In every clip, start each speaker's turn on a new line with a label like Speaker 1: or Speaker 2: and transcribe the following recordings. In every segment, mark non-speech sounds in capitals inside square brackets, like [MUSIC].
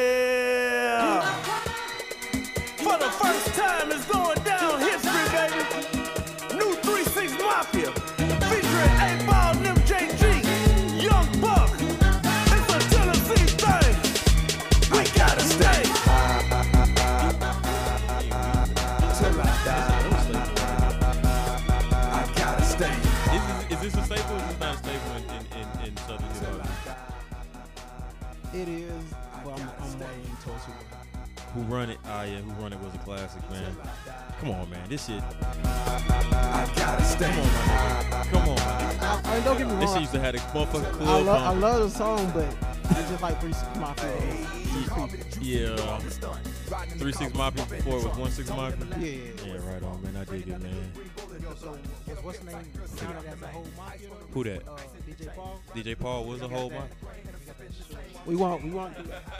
Speaker 1: Yeah! For the first time, it's going down history, baby. New 3-6 Mafia, featuring A-Ball and MJG, Young Buck. It's a Tennessee thing. We gotta stay. Till I die, I gotta stay.
Speaker 2: Is, this a staple or is this not a staple in, in, in, in Southern New Orleans?
Speaker 3: It is, but I'm, I'm more leaning towards who won.
Speaker 2: Who Run It? Ah, yeah, Who Run It was a classic, man. Come on, man. This shit.
Speaker 1: I gotta stay.
Speaker 2: Come on, man.
Speaker 3: I, I, don't get me
Speaker 2: This shit
Speaker 3: wrong.
Speaker 2: used to have the motherfucking club.
Speaker 3: I love I
Speaker 2: pumping.
Speaker 3: love the song, but it's just like three my favorite.
Speaker 2: Yeah. um, Three Six Mafia before it was One Six Mafia.
Speaker 3: Yeah.
Speaker 2: Yeah, right on, man. I dig it, man.
Speaker 4: What's name? Sounded as a whole mafia.
Speaker 2: Who that?
Speaker 4: Uh, DJ Paul.
Speaker 2: DJ Paul was a whole mafia.
Speaker 3: We want we want. [LAUGHS]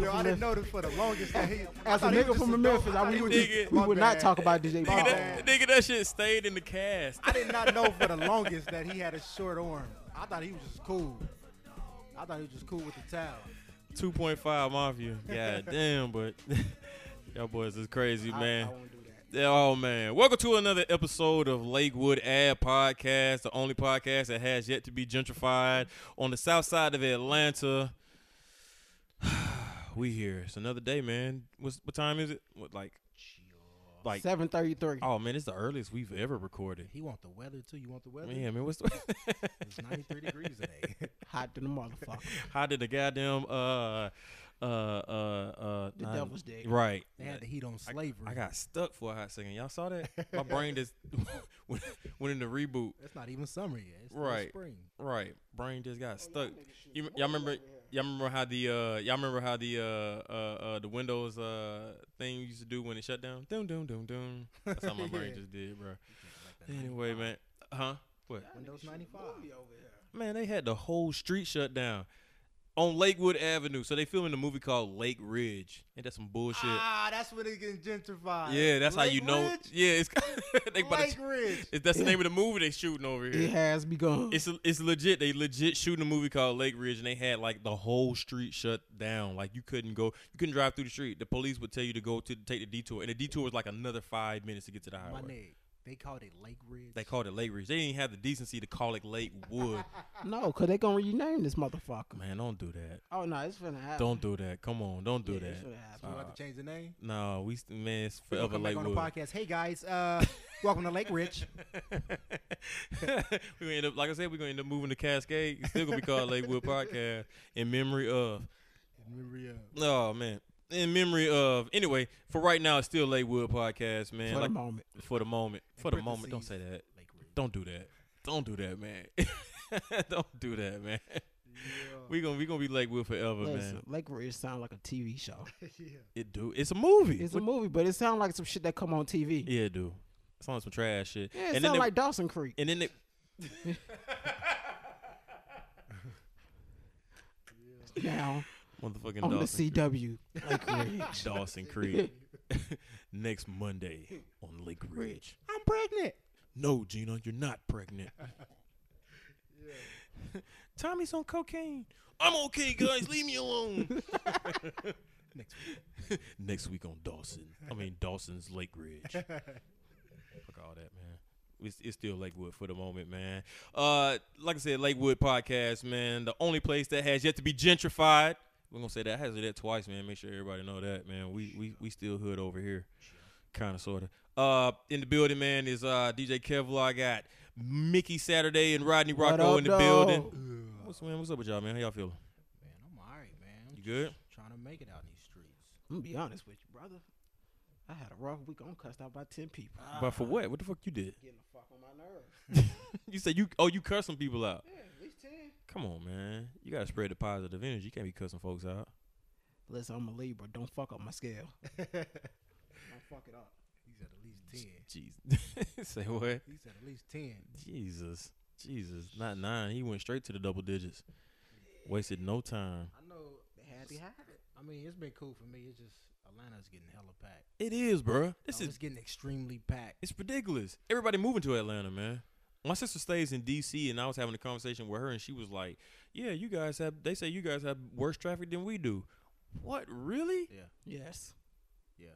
Speaker 4: Yo, I didn't know this for the longest. time. He- I
Speaker 3: As a
Speaker 4: thought he
Speaker 3: nigga
Speaker 4: was
Speaker 3: from
Speaker 4: just a
Speaker 3: Memphis,
Speaker 4: dope-
Speaker 3: I, we would,
Speaker 2: Nigga.
Speaker 3: just, we
Speaker 4: My
Speaker 3: would not
Speaker 4: bad.
Speaker 3: talk about DJ
Speaker 4: My
Speaker 3: Paul.
Speaker 4: bad.
Speaker 2: Nigga, that shit stayed in the cast.
Speaker 4: [LAUGHS] I did not know for the longest that he had a short arm. I thought he was just cool. I thought he was just cool with the towel.
Speaker 2: 2.5 Mafia. God damn, but [LAUGHS] y'all boys is crazy,
Speaker 4: I-
Speaker 2: man.
Speaker 4: I, won't do that.
Speaker 2: Yeah, Oh man! Welcome to another episode of Lakewood Ad Podcast, the only podcast that has yet to be gentrified on the south side of Atlanta. [SIGHS] we here. It's another day, man. What's, what time is it? What like? Like
Speaker 3: Seven thirty three.
Speaker 2: oh man, it's the earliest we've ever recorded.
Speaker 4: He want the weather too. You want the weather?
Speaker 2: Man, man, what's the, [LAUGHS]
Speaker 4: It's 93 degrees today. [LAUGHS]
Speaker 3: Hot to the motherfucker.
Speaker 2: how did the goddamn uh uh uh uh
Speaker 3: The
Speaker 2: nah,
Speaker 3: devil's dick.
Speaker 2: right?
Speaker 4: They had the heat on slavery.
Speaker 2: I got stuck for a hot second. Y'all saw that? My brain just [LAUGHS] went went into reboot.
Speaker 4: That's not even summer yet. It's still
Speaker 2: Right.
Speaker 4: spring.
Speaker 2: Right, brain just
Speaker 4: Oh,
Speaker 2: got stuck. You, y'all remember? Y'all remember how the uh, y'all remember how the uh, uh, uh, the Windows uh thing used to do when it shut down? Doom, doom, doom, doom. That's how my
Speaker 4: [LAUGHS]
Speaker 2: brain
Speaker 4: Yeah.
Speaker 2: just did, bro. Anyway, man. Huh? What?
Speaker 4: Windows 95.
Speaker 2: Man, they had the whole street shut down on Lakewood Avenue. So they filming a movie called Lake Ridge. Ain't that some bullshit?
Speaker 4: Ah, that's what it's getting gentrified.
Speaker 2: yeah, that's how you
Speaker 4: Lake
Speaker 2: know.
Speaker 4: Ridge?
Speaker 2: Yeah, it's [LAUGHS] they about
Speaker 4: Lake
Speaker 2: to,
Speaker 4: Ridge.
Speaker 2: Is that's the name of the movie they shooting over here?
Speaker 3: It has begun.
Speaker 2: It's it's legit. They legit shooting a movie called Lake Ridge, and they had like the whole street shut down. Like you couldn't go, you couldn't drive through the street. The police would tell you to go to take the detour, and the detour was like another five minutes to get to the
Speaker 4: My
Speaker 2: highway.
Speaker 4: nigga, they called it Lake Ridge.
Speaker 2: They called it Lake Ridge. They didn't have the decency to call it Lake
Speaker 4: [LAUGHS]
Speaker 2: Wood.
Speaker 3: no, cause they gonna rename this motherfucker.
Speaker 2: Man, don't do that.
Speaker 3: Oh no, it's finna happen.
Speaker 2: Don't do that. Come on, don't do
Speaker 3: Yeah,
Speaker 2: that.
Speaker 3: it's finna happen.
Speaker 4: You about to change the name?
Speaker 2: No, we st- man, it's
Speaker 4: We're gonna
Speaker 2: forever
Speaker 4: come
Speaker 2: Lake
Speaker 4: back on
Speaker 2: Wood.
Speaker 4: the podcast. Hey guys, uh, [LAUGHS] welcome to Lake [LAUGHS] Ridge.
Speaker 2: [LAUGHS] we gonna end up, like I said, we're gonna end up moving to Cascade. It's still gonna be called Lake Wood Podcast in memory of.
Speaker 4: uh,
Speaker 2: Oh man. In memory of anyway, for right now it's still Lakewood Podcast, man.
Speaker 3: for
Speaker 2: like
Speaker 3: the moment.
Speaker 2: for the moment. For the moment. Don't say
Speaker 4: parentheses,
Speaker 2: that.
Speaker 4: Lake Ridge.
Speaker 2: Don't do that. Don't do that, man. [LAUGHS] don't do that, man.
Speaker 4: Yeah.
Speaker 2: We gonna we gonna be Lakewood forever,
Speaker 3: Listen,
Speaker 2: man.
Speaker 3: Lake Ridge sound like a TV show.
Speaker 2: [LAUGHS] It do. It's a movie.
Speaker 3: It's a
Speaker 2: What-
Speaker 3: movie, but it sound like some shit that come on TV.
Speaker 2: yeah, it do. It's on some trash shit.
Speaker 3: Yeah, it
Speaker 2: and then
Speaker 3: sound
Speaker 2: they-
Speaker 3: like Dawson Creek.
Speaker 2: [LAUGHS] and then they,
Speaker 3: Now
Speaker 2: motherfucking
Speaker 3: on the
Speaker 2: Dawson Creek.
Speaker 3: CW. Lake Ridge. [LAUGHS]
Speaker 2: Dawson Creek. [LAUGHS] Next Monday on Lake Ridge.
Speaker 3: I'm pregnant.
Speaker 2: No, Gina, you're not pregnant. Tommy's on cocaine. I'm okay, guys. Leave me
Speaker 3: [LAUGHS]
Speaker 2: alone.
Speaker 4: Next
Speaker 2: [LAUGHS] Next week on Dawson. I mean Dawson's Lake
Speaker 3: [LAUGHS]
Speaker 2: Ridge. Fuck all that, man. It's, it's still Lakewood for the moment, man. Uh, like I said, Lakewood podcast, man. The only place that has yet to be gentrified. We're gonna say that I has that twice, man. Make sure everybody know that, man. We we we still hood over here, kind of sorta. Uh, in the building, man, is uh DJ Kevlar. I got Mickey Saturday and Rodney
Speaker 3: What
Speaker 2: Rocco
Speaker 3: up,
Speaker 2: in the
Speaker 3: though?
Speaker 2: building. What's man? What's up with y'all, man? How y'all feeling?
Speaker 4: Man, I'm all right, man. I'm
Speaker 2: You good?
Speaker 4: just trying to make it out in these [LAUGHS] streets.
Speaker 3: I'm gonna be honest with you, brother. I had a rough week. I'm cussed out by ten people.
Speaker 2: but for what? What the fuck you did?
Speaker 3: Getting the fuck on my nerves.
Speaker 2: You said you oh you cussing people out.
Speaker 3: Yeah, at least ten.
Speaker 2: Come on, man. You gotta spread the positive energy. You can't be cussing folks out.
Speaker 3: Listen, I'm a Libra. Don't fuck up my scale. Don't fuck it up.
Speaker 4: He's at at least ten.
Speaker 2: Jeez. [LAUGHS] Say what?
Speaker 4: He's at at least ten.
Speaker 2: Jesus. Jesus. Not nine. He went straight to the double digits. Wasted no time.
Speaker 4: I know.
Speaker 3: They had to have it.
Speaker 4: I mean, it's been cool for me. It's just Atlanta's getting hella packed.
Speaker 2: It is, bruh.
Speaker 4: This
Speaker 2: This is
Speaker 3: Oh,
Speaker 4: it's getting extremely packed.
Speaker 2: it's ridiculous. Everybody moving to Atlanta, man. my sister stays in DC and I was having a conversation with her and she was like, Yeah, you guys have they say you guys have worse traffic than we do. What, really?
Speaker 5: Yeah.
Speaker 3: Yes.
Speaker 5: Yeah.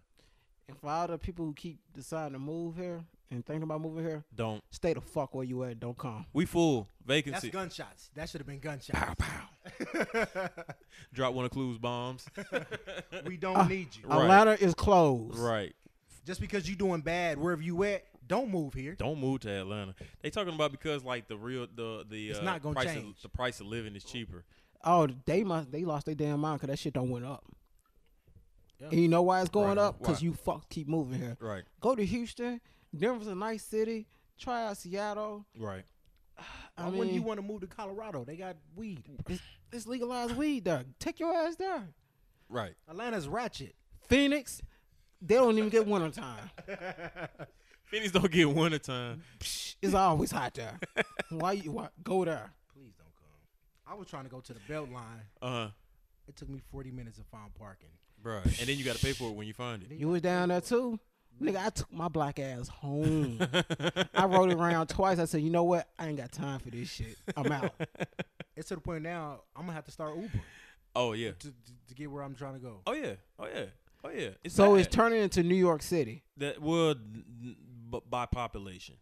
Speaker 3: And for all the people who keep deciding to move here and thinking about moving here,
Speaker 2: Don't.
Speaker 3: stay the fuck where you at. Don't come.
Speaker 2: We full.
Speaker 4: That's
Speaker 2: Vacancy.
Speaker 4: gunshots. That should have been gunshots.
Speaker 2: Drop one of Clues
Speaker 4: [LAUGHS]
Speaker 2: bombs.
Speaker 4: we don't need you.
Speaker 2: Right.
Speaker 3: Atlanta is closed.
Speaker 2: right.
Speaker 4: Just because you doing bad wherever you at, don't move here.
Speaker 2: Don't move to Atlanta. They talking about because like the real the the
Speaker 4: It's
Speaker 2: uh,
Speaker 4: not gonna
Speaker 2: price
Speaker 4: change.
Speaker 2: Of, the price of living is cheaper.
Speaker 3: Oh, they must. They lost their damn mind because that shit don't went up. And you know why it's going
Speaker 2: Right.
Speaker 3: up? Because
Speaker 2: Why?
Speaker 3: you fuck keep moving here.
Speaker 2: Right.
Speaker 3: Go to Houston. Denver's a nice city. Try out Seattle.
Speaker 2: Right.
Speaker 3: I
Speaker 4: Why
Speaker 3: mean,
Speaker 4: wouldn't you want to move to Colorado? They got weed.
Speaker 3: it's, it's legalized weed there. Take your ass there.
Speaker 2: Right.
Speaker 4: Atlanta's ratchet.
Speaker 3: Phoenix, they don't even get winter time.
Speaker 2: Phoenix don't get winter time.
Speaker 3: Psh, It's always
Speaker 2: [LAUGHS]
Speaker 3: hot there. Why you why, go there?
Speaker 4: Please don't come. I was trying to go to the Beltline.
Speaker 2: Uh huh.
Speaker 4: It took me 40 minutes to find parking.
Speaker 2: Bruh. And then you gotta pay for it when you find it.
Speaker 3: You was down there too. Nigga, I took my black
Speaker 2: [LAUGHS]
Speaker 3: ass home. I rode it around twice. I said, you know what? I ain't got time for this shit.
Speaker 2: [LAUGHS]
Speaker 3: I'm out.
Speaker 4: It's to the point now I'm gonna have to start Uber
Speaker 2: Oh yeah.
Speaker 4: to, to, to get where I'm trying to go.
Speaker 2: Oh yeah. Oh yeah. Oh yeah. It's
Speaker 3: So
Speaker 2: bad.
Speaker 3: it's turning into New York City.
Speaker 2: that would b- by population.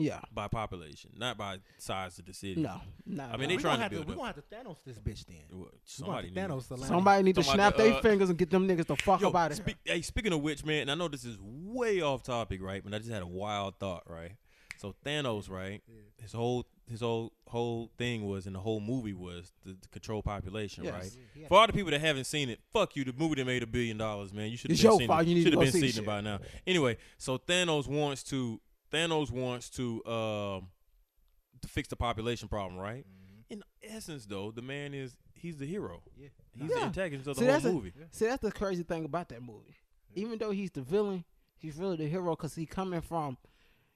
Speaker 3: Yeah.
Speaker 2: by population, not by size of the city.
Speaker 3: No. No.
Speaker 2: I mean,
Speaker 3: no.
Speaker 2: they trying
Speaker 4: we gonna
Speaker 2: to
Speaker 4: have to,
Speaker 2: build
Speaker 4: we
Speaker 2: up.
Speaker 4: gonna have to Thanos this bitch then.
Speaker 2: Well,
Speaker 4: We gonna
Speaker 2: Somebody
Speaker 4: have to
Speaker 2: need to-
Speaker 4: Thanos Atlanta.
Speaker 3: somebody need to
Speaker 2: Somebody,
Speaker 3: snap their
Speaker 2: uh,
Speaker 3: fingers and get them niggas the fuck
Speaker 2: Yo,
Speaker 3: up out of here.
Speaker 2: speak- hey, speaking of which, man, and I know this is way off topic, right? But I just had a wild thought, right? So Thanos, right? His whole his whole whole thing was, and the whole movie was to, to control population,
Speaker 3: Yes.
Speaker 2: right?
Speaker 4: Yeah, yeah.
Speaker 2: For all the people that haven't seen it, fuck you. The movie that made a billion dollars, man. You should have
Speaker 3: It's
Speaker 2: been
Speaker 3: your
Speaker 2: seen
Speaker 3: fault.
Speaker 2: It.
Speaker 3: You need to
Speaker 2: should have
Speaker 3: go
Speaker 2: been
Speaker 3: see
Speaker 2: seen
Speaker 3: the
Speaker 2: it
Speaker 3: shit.
Speaker 2: by now. Anyway, so Thanos wants to Thanos wants to um to fix the population problem, right? In essence, though, the man is he's the hero.
Speaker 4: Yeah.
Speaker 2: He's the
Speaker 3: Mm-hmm. Yeah.
Speaker 2: antagonist of the
Speaker 3: See,
Speaker 2: whole
Speaker 3: that's a-
Speaker 2: movie.
Speaker 3: See, that's the crazy thing about that movie. Even though he's the villain, he's really the hero because he coming from.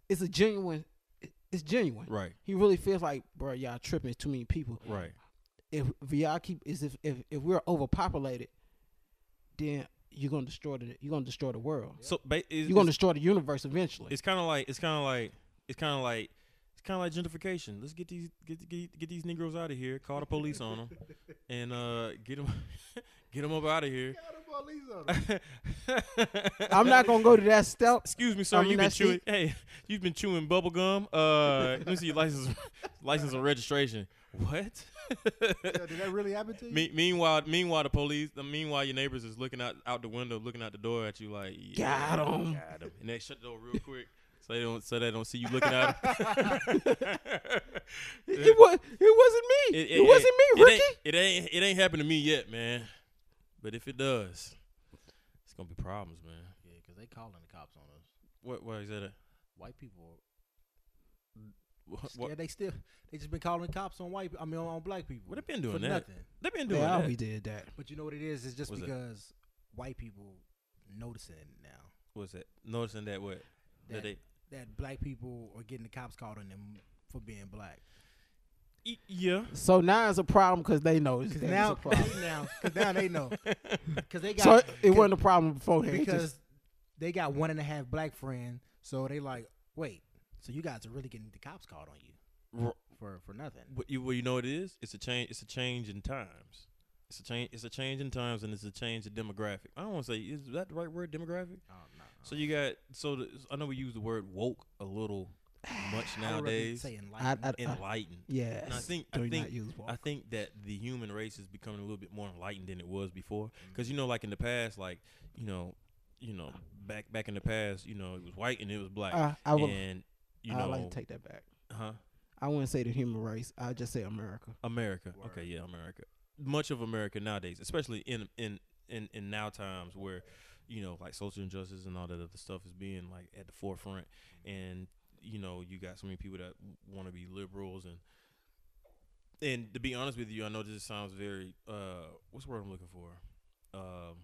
Speaker 3: It's a genuine. it- It's genuine.
Speaker 2: Right.
Speaker 3: He really feels like, bro, y'all tripping. It's too many people.
Speaker 2: Right.
Speaker 3: If, if y'all keep is if, if if we're overpopulated, then you're gonna destroy the you're gonna destroy the world.
Speaker 2: So ba- it's,
Speaker 3: You're gonna
Speaker 2: it's,
Speaker 3: destroy the universe eventually.
Speaker 2: kind of like it's kind of like it's kind of like it's kind of like gentrification. Let's get these get get, get these Negroes out of here. Call the police on them, and uh, get them [LAUGHS] get them up out of here.
Speaker 3: I'm not gonna go to that step.
Speaker 2: [LAUGHS] Excuse me, sir.
Speaker 3: I mean,
Speaker 2: you've been
Speaker 3: that's
Speaker 2: chewing.
Speaker 3: it.
Speaker 2: [LAUGHS] Hey, you've been chewing bubble gum. Uh, let me see your license, [LAUGHS] license and registration. What? [LAUGHS]
Speaker 4: Yo, Did that really happen to you?
Speaker 2: Me- meanwhile, meanwhile, the police. The meanwhile, your neighbors is looking out out the window, looking out the door at you, like yeah,
Speaker 3: Got 'em.
Speaker 2: got 'em." and they shut the door real quick. So they don't, so they don't see you looking at them.
Speaker 3: [LAUGHS] It was it wasn't me. It, wasn't me, Ricky.
Speaker 2: It ain't, it ain't, it ain't happened to me yet, man. But if it does, it's gonna be problems, man.
Speaker 5: Yeah, because they calling the cops on us.
Speaker 2: What, what is that? a-
Speaker 5: White people.
Speaker 2: What,
Speaker 4: Yeah,
Speaker 2: what,
Speaker 4: they still they just been calling the cops on white. I mean, on, on black people.
Speaker 2: what they been doing
Speaker 4: for
Speaker 2: that?
Speaker 4: nothing.
Speaker 2: They been
Speaker 3: They
Speaker 2: doing that.
Speaker 3: always did that.
Speaker 4: But you know what it is? It's just
Speaker 2: What's that?
Speaker 4: because white people noticing it now
Speaker 2: What's that? Noticing that what? That,
Speaker 4: that
Speaker 2: they
Speaker 4: that black people are getting the cops called on them for being black.
Speaker 2: E- yeah.
Speaker 3: So now it's a problem because they know it's
Speaker 4: Cause
Speaker 3: that it's
Speaker 4: [LAUGHS] now,
Speaker 3: a problem.
Speaker 4: now, cause now
Speaker 2: [LAUGHS]
Speaker 4: they know. Cause they got
Speaker 3: So it, it
Speaker 4: cause-
Speaker 3: wasn't a problem beforehand. It
Speaker 4: because
Speaker 3: just-
Speaker 4: they got one and a half black friend. So they like, wait, so you guys are really getting the cops called on you
Speaker 2: R-
Speaker 4: for for nothing?
Speaker 2: What you, well, you know what it is? It's a change. It's a change in times. It's a change. It's a change in times, and it's a change in demographic. I don't want to say is that the right word, demographic.
Speaker 4: Oh, no.
Speaker 2: So you got so the, I know we use the word woke a
Speaker 3: [SIGHS]
Speaker 2: little much
Speaker 4: I would rather
Speaker 2: nowadays.
Speaker 4: say enlightenment.
Speaker 3: I, I, I,
Speaker 2: Enlightened.
Speaker 3: yes.
Speaker 2: And I think
Speaker 3: do
Speaker 2: I
Speaker 3: not
Speaker 2: think
Speaker 3: use
Speaker 2: I
Speaker 3: walk.
Speaker 2: think that the human race is becoming a little bit more enlightened than it was before.
Speaker 3: Mm-hmm.
Speaker 2: Because you know, like in the past, like you know, you know, back back in the past, you know, it was white and it was black,
Speaker 3: Uh, I would.
Speaker 2: and you
Speaker 3: I
Speaker 2: know,
Speaker 3: would like to take that back.
Speaker 2: huh?
Speaker 3: I wouldn't say the human race. I just say America.
Speaker 2: America. Okay, yeah, America. Much of America nowadays, especially in in in in now times where you know like social injustice and all that other stuff is being like at the forefront, and you know you got so many people that want to be liberals and and to be honest with you, I know this sounds very uh what's the word I'm looking for, um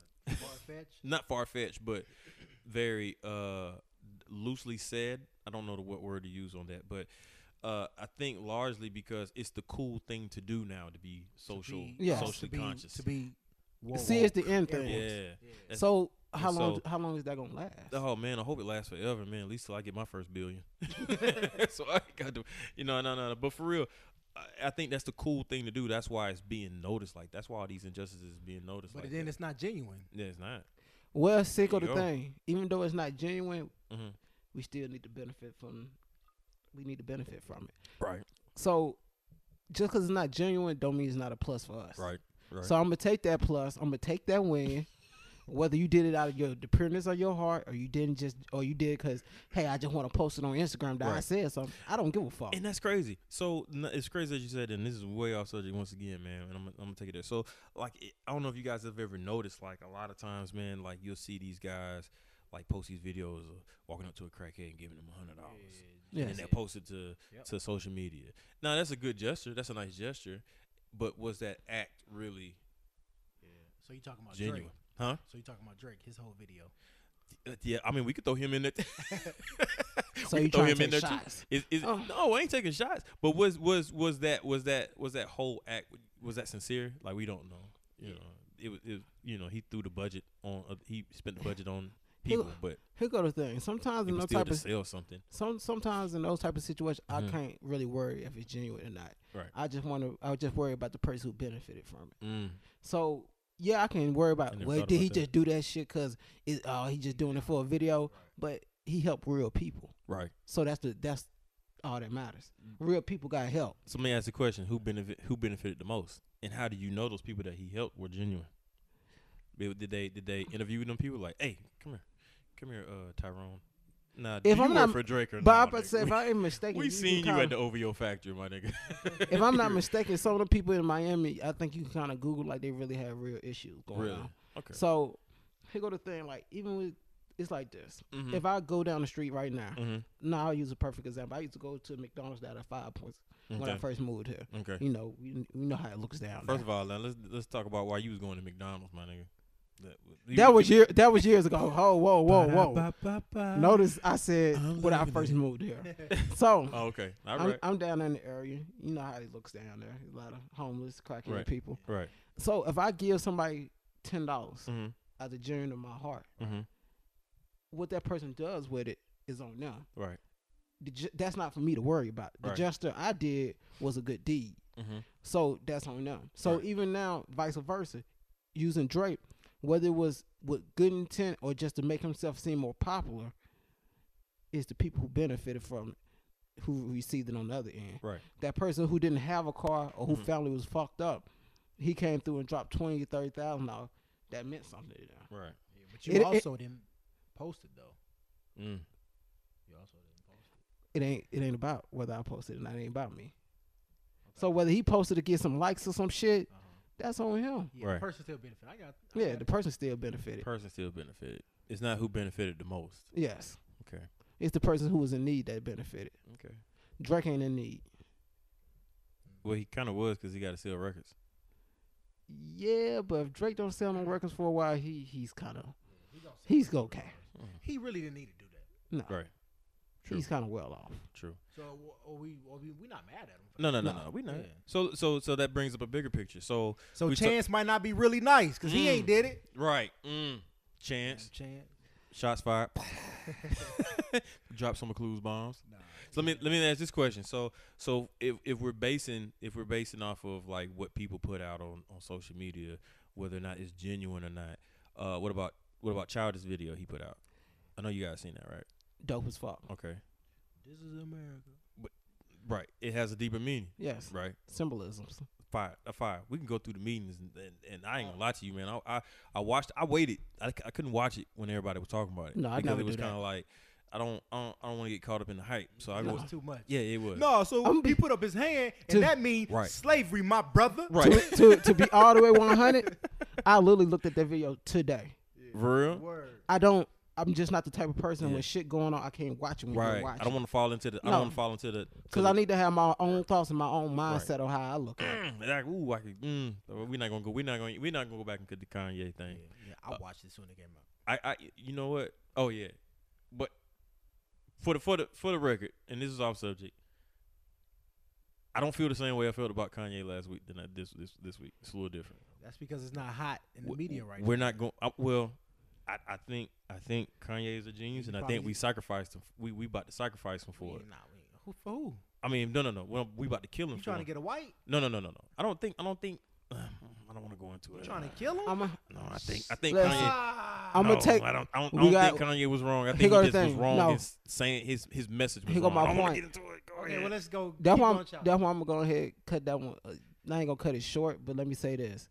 Speaker 3: [LAUGHS]
Speaker 4: Far-fetched?
Speaker 2: not far fetched, but very uh loosely said. I don't know the, what word to use on that, but uh I think largely because it's the cool thing to do now to be social,
Speaker 4: be-
Speaker 3: Yeah.
Speaker 4: to
Speaker 2: socially
Speaker 4: be-
Speaker 2: conscious.
Speaker 4: to be
Speaker 3: See, it's the end thing.
Speaker 2: Yeah. That's-
Speaker 3: So how
Speaker 2: and
Speaker 3: long?
Speaker 2: so-
Speaker 3: how long is that gonna last?
Speaker 2: Oh man, I hope it lasts forever, man. At least till I get my first
Speaker 4: [LAUGHS]
Speaker 2: billion. [LAUGHS] so I got to, you know, no, no, no. But for real, I, I think that's the cool thing to do. That's why it's being noticed. Like that's why all these injustices is being noticed.
Speaker 4: But
Speaker 2: like
Speaker 4: then
Speaker 2: that.
Speaker 4: it's not genuine.
Speaker 2: yeah, it's not.
Speaker 3: well, sick
Speaker 2: There
Speaker 3: of
Speaker 2: you
Speaker 3: the
Speaker 2: go.
Speaker 3: thing. Even though it's not genuine,
Speaker 2: hmm
Speaker 3: we still need to benefit from. We need to benefit from it.
Speaker 2: Right,
Speaker 3: So just because it's not genuine, don't mean it's not a plus for us.
Speaker 2: right, right.
Speaker 3: So I'm gonna take that plus. I'm gonna take that
Speaker 2: [LAUGHS]
Speaker 3: win. Whether you did it out of your the pureness of your heart, or you didn't just, or you did because hey, I just want to post it on Instagram that I
Speaker 2: Right.
Speaker 3: said something. I don't give a fuck.
Speaker 2: and that's crazy. So n- it's crazy that you said, that, and this is way off subject once again, man. And I'm, I'm gonna take it there. So like, it, I don't know if you guys have ever noticed, like a lot of times, man, like you'll see these guys like post these videos of walking up to a crackhead and giving them a hundred dollars.
Speaker 3: Yes.
Speaker 2: and they post it to
Speaker 5: Yep.
Speaker 2: to social media. Now that's a good gesture. That's a nice gesture, but was that act really
Speaker 5: Yeah. So you talking about
Speaker 2: genuine?
Speaker 5: Drake?
Speaker 2: Huh?
Speaker 5: So you talking about Drake? His whole video.
Speaker 2: Uh, Yeah, I mean we could throw him in there. [LAUGHS] t-
Speaker 3: So
Speaker 2: we
Speaker 3: you
Speaker 2: could throw
Speaker 3: trying
Speaker 2: him
Speaker 3: to
Speaker 2: in there
Speaker 3: take
Speaker 2: too.
Speaker 3: shots?
Speaker 2: Is, is,
Speaker 3: Oh.
Speaker 2: No, I ain't taking shots. But was was was that was that was that whole act was that sincere? Like we don't know. You know, it was it, you know he threw the budget on uh, he spent the budget on people, but
Speaker 3: Here go the thing. Sometimes
Speaker 2: he
Speaker 3: in
Speaker 2: was
Speaker 3: those
Speaker 2: still
Speaker 3: type
Speaker 2: to
Speaker 3: of
Speaker 2: sell something.
Speaker 3: some sometimes in those type of situations, I can't really worry if it's genuine or not.
Speaker 2: Mm-hmm. Right.
Speaker 3: I just want to. I just worry about the person who benefited from it.
Speaker 2: Mm.
Speaker 3: So yeah, I can worry
Speaker 2: I
Speaker 3: about.
Speaker 2: never
Speaker 3: Wait,
Speaker 2: thought
Speaker 3: did he
Speaker 2: about that.
Speaker 3: just do that shit because it? Oh, he just doing it for a video. But he helped real people.
Speaker 2: Right.
Speaker 3: So that's the that's all that matters.
Speaker 2: Mm.
Speaker 3: Real people got help.
Speaker 2: So let me ask the question: Who benefit? Who benefited the most? And how do you know those people that he helped were genuine? Did did they did they interview them people like, hey, come here, come here, uh, Tyrone? Nah, do
Speaker 3: If
Speaker 2: you
Speaker 3: I'm
Speaker 2: work
Speaker 3: not-
Speaker 2: for Drake or
Speaker 3: But I'm
Speaker 2: not?
Speaker 3: about to say, if I ain't mistaken,
Speaker 2: we
Speaker 3: can
Speaker 2: seen you
Speaker 3: kinda-
Speaker 2: at the OVO factory, my nigga.
Speaker 3: If
Speaker 2: [LAUGHS]
Speaker 3: I'm not mistaken, some of the people in Miami, I think you can kind of Google like they really have real issues going
Speaker 2: really,
Speaker 3: on.
Speaker 2: okay.
Speaker 3: So here go the thing. Like even with it's like this.
Speaker 2: Mhm.
Speaker 3: If I go down the street right now,
Speaker 2: Mhm.
Speaker 3: now I'll use a perfect example. I used to go to McDonald's down at Five Points when I
Speaker 2: Okay.
Speaker 3: first moved here.
Speaker 2: Okay.
Speaker 3: You know, we, we know how it looks down.
Speaker 2: First
Speaker 3: there.
Speaker 2: of all, now let's let's talk about why you was going to McDonald's, my nigga. That, you-
Speaker 3: that was year. That was years ago. Whoa, whoa, whoa, whoa. Notice I said
Speaker 2: I'm
Speaker 3: when I
Speaker 2: loving
Speaker 3: first
Speaker 2: it.
Speaker 3: moved here.
Speaker 2: [LAUGHS]
Speaker 3: So
Speaker 2: Oh, okay. All
Speaker 3: I'm,
Speaker 2: right.
Speaker 3: I'm down in the area. You know how it looks down there. A lot of homeless, crackhead
Speaker 2: Right.
Speaker 3: people.
Speaker 2: right.
Speaker 3: So if I give somebody ten dollars
Speaker 2: Mm-hmm.
Speaker 3: out of the genuine of my heart,
Speaker 2: Mm-hmm.
Speaker 3: what that person does with it is on them.
Speaker 2: Right.
Speaker 3: The, ge- that's not for me to worry about. The
Speaker 2: Right.
Speaker 3: gesture I did was a good deed.
Speaker 2: Mm-hmm.
Speaker 3: So that's on them. So
Speaker 2: Right.
Speaker 3: even now, vice versa, using Drake, whether it was with good intent or just to make himself seem more popular, is the people who benefited from it, who received it on the other end.
Speaker 2: Right.
Speaker 3: That person who didn't have a car or who
Speaker 2: Mm-hmm.
Speaker 3: family was fucked up, he came through and dropped twenty, thirty thousand dollars. That meant something to them.
Speaker 2: Right.
Speaker 5: Yeah, but you
Speaker 3: It- it-
Speaker 5: also didn't post it though.
Speaker 2: Mm.
Speaker 5: You also didn't post it.
Speaker 3: It ain't it ain't about whether I posted it or not, it ain't about me. So whether he posted to get some likes or some shit, that's on him.
Speaker 5: Yeah,
Speaker 2: Right.
Speaker 5: the person still benefit. I got. I
Speaker 3: Yeah,
Speaker 5: got
Speaker 3: the person still
Speaker 2: The
Speaker 3: benefited.
Speaker 2: person still benefited. It's not who benefited the most.
Speaker 3: Yes.
Speaker 2: Okay.
Speaker 3: It's the person who was in need that benefited.
Speaker 2: Okay.
Speaker 3: Drake ain't in need.
Speaker 2: Well, he kind of was because he got to sell records.
Speaker 3: Yeah, but if Drake don't sell no records for a while, he he's kind of
Speaker 5: he gonna say-
Speaker 3: he's okay.
Speaker 5: He really didn't need to do that.
Speaker 3: No,
Speaker 2: Right. True.
Speaker 3: he's kind of well off.
Speaker 2: True.
Speaker 5: So wh- are we are we we not mad at him. for
Speaker 2: No,
Speaker 5: that.
Speaker 2: no, no, no. We not.
Speaker 5: Yeah.
Speaker 2: So, so, so that brings up a bigger picture. So,
Speaker 4: So
Speaker 2: we ta-
Speaker 4: Chance might not be really nice because he
Speaker 2: Mm.
Speaker 4: ain't did it.
Speaker 2: right. Mm. Chance.
Speaker 5: Chance.
Speaker 2: Shots fired. [LAUGHS] Drop some of Clues bombs.
Speaker 5: Nah.
Speaker 2: So let me let me ask this question. So so if if we're basing if we're basing off of like what people put out on on social media, whether or not it's genuine or not, uh, what about what about Childish video he put out? I know you guys seen that, right?
Speaker 3: Dope as fuck.
Speaker 2: Okay.
Speaker 5: This is America.
Speaker 2: Right. It has a deeper meaning.
Speaker 3: Yes,
Speaker 2: Right.
Speaker 3: symbolisms.
Speaker 2: Fire. A fire. We can go through the meetings, and, and, and I ain't
Speaker 3: Oh.
Speaker 2: gonna lie to you, man. I I, I watched. I waited. I, c- I couldn't watch it when everybody was talking about it.
Speaker 3: No, I'd
Speaker 2: because
Speaker 3: never
Speaker 2: it was
Speaker 3: do that.
Speaker 2: kind of like I don't I don't, I don't want to get caught up in the hype. So I
Speaker 5: It
Speaker 2: was.
Speaker 3: [LAUGHS]
Speaker 5: was too much.
Speaker 2: Yeah, it was.
Speaker 4: No, so
Speaker 3: I'm
Speaker 4: he
Speaker 3: be-
Speaker 4: put up his hand, and
Speaker 3: Dude.
Speaker 4: that means
Speaker 2: Right.
Speaker 4: slavery, my brother.
Speaker 2: Right.
Speaker 3: to to be all the way one hundred, I literally looked at that video today.
Speaker 2: For real.
Speaker 5: Word.
Speaker 3: I don't. I'm just not the type of person
Speaker 2: Yeah.
Speaker 3: when shit going on. I can't watch it when
Speaker 2: Right.
Speaker 3: you watch
Speaker 2: I don't
Speaker 3: it
Speaker 2: want to fall into the. I
Speaker 3: No.
Speaker 2: don't want to fall into the. [CLEARS THROAT]
Speaker 3: because I need to have my own thoughts and my own mindset on how I look at it.
Speaker 2: Like, ooh, I could. Mm, we're not gonna go. We're not going. to We're not gonna go back into the Kanye thing.
Speaker 5: Yeah, yeah, I watched this when it came out.
Speaker 2: I, I. You know what? Oh yeah, but for the for the for the record, and this is off subject. I don't feel the same way I felt about Kanye last week than I this this this week. It's a little different.
Speaker 5: That's because it's not hot in the
Speaker 2: W-
Speaker 5: media right
Speaker 2: We're
Speaker 5: now.
Speaker 2: not going. Well, I, I think I think Kanye is a genius, and I think
Speaker 5: probably-
Speaker 2: we sacrificed him. We we about to sacrifice him for
Speaker 5: We
Speaker 2: it.
Speaker 5: ain't- Nah, we ain't. Who for who?
Speaker 2: I mean, no, no, no. Well, we about to kill him.
Speaker 5: You
Speaker 2: for
Speaker 5: trying to
Speaker 2: it.
Speaker 5: get a white?
Speaker 2: No, no, no, no, no. I don't think. I don't think. [SIGHS] I don't want to go into
Speaker 5: You
Speaker 2: it.
Speaker 5: trying to kill him?
Speaker 3: I'm a,
Speaker 2: no, I think. I think
Speaker 3: Let's-
Speaker 2: Kanye.
Speaker 5: Ah,
Speaker 3: I'm
Speaker 2: no,
Speaker 3: gonna take.
Speaker 2: I don't. I don't, I
Speaker 3: we
Speaker 2: don't
Speaker 3: got-
Speaker 2: think Kanye was wrong. I
Speaker 3: here
Speaker 2: think
Speaker 3: go
Speaker 2: he
Speaker 3: the
Speaker 2: just was
Speaker 3: thing.
Speaker 2: wrong.
Speaker 3: No.
Speaker 2: His saying his his message was
Speaker 3: Here go
Speaker 2: wrong.
Speaker 3: my
Speaker 2: I don't want to
Speaker 3: point.
Speaker 2: get into it. Go
Speaker 5: okay,
Speaker 2: ahead.
Speaker 5: well let's go.
Speaker 3: That's
Speaker 5: keep
Speaker 3: why,
Speaker 5: on,
Speaker 3: I'm,
Speaker 5: child.
Speaker 3: that's why I'm gonna go ahead and cut that one. uh, I ain't gonna cut it short, but let me say this.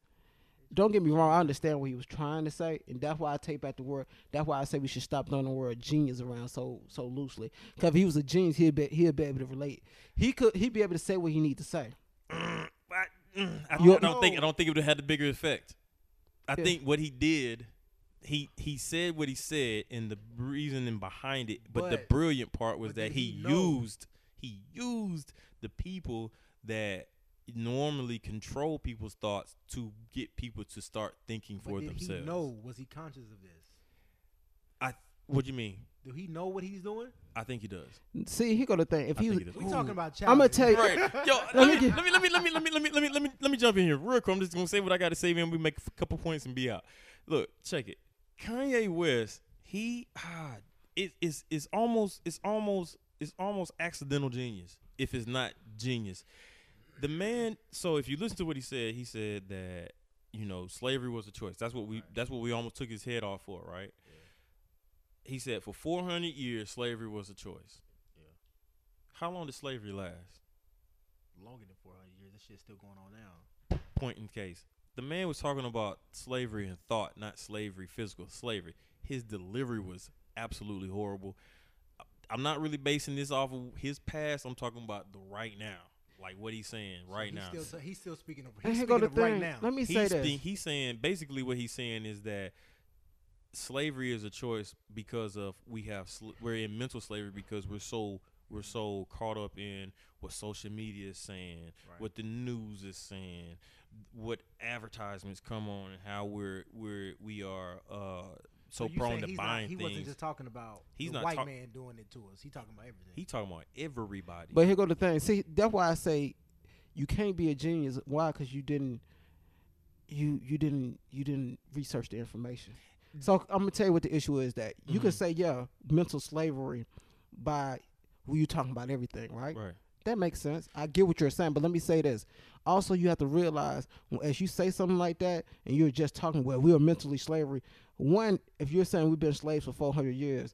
Speaker 3: Don't get me wrong. I understand what he was trying to say, and that's why I take back the word. That's why I say we should stop throwing the word genius around so so loosely. Because if he was a genius, he'd be he'd be able to relate. He could he'd be able to say what he need to say.
Speaker 2: I, mm, I,
Speaker 3: You-
Speaker 2: I don't think I don't think it would have had the bigger effect. I
Speaker 3: Yeah.
Speaker 2: think what he did, he he said what he said, and the reasoning behind it. But, the
Speaker 5: But-
Speaker 2: brilliant part was
Speaker 5: but
Speaker 2: that
Speaker 5: did
Speaker 2: he,
Speaker 5: he know?
Speaker 2: used he used the people that normally control people's thoughts to get people to start thinking
Speaker 5: But
Speaker 2: for
Speaker 5: did
Speaker 2: themselves.
Speaker 5: he know? Was he conscious of this?
Speaker 2: I what do you mean?
Speaker 5: Do he know what he's doing?
Speaker 2: I think he does.
Speaker 3: See, here go the thing. If
Speaker 2: I
Speaker 3: he was,
Speaker 2: think he does.
Speaker 5: We talking about child.
Speaker 3: I'm gonna tell you.
Speaker 2: Right. Yo,
Speaker 3: Let
Speaker 2: let
Speaker 3: me
Speaker 2: me
Speaker 3: get-
Speaker 2: let me let me let me let me let me let me let me let me jump in here real quick. I'm just gonna say what I gotta say, and we make a couple points and be out. Look, check it. Kanye West, he ah, it, it's it's almost it's almost it's almost accidental genius if it's not genius. The man. So if you listen to what he said, he said that you know slavery was a choice. That's what we that's what we almost took his head off for, right? He said for 400 years slavery was a choice. How long did slavery last?
Speaker 5: Longer than 400 years. That shit's still going on now.
Speaker 2: point in case. The man was talking about slavery in thought, not slavery, physical slavery. His delivery was absolutely horrible. I- I'm not really basing this off of his past. I'm talking about the right now, like what he's saying
Speaker 5: So
Speaker 2: right
Speaker 5: he's
Speaker 2: now.
Speaker 5: Still, so he's still speaking of.
Speaker 3: and
Speaker 5: He's
Speaker 3: here go
Speaker 5: speaking
Speaker 3: the
Speaker 5: of
Speaker 3: thing.
Speaker 5: right now.
Speaker 3: Let me say
Speaker 2: he's,
Speaker 3: this.
Speaker 2: thi- he's saying basically what he's saying is that slavery is a choice because of we have sl- we're in mental slavery because we're so we're so caught up in what social media is saying,
Speaker 5: Right.
Speaker 2: what the news is saying, what advertisements come on, and how we're we're we are uh, so,
Speaker 5: you
Speaker 2: prone
Speaker 5: saying
Speaker 2: to
Speaker 5: he's not-
Speaker 2: buying
Speaker 5: He wasn't
Speaker 2: things.
Speaker 5: just talking about
Speaker 2: He's
Speaker 5: the
Speaker 2: not
Speaker 5: white
Speaker 2: talk-
Speaker 5: man doing it to us. He talking about everything.
Speaker 2: he talking about everybody.
Speaker 3: But here go the thing. See, that's why I say you can't be a genius. Why? Because you didn't. You you didn't you didn't research the information. So I'm gonna tell you what the issue is. That you can
Speaker 2: Mhm.
Speaker 3: say yeah, mental slavery, by who you talking about everything, right?
Speaker 2: right.
Speaker 3: That makes sense. I get what you're saying, but let me say this. Also, you have to realize when- as you say something like that, and you're just talking, well, we are mentally slavery. One, if you're saying we've been slaves for 400 years,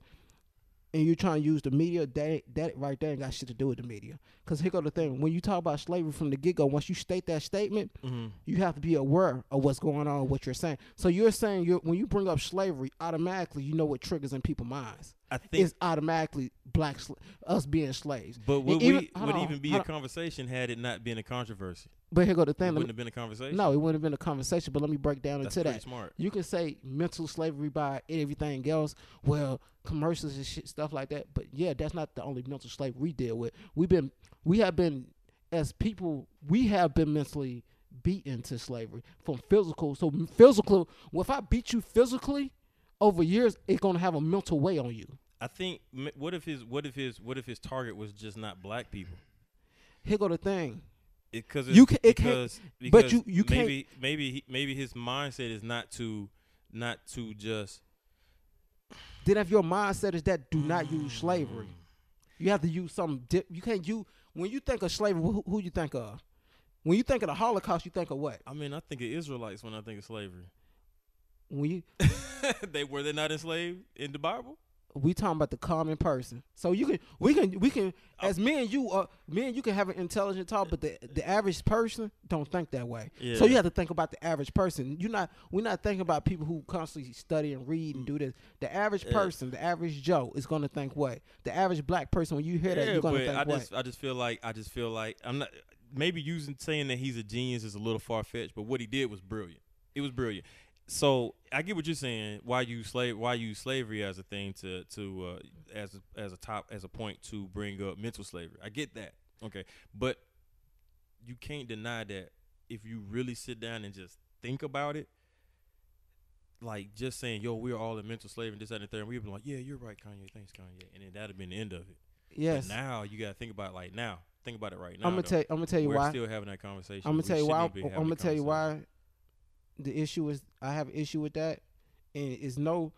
Speaker 3: and you're trying to use the media, that that right there ain't got shit to do with the media. Because here go the thing: when you talk about slavery from the get go, once you state that statement,
Speaker 2: Mm-hmm.
Speaker 3: you have to be aware of what's going on, what you're saying. So you're saying you're, when you bring up slavery, automatically you know what triggers in people's minds.
Speaker 2: I think
Speaker 3: it's automatically black sl- us being slaves.
Speaker 2: But
Speaker 3: And
Speaker 2: would we
Speaker 3: hold
Speaker 2: would
Speaker 3: on,
Speaker 2: even be
Speaker 3: hold
Speaker 2: a
Speaker 3: on.
Speaker 2: conversation had it not been a controversy?
Speaker 3: But here go the
Speaker 2: It
Speaker 3: thing. Let
Speaker 2: wouldn't
Speaker 3: me-
Speaker 2: have been a conversation.
Speaker 3: no, it wouldn't have been a conversation. But let me break down
Speaker 2: that's
Speaker 3: into
Speaker 2: pretty
Speaker 3: that.
Speaker 2: smart.
Speaker 3: You can say mental slavery by everything else. Well, commercials and shit, stuff like that. But yeah, that's not the only mental slavery we deal with. We've been, we have been, as people, we have been mentally beaten to slavery from physical. So physical. Well, if I beat you physically over years, it's gonna have a mental weight on you.
Speaker 2: I think m- what if his what if his what if his target was just not black people?
Speaker 3: Here go the thing.
Speaker 2: It, cause
Speaker 3: You
Speaker 2: it's-
Speaker 3: ca- it can't-
Speaker 2: because,
Speaker 3: but
Speaker 2: because
Speaker 3: you- you can't-
Speaker 2: maybe maybe he, maybe his mindset is not to not to just
Speaker 3: then if your mindset is that do not use
Speaker 2: Mm.
Speaker 3: slavery you have to use some dip you can't you when you think of slavery who, who you think of when you think of the holocaust you think of what
Speaker 2: I mean I think of Israelites when I think of slavery. [LAUGHS]
Speaker 3: when you
Speaker 2: they were they not enslaved in the Bible?
Speaker 3: we talking about the common person so you can we can we can as me and you uh me and you can have an intelligent talk but the the average person don't think that way
Speaker 2: Yeah.
Speaker 3: so you have to think about the average person you're not we're not thinking about people who constantly study and read and do this the average
Speaker 2: Yeah.
Speaker 3: person the average joe is going to think what the average black person when you hear that you're going to
Speaker 2: but
Speaker 3: think
Speaker 2: I
Speaker 3: what
Speaker 2: just I just feel like I just feel like I'm not maybe using saying that he's a genius is a little far fetched, but what he did was brilliant. It was brilliant. So I get what you're saying. Why you slave? Why you slavery as a thing to to uh, as a, as a top as a point to bring up mental slavery? I get that. Okay, but you can't deny that if you really sit down and just think about it, like just saying, "Yo, we're all in mental slavery," and this that, and the third, and we've been like, "Yeah, you're right, Kanye. Thanks, Kanye," and then that'd have been the end of it.
Speaker 3: yes
Speaker 2: But now you got to think about like now think about it right now.
Speaker 3: I'm gonna
Speaker 2: though.
Speaker 3: tell. I'm gonna tell you
Speaker 2: We're
Speaker 3: why.
Speaker 2: still having that conversation.
Speaker 3: I'm gonna
Speaker 2: We
Speaker 3: tell you why.
Speaker 2: shouldn't
Speaker 3: I'm
Speaker 2: be having
Speaker 3: gonna
Speaker 2: the
Speaker 3: tell you
Speaker 2: conversation.
Speaker 3: why. The issue is I have an issue with that, and it's no.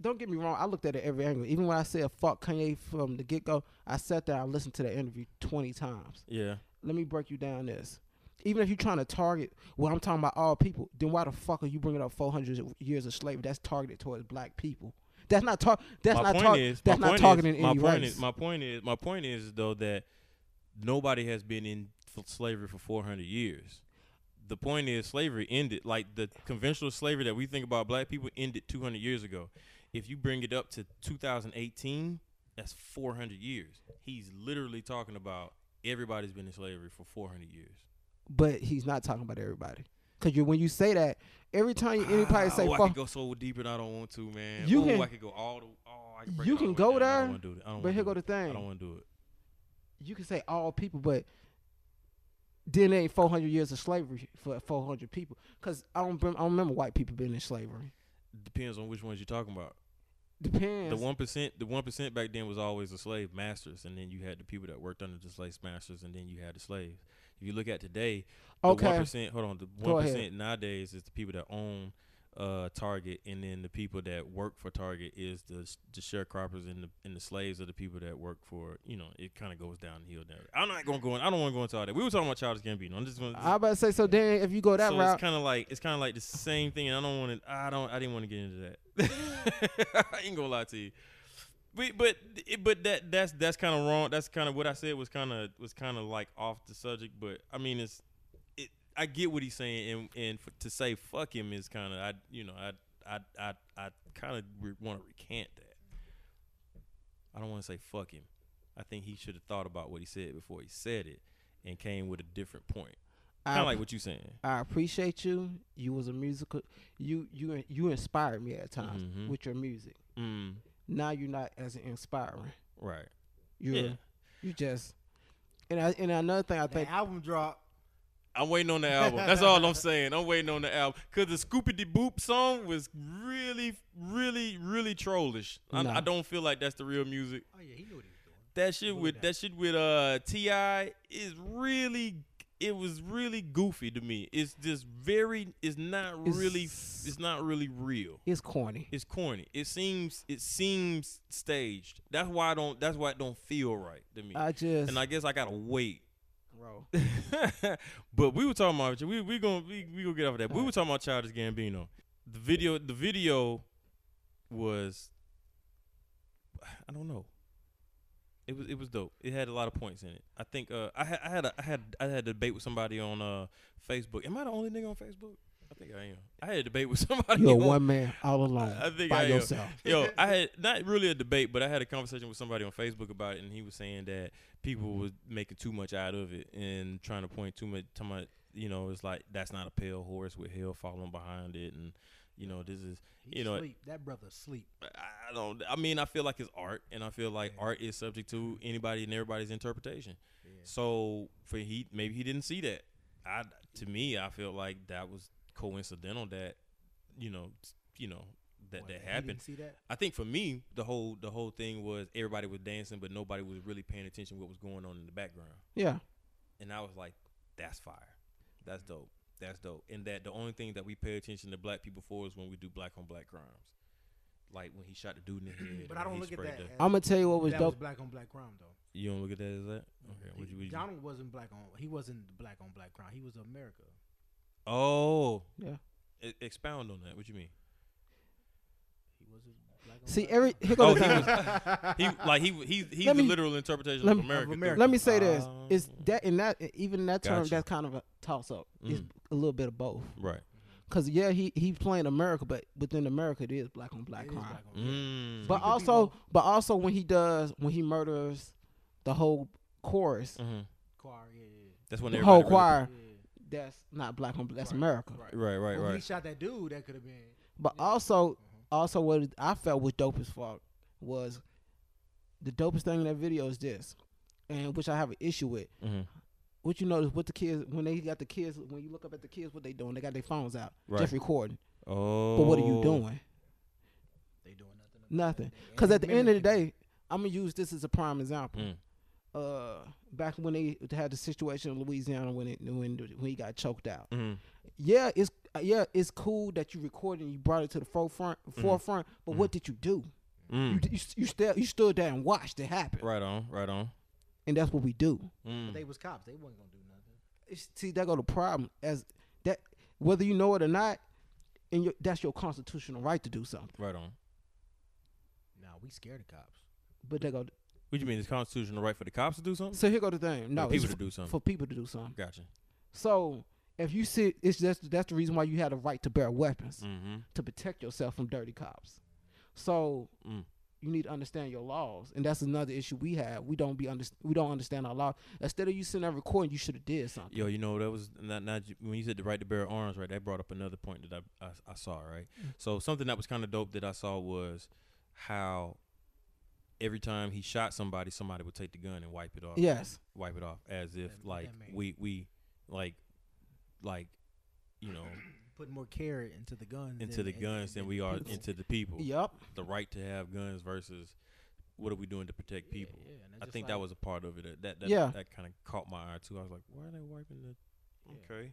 Speaker 3: Don't get me wrong. I looked at it every angle. Even when I said "fuck Kanye" from the get go, I sat there. I listened to that interview twenty times.
Speaker 2: Yeah.
Speaker 3: Let me break you down this. Even if you're trying to target, well, I'm talking about all people. Then why the fuck are you bringing up 400 years of slavery? That's targeted towards black people. That's not tar- That's
Speaker 2: my
Speaker 3: not
Speaker 2: point
Speaker 3: tar-
Speaker 2: is,
Speaker 3: That's
Speaker 2: my
Speaker 3: not
Speaker 2: point
Speaker 3: targeting
Speaker 2: is,
Speaker 3: any
Speaker 2: my point
Speaker 3: race.
Speaker 2: is, my point is, my point is though that nobody has been in f- slavery for 400 years. The point is, slavery ended. Like the conventional slavery that we think about, black people ended 200 years ago. If you bring it up to 2018, that's 400 years. He's literally talking about everybody's been in slavery for 400 years.
Speaker 3: but he's not talking about everybody. Cause you, when you say that, every time you, anybody say
Speaker 2: oh, I
Speaker 3: fuck,
Speaker 2: could go so deep and I don't want to, man.
Speaker 3: You
Speaker 2: Ooh,
Speaker 3: can-
Speaker 2: I could go all the. Oh, I could break
Speaker 3: you
Speaker 2: it all
Speaker 3: can
Speaker 2: the way
Speaker 3: go
Speaker 2: down. I don't
Speaker 3: there,
Speaker 2: wanna do that. I don't
Speaker 3: but
Speaker 2: wanna
Speaker 3: here
Speaker 2: do
Speaker 3: go
Speaker 2: it.
Speaker 3: the
Speaker 2: I don't
Speaker 3: thing.
Speaker 2: want to do it.
Speaker 3: You can say all people, but then it ain't 400 years of slavery for 400 people. Cause I don't, rem- I don't remember white people being in slavery.
Speaker 2: Depends on which ones you're talking about.
Speaker 3: Depends.
Speaker 2: The one percent, the one percent back then was always the slave masters, and then you had the people that worked under the slave masters, and then you had the slaves. If you look at today, the one
Speaker 3: okay.
Speaker 2: percent, hold on, the
Speaker 3: Go
Speaker 2: one
Speaker 3: ahead.
Speaker 2: percent nowadays is the people that own uh, Target, and then the people that work for Target is the s- the sharecroppers and the and the slaves are the people that work for. You know, it kind of goes downhill. There, I'm not going to go. In, I don't want to go into all that. We were talking about Childish Gambino. I'm just going.
Speaker 3: I about to say so. Then if you go that
Speaker 2: so
Speaker 3: route,
Speaker 2: it's kind of like it's kind of like the same thing, and I don't want to. I don't. I didn't want to get into that. [LAUGHS] I ain't gonna lie to you. But but it, but that that's that's kind of wrong. That's kind of what I said was kind of was kind of like off the subject. But I mean, it's it. I get what he's saying, and and f- to say fuck him is kind of I you know I I I I kind of re- want to recant that. I don't want to say fuck him. I think he should have thought about what he said before he said it, and came with a different point. Kind
Speaker 3: I-
Speaker 2: of like what you're saying.
Speaker 3: I appreciate you. You was a musical. You you you inspired me at times
Speaker 2: Mhm.
Speaker 3: with your music.
Speaker 2: Mm,
Speaker 3: Now you're not as inspiring.
Speaker 2: right.
Speaker 3: You're
Speaker 2: Yeah.
Speaker 3: you just. And I, and another thing I
Speaker 4: The
Speaker 3: think
Speaker 4: album drop.
Speaker 2: I'm waiting on the album.
Speaker 3: [LAUGHS]
Speaker 2: That's all I'm saying. I'm waiting on the album because the Scoopy De Boop song was really, really, really trollish. I,
Speaker 3: Nah.
Speaker 2: I don't feel like that's the real music.
Speaker 5: Oh yeah, he knew what he was doing.
Speaker 2: That shit with that.
Speaker 5: that.
Speaker 2: shit with uh Ti is really. It was really goofy to me. It's just very. It's not
Speaker 3: It's-
Speaker 2: really. It's not really real.
Speaker 3: it's corny.
Speaker 2: It's corny. It seems. It seems staged. That's why I don't. That's why it don't feel right to me.
Speaker 3: I just
Speaker 2: and [LAUGHS] I guess I gotta wait
Speaker 3: bro.
Speaker 2: [LAUGHS] but we were talking about we we gonna we, we gonna get off of that. We were talking about Childish Gambino. The video the video was I don't know. It was it was dope. It had a lot of points in it. I think uh I had I had a, I had I had a debate with somebody on uh Facebook. Am I the only nigga on Facebook? I think I am. I had a debate with [LAUGHS] somebody.
Speaker 3: You're
Speaker 2: on,
Speaker 3: one man all alone
Speaker 2: I think
Speaker 3: by
Speaker 2: I am.
Speaker 3: yourself.
Speaker 5: [LAUGHS]
Speaker 2: Yo, I had not really a debate, but I had a conversation with somebody on Facebook about it, and he was saying that people
Speaker 5: Mm-hmm.
Speaker 2: was making too much out of it and trying to point too much. To my, you know, it's like that's not a pale horse with hell following behind it, and you know, this is,
Speaker 5: He
Speaker 2: you know,
Speaker 5: sleep. That brother sleep.
Speaker 2: I don't. I mean, I feel like it's art, and I feel like art is subject to anybody and everybody's interpretation. So for he, maybe he didn't see that. I to me, I feel like that was coincidental that, you know, s- you know that
Speaker 5: What,
Speaker 2: that
Speaker 5: he
Speaker 2: happened.
Speaker 5: Didn't see that?
Speaker 2: I think for me, the whole the whole thing was everybody was dancing, but nobody was really paying attention to what was going on in the background.
Speaker 3: Yeah,
Speaker 2: And I was like, that's fire. That's dope. That's dope. And that the only thing that we pay attention to black people for is when we do black on black crimes. Like when he shot the
Speaker 4: [CLEARS THROAT]
Speaker 2: dude in the head.
Speaker 4: But
Speaker 2: or
Speaker 4: I
Speaker 2: when
Speaker 4: don't
Speaker 2: he
Speaker 4: look at
Speaker 2: sprayed
Speaker 4: that.
Speaker 2: the-
Speaker 4: as-
Speaker 3: I'm gonna tell you what was
Speaker 4: that
Speaker 3: dope.
Speaker 4: was black on black crime though.
Speaker 2: you don't look at that as that? Okay. Would you, would you,
Speaker 5: Donald wasn't black on. He wasn't black on black crime. He was America.
Speaker 2: oh.
Speaker 3: Yeah.
Speaker 2: E- expound on that. What you mean?
Speaker 5: He wasn't black on. [LAUGHS]
Speaker 3: See,
Speaker 5: black
Speaker 3: every
Speaker 5: crime.
Speaker 3: here go
Speaker 2: Oh,
Speaker 3: the
Speaker 2: he
Speaker 3: [LAUGHS] thing.
Speaker 2: was- He like he he he's
Speaker 3: Let
Speaker 2: the
Speaker 3: me-
Speaker 2: literal interpretation
Speaker 3: let
Speaker 2: of
Speaker 3: me-
Speaker 2: America. through-
Speaker 5: of America.
Speaker 3: Let me say this:
Speaker 2: Um,
Speaker 3: it's that in that even in that term
Speaker 2: Gotcha.
Speaker 3: that's kind of a toss up. It's
Speaker 2: Mm.
Speaker 3: a little bit of both.
Speaker 2: Right.
Speaker 3: Cause yeah, he he playing America, but within America it is black on black
Speaker 5: It is
Speaker 3: [LAUGHS] crime.
Speaker 5: black on black.
Speaker 2: Mm.
Speaker 3: But
Speaker 5: could be
Speaker 3: also,
Speaker 5: both.
Speaker 3: but also when he does when he murders the whole chorus,
Speaker 2: Mhm.
Speaker 5: Choir, yeah, yeah,
Speaker 2: That's when
Speaker 3: the
Speaker 2: everybody
Speaker 3: whole
Speaker 2: really-
Speaker 3: choir,
Speaker 5: yeah.
Speaker 3: that's not black on black. That's
Speaker 5: Right,
Speaker 3: America.
Speaker 5: Right.
Speaker 2: Right, right,
Speaker 5: Well, when He
Speaker 2: right.
Speaker 5: shot that dude. That could have been.
Speaker 3: But
Speaker 5: Yeah.
Speaker 3: also,
Speaker 5: Mhm.
Speaker 3: also what I felt was dope as fuck was the dopest thing in that video is this, and which I have an issue with.
Speaker 2: Mhm.
Speaker 3: What you notice? What the kids when they got the kids when you look up at the kids, what they doing? They got their phones out,
Speaker 2: Right.
Speaker 3: just recording.
Speaker 2: Oh.
Speaker 3: But what are you doing?
Speaker 5: They doing nothing. about it.
Speaker 3: Nothing.
Speaker 5: They-
Speaker 3: Because
Speaker 5: they
Speaker 3: at the end of the
Speaker 5: mimicking it.
Speaker 3: day, I'm gonna use this as a prime example.
Speaker 2: Mm.
Speaker 3: uh, back when they had the situation in Louisiana when it when when he got choked out.
Speaker 2: Mm-hmm.
Speaker 3: Yeah, it's uh, yeah, it's cool that you recorded and you brought it to the forefront.
Speaker 2: Mm-hmm.
Speaker 3: Forefront, but what did you do? You,
Speaker 2: Mm.
Speaker 3: you you stood you stood there and watched it happen,
Speaker 2: Right on, right on.
Speaker 3: and that's what we do.
Speaker 2: Mm.
Speaker 5: They was cops. They wasn't gonna do nothing.
Speaker 3: It's- See, that go the problem as that whether you know it or not, and your, that's your constitutional right to do something.
Speaker 2: Right on.
Speaker 5: Nah, we scared of cops.
Speaker 3: But that go.
Speaker 2: What you mean? It's constitutional right for the cops to do something?
Speaker 3: So here go the thing. No,
Speaker 2: for people
Speaker 3: it's
Speaker 2: to do something.
Speaker 3: for people to do something.
Speaker 2: gotcha.
Speaker 3: So if you see, it's just that's the reason why you had a right to bear weapons
Speaker 2: Mm-hmm.
Speaker 3: to protect yourself from dirty cops. So
Speaker 2: Mm.
Speaker 3: you need to understand your laws, and that's another issue we have. We don't be under, we don't understand our law. Instead of you sitting there recording, you should have did something.
Speaker 2: Yo, you know that was not not when you said the right to bear arms, right? That brought up another point that I I, I saw, right?
Speaker 3: Mm.
Speaker 2: So something that was kind of dope that I saw was how every time he shot somebody, somebody would take the gun and wipe it off.
Speaker 3: Yes,
Speaker 2: wipe it off as if
Speaker 5: That-
Speaker 2: like
Speaker 5: that man.
Speaker 2: we we like like you know
Speaker 5: Putting more care into the guns.
Speaker 2: into the guns than we are
Speaker 3: people.
Speaker 2: into the people.
Speaker 3: yep.
Speaker 2: The right to have guns versus what are we doing to protect people?
Speaker 5: Yeah, and
Speaker 2: I
Speaker 5: just
Speaker 2: think
Speaker 5: like,
Speaker 2: that was a part of it. That that that,
Speaker 3: Yeah.
Speaker 2: that kind of caught my eye too. I was like, why are they wiping the?
Speaker 5: Yeah.
Speaker 2: Okay,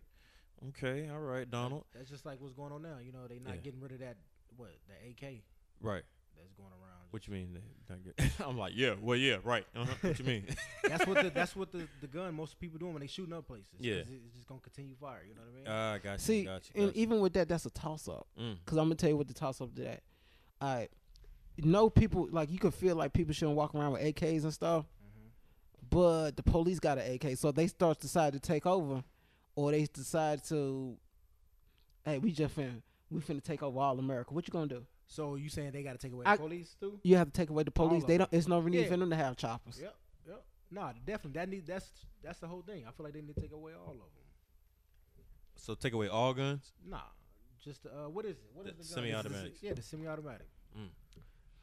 Speaker 2: okay, all right, Donald.
Speaker 5: That's just like what's going on now. You know, they not
Speaker 2: Yeah.
Speaker 5: getting rid of that what the AK
Speaker 2: Right.
Speaker 5: that's going around.
Speaker 2: What you mean? they not get- [LAUGHS] I'm like, yeah, well, yeah, right. Uh-huh. What you mean? [LAUGHS]
Speaker 5: that's what the, that's what the, the gun most people doing when they shooting up places. 'cause
Speaker 2: Yeah.
Speaker 5: it- it's just gonna continue fire. You know what I mean?
Speaker 2: Ah, gotcha.
Speaker 3: See,
Speaker 2: gotcha,
Speaker 3: and
Speaker 2: gotcha.
Speaker 3: even with that, that's a toss up.
Speaker 2: Mm,
Speaker 3: Cause I'm gonna tell you what the toss up to that. All right, no people like you could feel like people shouldn't walk around with AKs and stuff,
Speaker 5: Mm-hmm.
Speaker 3: but the police got an AK, so they start decide to take over, or they decide to, hey, we just finna we finna take over all America. What you gonna do?
Speaker 5: so you saying they got to take away
Speaker 3: I-
Speaker 5: the police too?
Speaker 3: You have to take away the
Speaker 5: All
Speaker 3: police.
Speaker 5: of
Speaker 3: They don't. It's no need
Speaker 5: Yeah.
Speaker 3: for them to have choppers.
Speaker 5: Yep, yep. Nah, definitely. That need that's that's the whole thing. I feel like they need to take away all of them.
Speaker 2: So take away all guns.
Speaker 5: Nah, just uh, what is it? What
Speaker 2: The
Speaker 5: is the, gun? It's the-
Speaker 2: semi-automatics.
Speaker 5: Yeah, the semi-automatic.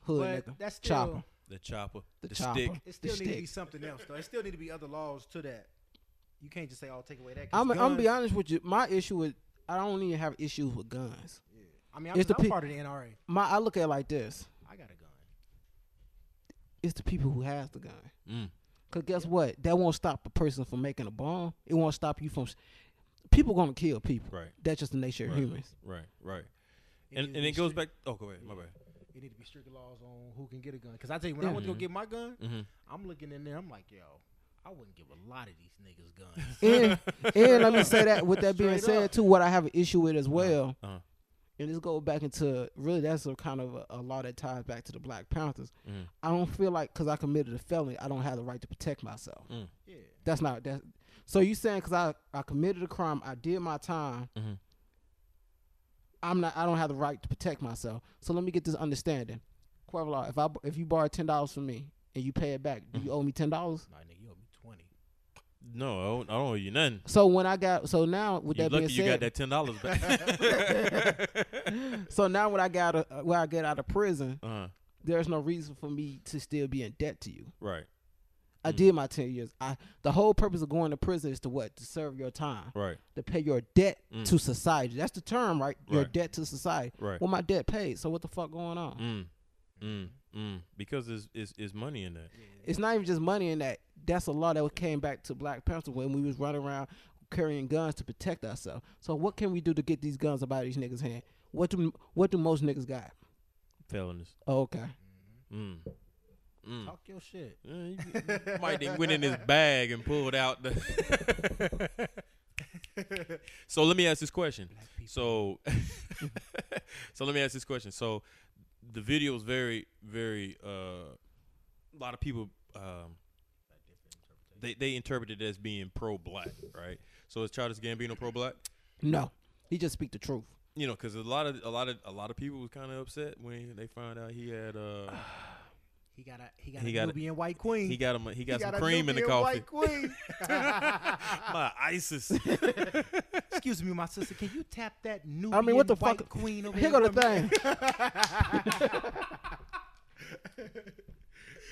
Speaker 3: Hood
Speaker 5: but
Speaker 3: nigga.
Speaker 5: that's still
Speaker 3: Chopper.
Speaker 2: The chopper.
Speaker 3: The,
Speaker 2: The,
Speaker 3: chopper.
Speaker 2: stick.
Speaker 5: it still
Speaker 3: the
Speaker 5: need to be
Speaker 3: stick.
Speaker 5: something else though. It still need to be other laws to that. You can't just say, "Oh, take away that." 'cause
Speaker 3: I'm. I'm gonna be
Speaker 5: guns-
Speaker 3: honest with you. My issue with I don't even have issues with guns.
Speaker 5: I mean, I'm,
Speaker 3: it's the
Speaker 5: I'm
Speaker 3: pe-
Speaker 5: part of the NRA.
Speaker 3: My I look at it like this.
Speaker 5: I got a gun.
Speaker 3: It's the people who has the gun.
Speaker 2: Mm.
Speaker 3: Cause guess what? That won't stop a person from making a bomb. It won't stop you from. People gonna kill people.
Speaker 2: Right.
Speaker 3: That's just the nature of
Speaker 2: Right.
Speaker 3: humans.
Speaker 2: Right. Right. And
Speaker 5: It needs to
Speaker 2: and
Speaker 5: be
Speaker 2: it goes
Speaker 5: strict-
Speaker 2: back. Oh, go ahead. My bad.
Speaker 5: It need to be strict laws on who can get a gun. Because I tell you, when I
Speaker 3: Yeah.
Speaker 5: went to go get my gun,
Speaker 2: Mhm.
Speaker 3: Mm-hmm.
Speaker 5: I'm looking in there. I'm like, yo, I wouldn't give a lot of these niggas
Speaker 3: [LAUGHS]
Speaker 5: guns.
Speaker 2: [LAUGHS]
Speaker 3: And, and let me say that. With that being
Speaker 5: Straight
Speaker 3: said,
Speaker 5: up.
Speaker 3: too, what I have an issue with as well,
Speaker 2: Uh-huh.
Speaker 3: and this goes back into really that's a kind of a, a law that ties back to the Black Panthers.
Speaker 2: Mhm.
Speaker 3: I don't feel like because I committed a felony, I don't have the right to protect myself.
Speaker 5: yeah,
Speaker 3: That's not that. So you saying because I I committed a crime, I did my time.
Speaker 2: Mhm.
Speaker 3: I'm not. I don't have the right to protect myself. So let me get this understanding. Quavlar, if I if you borrow ten dollars from me and you pay it back, do you
Speaker 2: Mm-hmm.
Speaker 3: owe me ten dollars?
Speaker 5: my nigga, you owe me twenty.
Speaker 2: No, I don't, I don't owe you nothing.
Speaker 3: So when I got so now with
Speaker 2: You
Speaker 3: that
Speaker 2: lucky
Speaker 3: being
Speaker 2: you got
Speaker 3: said,
Speaker 2: that ten dollars
Speaker 3: [LAUGHS]
Speaker 2: back.
Speaker 3: so now when I got uh, when I get out of prison,
Speaker 2: uh,
Speaker 3: there's no reason for me to still be in debt to you.
Speaker 2: right.
Speaker 3: I
Speaker 2: Mm.
Speaker 3: did my ten years. I the whole purpose of going to prison is to what to serve your time,
Speaker 2: Right.
Speaker 3: to pay your debt
Speaker 2: Mm.
Speaker 3: to society. That's the term, right? Your
Speaker 2: Right.
Speaker 3: debt to society.
Speaker 2: Right.
Speaker 3: Well, my debt paid. So what the fuck going on?
Speaker 2: Mm. Mm. Mm. Because there's is is money in that.
Speaker 3: It's not even just money in that. That's a law that came back to Black Panther when we was running around carrying guns to protect ourselves. So what can we do to get these guns out of these niggas' hand? What do what do most niggas got?
Speaker 2: Felonies.
Speaker 3: Oh, okay.
Speaker 2: Mm. Mm.
Speaker 5: Talk your shit.
Speaker 2: Yeah, you- you Mike then went in his bag and pulled out the. [LAUGHS] so let me ask this question. So, [LAUGHS] so let me ask this question. So, the video is very, very. Uh, a lot of people um, they they interpreted it as being pro-black, right? So is Childish Gambino pro-black?
Speaker 3: No, he just speak the truth.
Speaker 2: You know, because a lot of a lot of a lot of people was kind of upset when they found out he had
Speaker 5: [SIGHS]
Speaker 2: uh
Speaker 5: He got a he got
Speaker 2: He
Speaker 5: a
Speaker 2: got a-
Speaker 5: Nubian white queen.
Speaker 2: he got him a- he got,
Speaker 5: a
Speaker 2: some cream in the
Speaker 5: Nubian
Speaker 2: coffee.
Speaker 3: [LAUGHS]
Speaker 5: White queen.
Speaker 2: My ISIS.
Speaker 5: [LAUGHS] Excuse me, my sister. Can you tap that new?
Speaker 3: I mean, what the
Speaker 5: white
Speaker 3: fuck?
Speaker 5: Queen over
Speaker 3: Here go the
Speaker 5: for me?
Speaker 3: thing. [LAUGHS]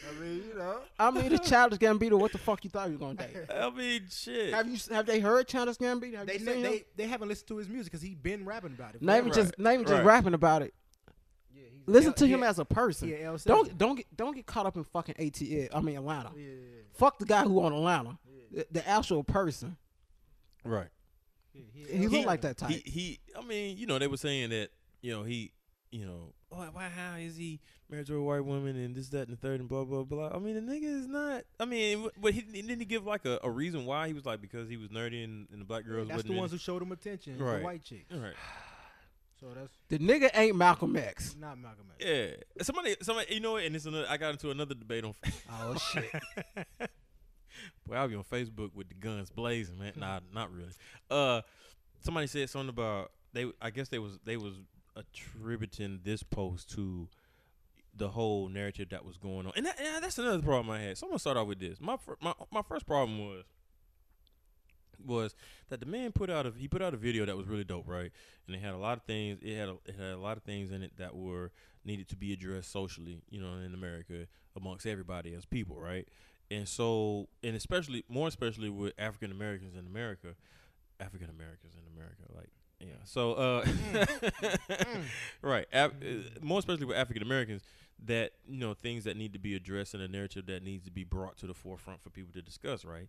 Speaker 4: I mean, you know.
Speaker 3: I mean, this Childish Gambino. What the fuck you thought you were gonna date?
Speaker 2: I mean, shit.
Speaker 3: Have you have they heard Childish Gambino? Have
Speaker 5: They,
Speaker 3: you seen
Speaker 5: ne-
Speaker 3: him?
Speaker 5: they they haven't listened to his music because he been rapping about it.
Speaker 3: Not even
Speaker 2: Right,
Speaker 3: just not even just
Speaker 2: right.
Speaker 3: rapping about it.
Speaker 5: Yeah, he's
Speaker 3: Listen
Speaker 5: L-
Speaker 3: to him
Speaker 5: yeah,
Speaker 3: as a person.
Speaker 5: yeah, L7.
Speaker 3: Don't don't get don't get caught up in fucking ATL. I mean Atlanta.
Speaker 5: Yeah, yeah, yeah.
Speaker 3: Fuck the guy who on Atlanta. The, the actual person.
Speaker 2: Right.
Speaker 5: yeah
Speaker 3: He, look like that type.
Speaker 2: He, he, I mean, you know, they were saying that, you know, he, you know, why, why how is he married to a white woman and this, that, and the third, and blah, blah, blah. I mean, the nigga is not. I mean, wh- but he, didn't he give like a, a reason why he was like because he was nerdy and, and the black girls.
Speaker 5: That's
Speaker 2: wasn't
Speaker 5: the
Speaker 2: in
Speaker 5: ones
Speaker 2: it?
Speaker 5: who showed him attention. Right.
Speaker 2: Right.
Speaker 5: The white chicks.
Speaker 2: Right.
Speaker 5: So that's
Speaker 3: the nigga ain't Malcolm X.
Speaker 5: not Malcolm X.
Speaker 2: Yeah. Somebody, somebody, you know, what? and it's another. I got into another debate on.
Speaker 3: Oh shit.
Speaker 2: Boy, I'll be on Facebook with the guns blazing, man. Nah, not really. Uh, somebody said something about they. I guess they was they was attributing this post to the whole narrative that was going on, and, that, and that's another problem I had. So I'm gonna start off with this. My fir- my my first problem was was that the man put out a he put out a video that was really dope, right? And it had a lot of things. It had a, it had a lot of things in it that were needed to be addressed socially, you know, in America amongst everybody as people, right? And so, and especially more especially with African Americans in America, African Americans in America, like yeah. So, uh, [LAUGHS] right, Af- uh, more especially with African Americans, that you know things that need to be addressed and a narrative that needs to be brought to the forefront for people to discuss, right?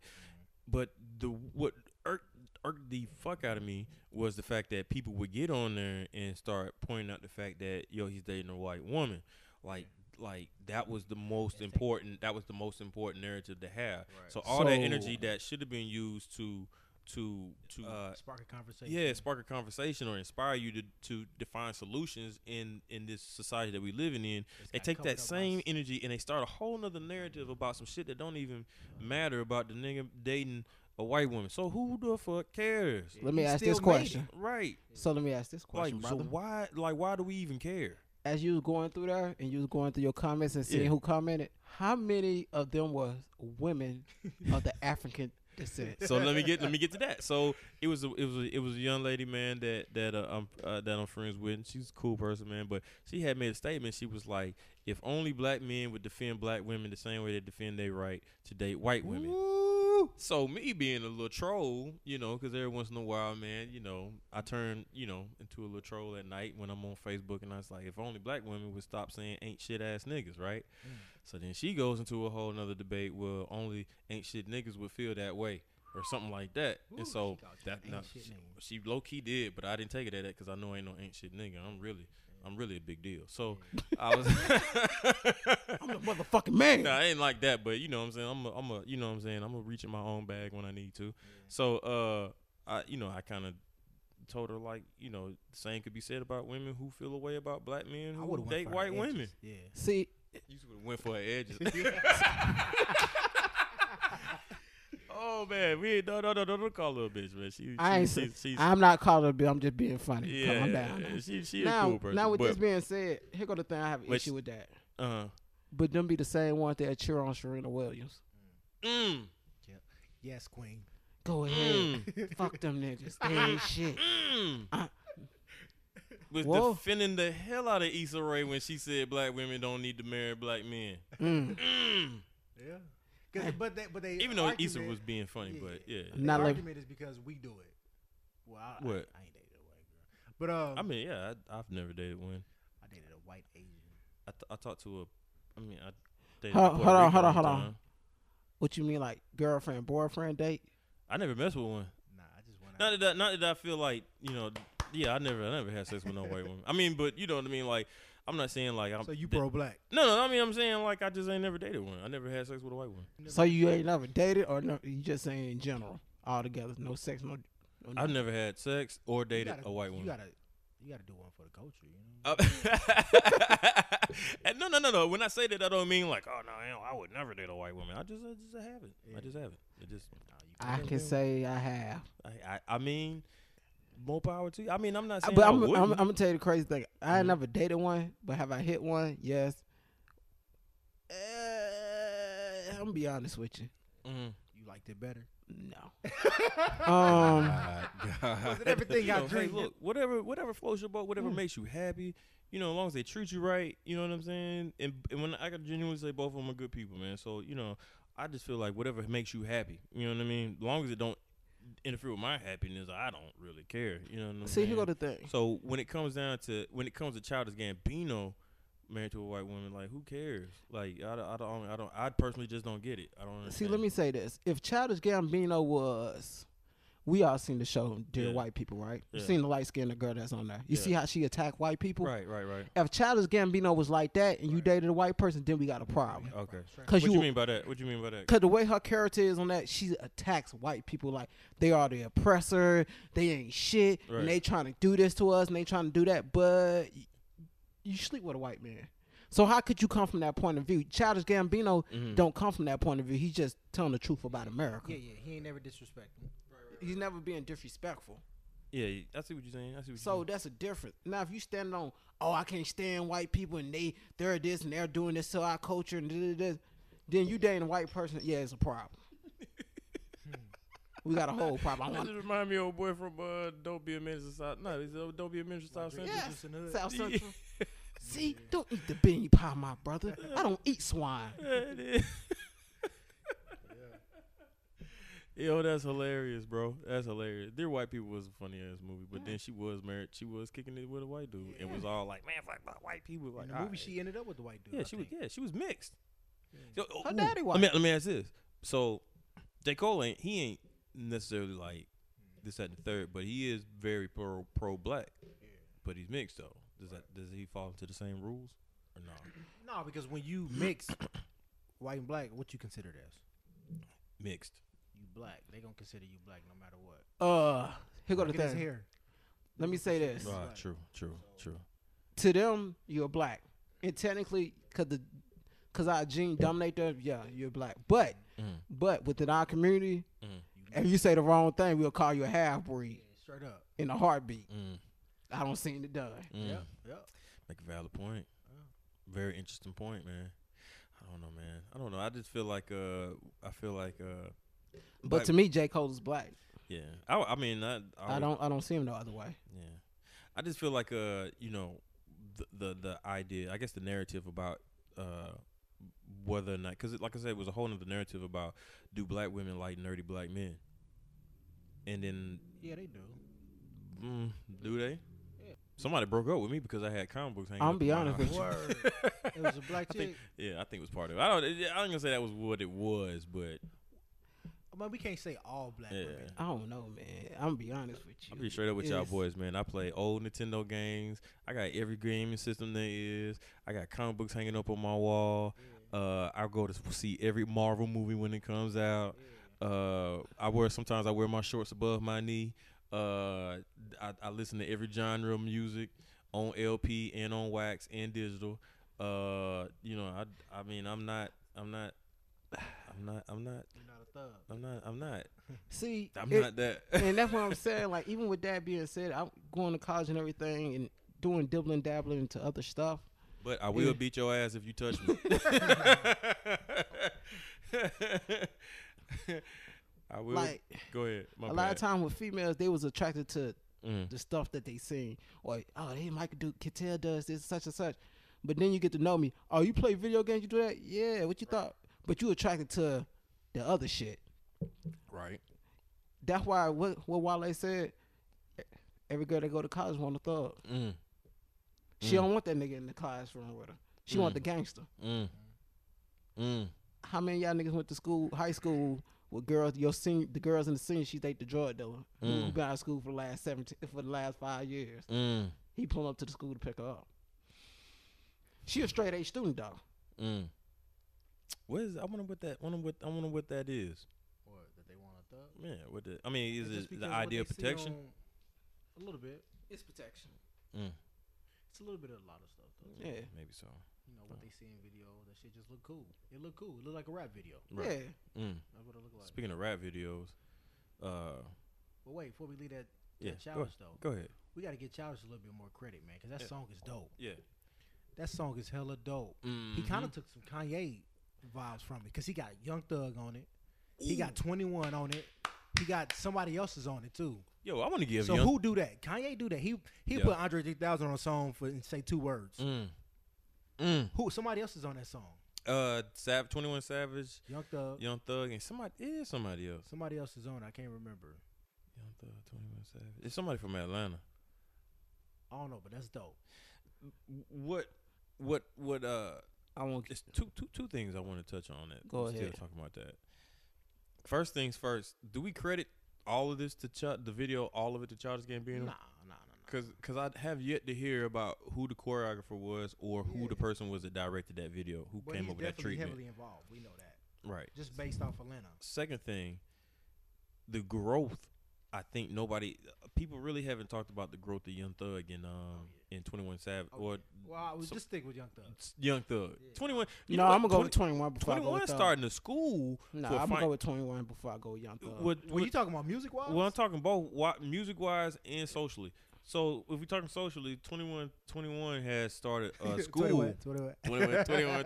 Speaker 2: But the what irked, irked the fuck out of me was the fact that people would get on there and start pointing out the fact that yo he's dating a white woman, like like that was the most important that was the most important narrative to have. So all that
Speaker 3: So-
Speaker 2: energy that should have been used to to to [LAUGHS] uh,
Speaker 5: Spark a conversation.
Speaker 2: yeah spark a conversation or inspire you to to define solutions in in this society that we living in they
Speaker 5: got
Speaker 2: take
Speaker 5: covered
Speaker 2: that
Speaker 5: up by
Speaker 2: same
Speaker 5: s-
Speaker 2: energy and they start a whole nother narrative about some shit that don't even matter about the nigga dating a white woman so who the fuck cares
Speaker 3: let me
Speaker 5: He
Speaker 3: ask
Speaker 5: still
Speaker 3: this
Speaker 5: made it.
Speaker 3: question.
Speaker 2: right
Speaker 3: So let me ask this
Speaker 2: like
Speaker 3: question,
Speaker 2: so
Speaker 3: brother.
Speaker 2: why like why do we even care
Speaker 3: As you was going through there and you was going through your comments and seeing
Speaker 2: Yeah.
Speaker 3: who commented, how many of them was women of
Speaker 5: [LAUGHS]
Speaker 3: the African descent?
Speaker 2: [LAUGHS] so let me get let me get to that. So it was a, it was a, it was a young lady man that that uh, I'm uh, that I'm friends with. And she's a cool person, man. But she had made a statement. She was like, "If only black men would defend black women the same way they defend their right to date white women." So me being a little troll, you know, because every once in a while, man, you know, I turn you know into a little troll at night when I'm on Facebook, and I was like, "If only black women would stop saying ain't shit ass niggas," right? So then she goes into a whole nother debate where only ain't shit niggas would feel that way or something like that. and so that no, she, she low key did, but I didn't take it at that because I know I ain't no ain't shit nigga. I'm really, I'm really a big deal. So I was, [LAUGHS]
Speaker 3: I'm the motherfucking man.
Speaker 2: nah, I ain't like that. But you know what I'm saying. I'm a, I'm a, you know what I'm saying. I'm a reach in my own bag when I need to. So uh, I, you know, I kind of told her like, you know, the same could be said about women who feel a way about black men
Speaker 5: I
Speaker 2: who
Speaker 5: would
Speaker 2: date white women.
Speaker 5: Yeah.
Speaker 3: See,
Speaker 2: [LAUGHS] You would have went for her edges. [LAUGHS] oh man, we ain't- no no no no don't call her a bitch, man. [LAUGHS] She,
Speaker 3: I ain't.
Speaker 2: she,
Speaker 3: She,
Speaker 2: she's, she's
Speaker 3: I'm not calling her. a bitch, I'm just being funny.
Speaker 2: yeah,
Speaker 3: Calm down.
Speaker 2: she she
Speaker 3: now,
Speaker 2: a cool person.
Speaker 3: now with
Speaker 2: but,
Speaker 3: this being said, here go the thing I have an
Speaker 2: But
Speaker 3: issue
Speaker 2: she-
Speaker 3: with that.
Speaker 2: uh,
Speaker 3: But them be the same ones that cheer on Serena Williams.
Speaker 2: mm,
Speaker 5: Yes, Queen.
Speaker 3: Go ahead, [LAUGHS] fuck them niggas. They ain't shit.
Speaker 2: mm.
Speaker 3: I-
Speaker 2: was
Speaker 3: Whoa.
Speaker 2: defending the hell out of Issa Rae when she said black women don't need to marry black men.
Speaker 3: Mm.
Speaker 2: Mm.
Speaker 5: Yeah. 'Cause- but they, but they
Speaker 2: Even though
Speaker 5: argument,
Speaker 2: Issa was being funny,
Speaker 5: Yeah,
Speaker 2: but yeah,
Speaker 5: yeah.
Speaker 3: Nah. Not
Speaker 5: the
Speaker 3: like-
Speaker 5: argument is because we do it. Well, I, I-
Speaker 2: What?
Speaker 5: I, ain't dated a white girl, but um,
Speaker 2: I mean, yeah, I, I've never dated one.
Speaker 5: I dated a white Asian.
Speaker 2: I, t- I talked to a, I mean, I dated
Speaker 3: Hold-
Speaker 2: a Puerto
Speaker 3: hold on,
Speaker 2: Rican
Speaker 3: hold on,
Speaker 2: one
Speaker 3: hold on.
Speaker 2: time.
Speaker 3: What you mean, like girlfriend, boyfriend date?
Speaker 2: I never messed with
Speaker 3: Uh.
Speaker 2: one.
Speaker 5: Nah, I just went out.
Speaker 2: Not that, I- not that I feel like you know, yeah, I never, I never had sex with no white woman. I mean, but you know what I mean. Like, I'm not saying like I'm.
Speaker 5: so you
Speaker 2: that-
Speaker 5: pro black?
Speaker 2: No, no, I mean, I'm saying like I just ain't never dated one. I never had sex with a white woman.
Speaker 3: So you ain't never dated, or no, you just saying in general, altogether, no sex, no. no
Speaker 2: I've never had sex or
Speaker 5: You
Speaker 2: dated
Speaker 5: gotta-
Speaker 2: a white
Speaker 5: You
Speaker 2: woman.
Speaker 5: gotta, you gotta do one for the culture. You
Speaker 2: Uh, [LAUGHS]
Speaker 5: know.
Speaker 2: and no, no, no, no. When I say that, I don't mean like, oh no, I, don't- I would never date a white woman. I just, I just haven't. I
Speaker 5: Yeah.
Speaker 2: just haven't. It just,
Speaker 5: Nah, you
Speaker 3: I
Speaker 5: can't.
Speaker 3: can say I have,
Speaker 2: I, I, I mean, more power to you. I mean, I'm not saying.
Speaker 3: but
Speaker 2: I
Speaker 3: I'm, I'm, I'm
Speaker 2: wouldn't.
Speaker 3: gonna tell you the crazy thing. I ain't
Speaker 2: Mhm.
Speaker 3: never dated one, but have I hit one? Yes. Uh, I'm gonna be honest with you.
Speaker 2: Mhm.
Speaker 5: you liked it better.
Speaker 3: No.
Speaker 2: [LAUGHS]
Speaker 3: um.
Speaker 5: Wasn't everything I
Speaker 2: You know, hey,
Speaker 5: dreamed?
Speaker 2: look, whatever, whatever floats your boat, whatever makes you happy. You know, as long as they treat you right, you know what I'm saying. And, and when I can genuinely say both of them are good people, man. So you know, I just feel like whatever makes you happy, you know what I mean. As long as it don't interfere with my happiness, I don't really care. You know what I'm
Speaker 3: See,
Speaker 2: saying?
Speaker 3: here go the thing.
Speaker 2: So when it comes down to when it comes to Childish Gambino married to a white woman, like who cares? Like I, don't- I don't I don't I personally just don't get it. I don't
Speaker 3: See,
Speaker 2: understand.
Speaker 3: let me say this: If Childish Gambino was, we all seen the show Dear
Speaker 2: Yeah.
Speaker 3: White People, right? You
Speaker 2: Yeah.
Speaker 3: seen the light skinned girl that's on there. You
Speaker 2: Yeah.
Speaker 3: see how she attacked white people.
Speaker 2: Right, right, right.
Speaker 3: If Childish Gambino was like that, and you dated a white person, then we got a problem.
Speaker 2: Okay.
Speaker 3: Cause
Speaker 2: What you,
Speaker 3: you
Speaker 2: mean by that? What you mean by that?
Speaker 3: Cause the way her character is on that, she attacks white people like they are the oppressor, they ain't shit,
Speaker 2: Right.
Speaker 3: and they trying to do this to us, and they trying to do that. But y- you sleep with a white man, so how could you come from that point of view? Childish Gambino
Speaker 2: Mhm.
Speaker 3: don't come from that point of view. He's just telling the truth about America.
Speaker 5: Yeah, yeah. He ain't never disrespecting.
Speaker 3: He's never being disrespectful.
Speaker 2: Yeah, I see what you're saying. I see what
Speaker 3: So
Speaker 2: you're saying.
Speaker 3: that's a difference. Now, if you stand on, oh, I can't stand white people and they they're this and they're doing this to our culture and this, this, then you dating a white person, yeah, it's a problem. we got a whole problem. I
Speaker 2: That
Speaker 3: want
Speaker 5: [LAUGHS]
Speaker 2: just remind me of old boy from uh, Don't Be a Menace to South. No, it's, uh, Don't Be a Menace to South Central.
Speaker 3: yeah,
Speaker 4: Juice in the
Speaker 2: [LAUGHS]
Speaker 4: hood.
Speaker 3: South
Speaker 5: [LAUGHS]
Speaker 3: Central. See, don't eat the bean pie, my brother. I don't eat swine.
Speaker 2: That is- [LAUGHS] Yo, that's hilarious, bro. That's hilarious. Dear White People was a funny ass movie, but then she was married. She was kicking it with a white dude, and was all like, "Man, fuck my white people." Like,
Speaker 5: In the
Speaker 2: all
Speaker 5: movie,
Speaker 2: right.
Speaker 5: she ended up with the white dude.
Speaker 2: yeah,
Speaker 5: I
Speaker 2: she was.
Speaker 5: think.
Speaker 2: Yeah, she was mixed. So, oh,
Speaker 3: Her
Speaker 2: ooh,
Speaker 3: daddy
Speaker 2: Let me,
Speaker 3: white.
Speaker 2: let me ask this. So, J Cole ain't he ain't necessarily like this that, and the third, but he is very pro pro black. But he's mixed though. Does that does he fall into the same rules or not?
Speaker 5: No, because when [COUGHS] you mix white and black, what you considered as?
Speaker 2: Mixed.
Speaker 5: You black. They gonna consider you black no matter what.
Speaker 3: Uh, here go the
Speaker 5: Look at his
Speaker 3: thing.
Speaker 5: hair.
Speaker 3: Let me say this.
Speaker 2: Right. Ah, True. True. True.
Speaker 3: to them, you're black, and technically, cause the, cause our gene dominate them, yeah, you're black. But,
Speaker 2: Mhm.
Speaker 3: but within our community,
Speaker 2: Mhm.
Speaker 3: if you say the wrong thing, we'll call you a half breed
Speaker 5: Yeah, straight up.
Speaker 3: in a heartbeat.
Speaker 2: Mm.
Speaker 3: I don't seen it done.
Speaker 2: Mm.
Speaker 5: Yep. Yep.
Speaker 2: Make a valid point. Very interesting point, man. I don't know, man. I don't know. I just feel like uh, I feel like uh,
Speaker 3: But
Speaker 2: Black-
Speaker 3: to me, J Cole is black.
Speaker 2: yeah. I, I mean, I,
Speaker 3: I
Speaker 2: would-
Speaker 3: don't, I don't see him no other way.
Speaker 2: Yeah, I just feel like uh, you know, the the, the idea, I guess, the narrative about uh whether or not, because like I said, it was a whole other narrative about do black women like nerdy black men, and then
Speaker 5: Yeah, they do.
Speaker 2: mm, do they? Somebody broke up with me because I had comic books. Hanging
Speaker 3: I'm
Speaker 2: up in
Speaker 3: be
Speaker 2: my
Speaker 3: honest with
Speaker 2: house.
Speaker 3: you.
Speaker 5: Word. it [LAUGHS] was a black
Speaker 2: I think,
Speaker 5: chick.
Speaker 2: [LAUGHS] yeah, I think it was part of it. I don't. I don't gonna say that was what it was, but
Speaker 5: I mean, we can't say all black
Speaker 2: yeah.
Speaker 5: women.
Speaker 3: I don't know, man. I'm gonna be honest with
Speaker 2: I'll
Speaker 3: you.
Speaker 2: be straight up with y'all
Speaker 3: It's-
Speaker 2: boys, man. I play old Nintendo games. I got every gaming system there is. I got comic books hanging up on my wall. Uh, I go to see every Marvel movie when it comes out. Uh, I wear sometimes I wear my shorts above my knee. Uh, I, I listen to every genre of music on LP and on wax and digital. Uh, you know, I I mean I'm not I'm not [SIGHS] I'm not I'm not
Speaker 5: You're not a thug.
Speaker 2: I'm not I'm not
Speaker 3: See,
Speaker 2: I'm
Speaker 3: it-
Speaker 2: not [LAUGHS] that.
Speaker 3: and that's what I'm saying. Like, even with that being said, I'm going to college and everything, and doing dibbling dabbling into other stuff.
Speaker 2: But I will
Speaker 3: Yeah.
Speaker 2: beat your ass if you touch me. [LAUGHS] I will.
Speaker 3: Like,
Speaker 2: go ahead. My
Speaker 3: a lot
Speaker 2: bad.
Speaker 3: of time with females, they was attracted to
Speaker 2: Mm.
Speaker 3: the stuff that they seen. Or oh, hey, Michael Duke Cattell does this such and such. But then you get to know me. Oh, you play video games? You do that? Yeah. What you thought? But you attracted to the other shit.
Speaker 2: Right.
Speaker 3: That's why what what Wale said. Every girl that go to college want a thug.
Speaker 2: Mm.
Speaker 3: She don't want that nigga in the classroom with her. She want the gangster.
Speaker 2: Mm. Mm.
Speaker 3: How many of y'all niggas went to school, high school with girls? Your senior, the girls in the senior, she date the drug dealer. Who been out of school for the last seventeen, for the last five years.
Speaker 2: Mm.
Speaker 3: He pulled up to the school to pick her up. She a straight A student though.
Speaker 2: Mm. What is? I wonder what that. Wonder what. I wonder what that is.
Speaker 5: What? That they want a thug?
Speaker 2: Yeah. What the? I mean,
Speaker 5: It's
Speaker 2: is
Speaker 5: just
Speaker 2: it
Speaker 5: because
Speaker 2: the
Speaker 5: what
Speaker 2: idea of
Speaker 5: they see
Speaker 2: protection?
Speaker 5: on- A little bit. It's protection.
Speaker 2: Mm.
Speaker 5: It's a little bit of a lot of stuff though.
Speaker 3: Yeah,
Speaker 2: Maybe so.
Speaker 5: You know what
Speaker 2: Uh-huh.
Speaker 5: they see in video, that shit just look cool. It look cool. It look like a rap video.
Speaker 3: yeah.
Speaker 2: Mm.
Speaker 5: That's what it look like.
Speaker 2: Speaking of rap videos, uh,
Speaker 5: but wait, before we leave that,
Speaker 2: yeah.
Speaker 5: that
Speaker 2: Go,
Speaker 5: childish though,
Speaker 2: go ahead.
Speaker 5: we gotta get childish a little bit more credit, man, because that
Speaker 2: Yeah.
Speaker 5: song is dope.
Speaker 2: Yeah.
Speaker 5: That song is hella dope. He
Speaker 2: Mm-hmm.
Speaker 5: kind of took some Kanye vibes from it, cause he got Young Thug on it, he got Twenty One on it, he got somebody else's on it too.
Speaker 2: Yo, I want to give
Speaker 5: So
Speaker 2: young.
Speaker 5: who do that? Kanye do that. He he
Speaker 2: Yeah.
Speaker 5: put Andre 3000 on a song for and say two words.
Speaker 2: Mm. Mm.
Speaker 5: Who? Somebody else is on that song.
Speaker 2: Uh, Sav, Twenty One Savage.
Speaker 5: Young Thug.
Speaker 2: Young Thug and somebody is somebody else.
Speaker 5: Somebody else is on. it. I can't remember.
Speaker 2: uh, Twenty One Savage? It's somebody from Atlanta.
Speaker 5: I don't know, but that's dope.
Speaker 2: What? What? What? Uh,
Speaker 3: I won't.
Speaker 2: it's two two two things I want to touch on. That
Speaker 3: Go
Speaker 2: we're Still
Speaker 3: ahead.
Speaker 2: talking about that. First things first. Do we credit all of this to Ch- the video? All of it to Childish Gambino?
Speaker 5: Nah, nah, nah,
Speaker 2: Cause, cause I have yet to hear about who the choreographer was or who the person was that directed that video, who
Speaker 5: But
Speaker 2: came
Speaker 5: he's
Speaker 2: up with that
Speaker 5: definitely
Speaker 2: treatment.
Speaker 5: heavily involved. We know that.
Speaker 2: Right.
Speaker 5: Just based off Atlanta.
Speaker 2: Second thing, the growth. I think nobody, people really haven't talked about the growth of Young Thug and um and Twenty One Savage
Speaker 5: Oh,
Speaker 2: or
Speaker 5: Well, I would
Speaker 2: So-
Speaker 5: just stick with Young Thug.
Speaker 2: s- Young Thug. Twenty One.
Speaker 3: no, I'm gonna go with 21 before I
Speaker 2: Twenty
Speaker 3: go
Speaker 2: One
Speaker 3: with Thug.
Speaker 2: starting the school.
Speaker 3: Nah,
Speaker 2: for
Speaker 3: I'm
Speaker 2: fin-
Speaker 3: gonna go with 21 before I go with Young Thug.
Speaker 2: What,
Speaker 5: Were
Speaker 2: what,
Speaker 5: you talking about music wise?
Speaker 2: well, I'm talking both music wise and socially. So if we're talking socially, 21, 21 has started
Speaker 5: [LAUGHS]
Speaker 2: a school. [LAUGHS] 21, 21, 21,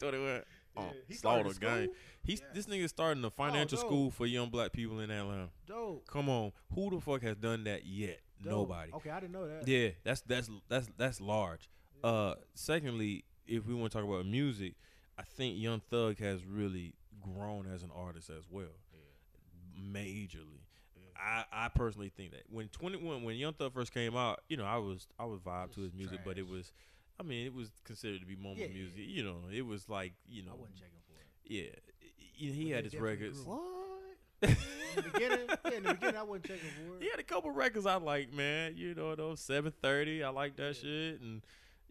Speaker 2: 21. Oh,
Speaker 5: he
Speaker 2: slaughter
Speaker 5: started a
Speaker 2: gang.
Speaker 5: school? Oh,
Speaker 2: He's this nigga starting a financial
Speaker 5: dope.
Speaker 2: school for young black people in Atlanta.
Speaker 5: [LAUGHS] Dope.
Speaker 2: Come on, who the fuck has done that yet?
Speaker 5: dope.
Speaker 2: Nobody.
Speaker 5: Okay, I didn't know that.
Speaker 2: Yeah, that's that's that's that's large. Uh, secondly, if we want to talk about music, I think Young Thug has really grown as an artist as well, majorly. I, I personally think that when twenty one when Young Thug first came out, you know, I was I was vibe to his music, but it was, I mean, it was considered to be moment
Speaker 5: Yeah, yeah,
Speaker 2: music. You know, it was like you
Speaker 5: I
Speaker 2: know,
Speaker 5: wasn't checking for it.
Speaker 2: yeah, he, he
Speaker 5: But
Speaker 2: had
Speaker 5: they
Speaker 2: his
Speaker 5: definitely
Speaker 2: records.
Speaker 5: grew.
Speaker 2: [LAUGHS]
Speaker 5: In the beginning, yeah, in the beginning, I wasn't checking for it.
Speaker 2: He had a couple records I like, man. You know those seven thirty. I like that shit, and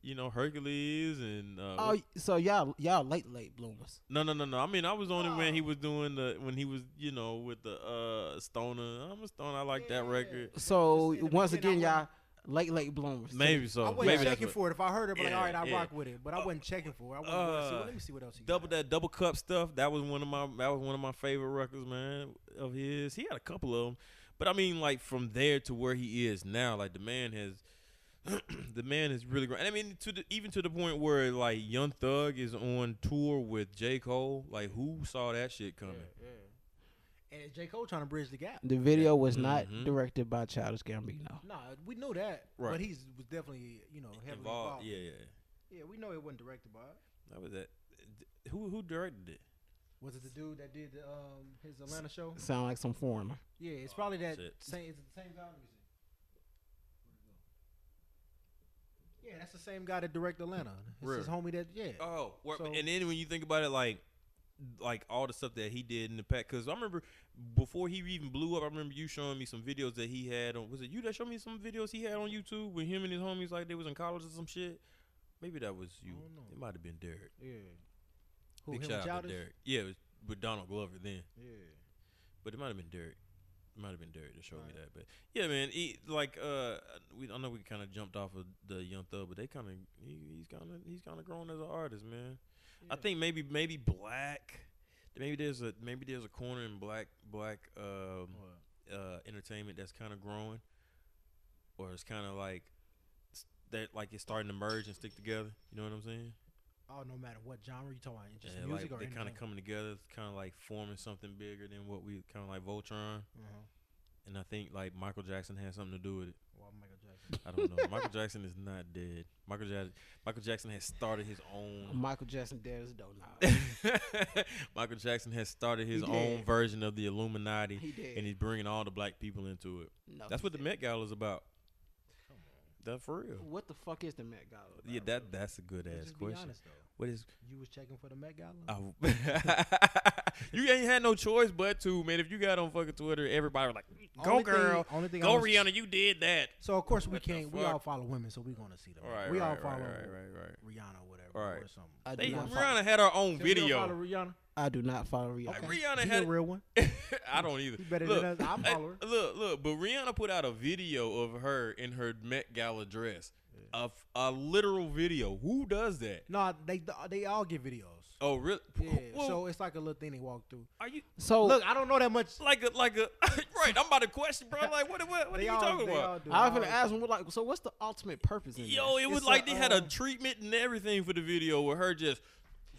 Speaker 2: you know Hercules and uh,
Speaker 3: Oh, so y'all y'all late late bloomers.
Speaker 2: no, no, no, no. I mean, I was on it when he was doing the when he was you know with the uh Stoner. I'm a Stoner. I like that record.
Speaker 3: So
Speaker 5: Just in the
Speaker 3: once
Speaker 5: beginning,
Speaker 3: again,
Speaker 5: I
Speaker 3: y'all late late bloomers.
Speaker 2: Maybe
Speaker 5: I
Speaker 2: so.
Speaker 5: wasn't
Speaker 2: Oh, Maybe that's
Speaker 5: checking
Speaker 2: what,
Speaker 5: for it. If I heard it, but like,
Speaker 2: Yeah,
Speaker 5: all right, I
Speaker 2: yeah.
Speaker 5: rock with it. But I wasn't checking for it. I wasn't gonna see,
Speaker 2: uh,
Speaker 5: let me see what else he
Speaker 2: double
Speaker 5: got.
Speaker 2: that double cup stuff. That was one of my that was one of my favorite records, man. Of his, he had a couple of them, but I mean, like from there to where he is now, like the man has, [CLEARS THROAT] the man has really grown. And I mean, to the, even to the point where like Young Thug is on tour with J Cole. Like, who saw that shit coming?
Speaker 5: And J. Cole trying to bridge the gap.
Speaker 3: The video was not
Speaker 2: Mhm.
Speaker 3: directed by Childish Gambino.
Speaker 5: Nah, we know that.
Speaker 2: Right.
Speaker 5: But he's was definitely, you know, heavily
Speaker 2: Involved,
Speaker 5: involved.
Speaker 2: yeah, yeah.
Speaker 5: Yeah, we know it wasn't directed by. it.
Speaker 2: That was that. Who who directed it?
Speaker 5: Was it the dude that did the, um, his Atlanta show?
Speaker 3: Sound like some foreigner.
Speaker 5: Yeah, it's probably that
Speaker 2: oh, shit.
Speaker 5: same. Is it the same guy? Let me see. Yeah, that's the same guy that directed Atlanta. It's his homie that. Yeah.
Speaker 2: Oh, where,
Speaker 5: So-
Speaker 2: and then when you think about it, like like all the stuff that he did in the pack, because I remember before he even blew up, I remember you showing me some videos that he had on. Was it you that showed me some videos he had on YouTube with him and his homies, like they was in college or some shit? Maybe that was you.
Speaker 5: don't know.
Speaker 2: It might have been Derek.
Speaker 5: yeah. Who?
Speaker 2: Big
Speaker 5: him
Speaker 2: shout out to
Speaker 5: Childish?
Speaker 2: Derek. Yeah, it was with Donald Glover then,
Speaker 5: Yeah.
Speaker 2: but it might have been Derek. It Might have been Derek that showed me that, but yeah, man. He, like, uh, we I know we kind of jumped off of the Young Thug, but they kind of he, he's kind of he's kind of grown as an artist, man. I think maybe maybe black. Maybe there's a maybe there's a corner in black black um,
Speaker 5: Oh.
Speaker 2: uh, entertainment that's kind of growing, or it's kind of like s- that like it's starting to merge and stick together. You know what I'm saying?
Speaker 5: Oh, no matter what genre you talking about, just
Speaker 2: Yeah,
Speaker 5: music
Speaker 2: like
Speaker 5: or
Speaker 2: they kind
Speaker 5: anything.
Speaker 2: of coming together, kind of like forming something bigger than what we kind of like Voltron.
Speaker 5: Uh-huh.
Speaker 2: And I think like Michael Jackson had something to do with it.
Speaker 5: Well, Michael Jackson.
Speaker 2: I don't know. Michael Jackson is not dead. Michael Jackson Michael Jackson has started his own [LAUGHS]
Speaker 3: Michael Jackson dead as a dough. Nah.
Speaker 2: Michael Jackson has started his
Speaker 3: He
Speaker 2: own
Speaker 3: did.
Speaker 2: version of the Illuminati,
Speaker 3: He did.
Speaker 2: and he's bringing all the black people into it.
Speaker 5: Oh,
Speaker 3: No,
Speaker 2: That's
Speaker 3: he
Speaker 2: what the
Speaker 3: did.
Speaker 2: Met Gala is about. That for real?
Speaker 3: What the fuck is the Met Gala? about?
Speaker 2: Yeah, that that's a good
Speaker 5: Let's
Speaker 2: ass
Speaker 5: just be
Speaker 2: question.
Speaker 5: honest though.
Speaker 2: What is?
Speaker 5: You was checking for the Met Gala.
Speaker 2: oh. [LAUGHS] you ain't had no choice but to man. If you got on fucking Twitter, everybody was like, "Go
Speaker 5: Only thing-
Speaker 2: girl,
Speaker 5: only thing I
Speaker 2: go
Speaker 5: was-
Speaker 2: Rihanna, you did that."
Speaker 5: So of course we
Speaker 2: What the
Speaker 5: can't. We
Speaker 2: fuck?
Speaker 5: all follow women, so we gonna see them.
Speaker 2: All right,
Speaker 5: we
Speaker 2: right,
Speaker 5: all
Speaker 2: right,
Speaker 5: follow
Speaker 2: right, right, right.
Speaker 5: Rihanna, whatever,
Speaker 2: All right.
Speaker 5: or something.
Speaker 3: I do,
Speaker 2: They,
Speaker 3: not follow,
Speaker 2: Rihanna had her own
Speaker 5: Since we don't
Speaker 2: [LAUGHS]
Speaker 5: Follow
Speaker 2: video.
Speaker 5: Rihanna.
Speaker 3: I do not follow Rihanna.
Speaker 2: Like,
Speaker 5: You
Speaker 2: Rihanna
Speaker 5: a
Speaker 2: had
Speaker 5: real one.
Speaker 2: I don't either.
Speaker 5: You better
Speaker 2: look,
Speaker 5: than us. I'm
Speaker 2: I-
Speaker 5: follower.
Speaker 2: Look, look, but Rihanna put out a video of her in her Met Gala dress. A, f- a literal video. Who does that?
Speaker 5: No, they they all get videos.
Speaker 2: Oh, really?
Speaker 5: Yeah,
Speaker 2: Well,
Speaker 5: so it's like a little thing they walk through.
Speaker 2: are you
Speaker 3: So
Speaker 5: Look, I don't know that much.
Speaker 2: like a like a [LAUGHS] right? I'm about to question, bro. Like, what what what are
Speaker 5: They
Speaker 2: you
Speaker 5: all,
Speaker 2: talking
Speaker 5: they
Speaker 2: about?
Speaker 5: all do.
Speaker 3: I
Speaker 5: All
Speaker 3: was gonna
Speaker 5: right.
Speaker 3: ask him, what, like, so what's the ultimate purpose in
Speaker 2: Yo,
Speaker 3: this?
Speaker 2: it was
Speaker 5: It's
Speaker 2: like
Speaker 5: a,
Speaker 2: they had a
Speaker 5: um,
Speaker 2: treatment and everything for the video with her just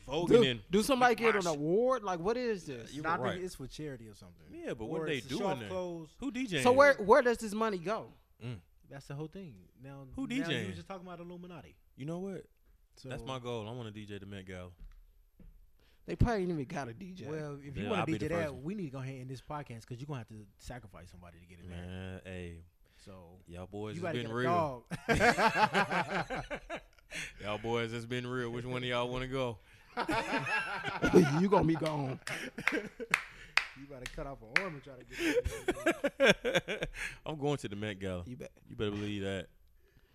Speaker 2: voguing
Speaker 3: Do,
Speaker 2: and
Speaker 3: do somebody get an
Speaker 2: Gosh.
Speaker 3: award? Like, what is this?
Speaker 2: You
Speaker 5: Nah, I think
Speaker 2: right.
Speaker 5: it's for charity or something.
Speaker 2: Yeah, but
Speaker 5: Or
Speaker 2: what are they
Speaker 5: it's to show off
Speaker 2: doing there?
Speaker 5: Clothes.
Speaker 2: Who DJing?
Speaker 3: So where where does this money go?
Speaker 5: That's the whole thing. Now
Speaker 2: Who
Speaker 5: now You
Speaker 2: DJing?
Speaker 5: was just talking about Illuminati.
Speaker 2: You know what?
Speaker 5: So
Speaker 2: That's my goal. I want to DJ the Met Gala.
Speaker 3: They probably ain't even got a DJ.
Speaker 5: Well, if you
Speaker 2: Yeah, I'll
Speaker 5: want to
Speaker 2: be
Speaker 5: DJ
Speaker 2: the first
Speaker 5: that,
Speaker 2: one.
Speaker 5: we need to go ahead and end this podcast because you're gonna have to sacrifice somebody to get in there.
Speaker 2: Man, hey,
Speaker 5: So
Speaker 2: y'all boys
Speaker 5: you
Speaker 2: has
Speaker 5: gotta
Speaker 2: been
Speaker 5: get a
Speaker 2: real. [LAUGHS]
Speaker 5: dog. [LAUGHS]
Speaker 2: Y'all boys has been real. Which one of y'all want to go?
Speaker 3: [LAUGHS]
Speaker 2: [LAUGHS]
Speaker 3: you gonna be gone.
Speaker 5: you better cut off an arm and try to get.
Speaker 2: I'm going to the Met Gala.
Speaker 3: You bet.
Speaker 2: You better believe that.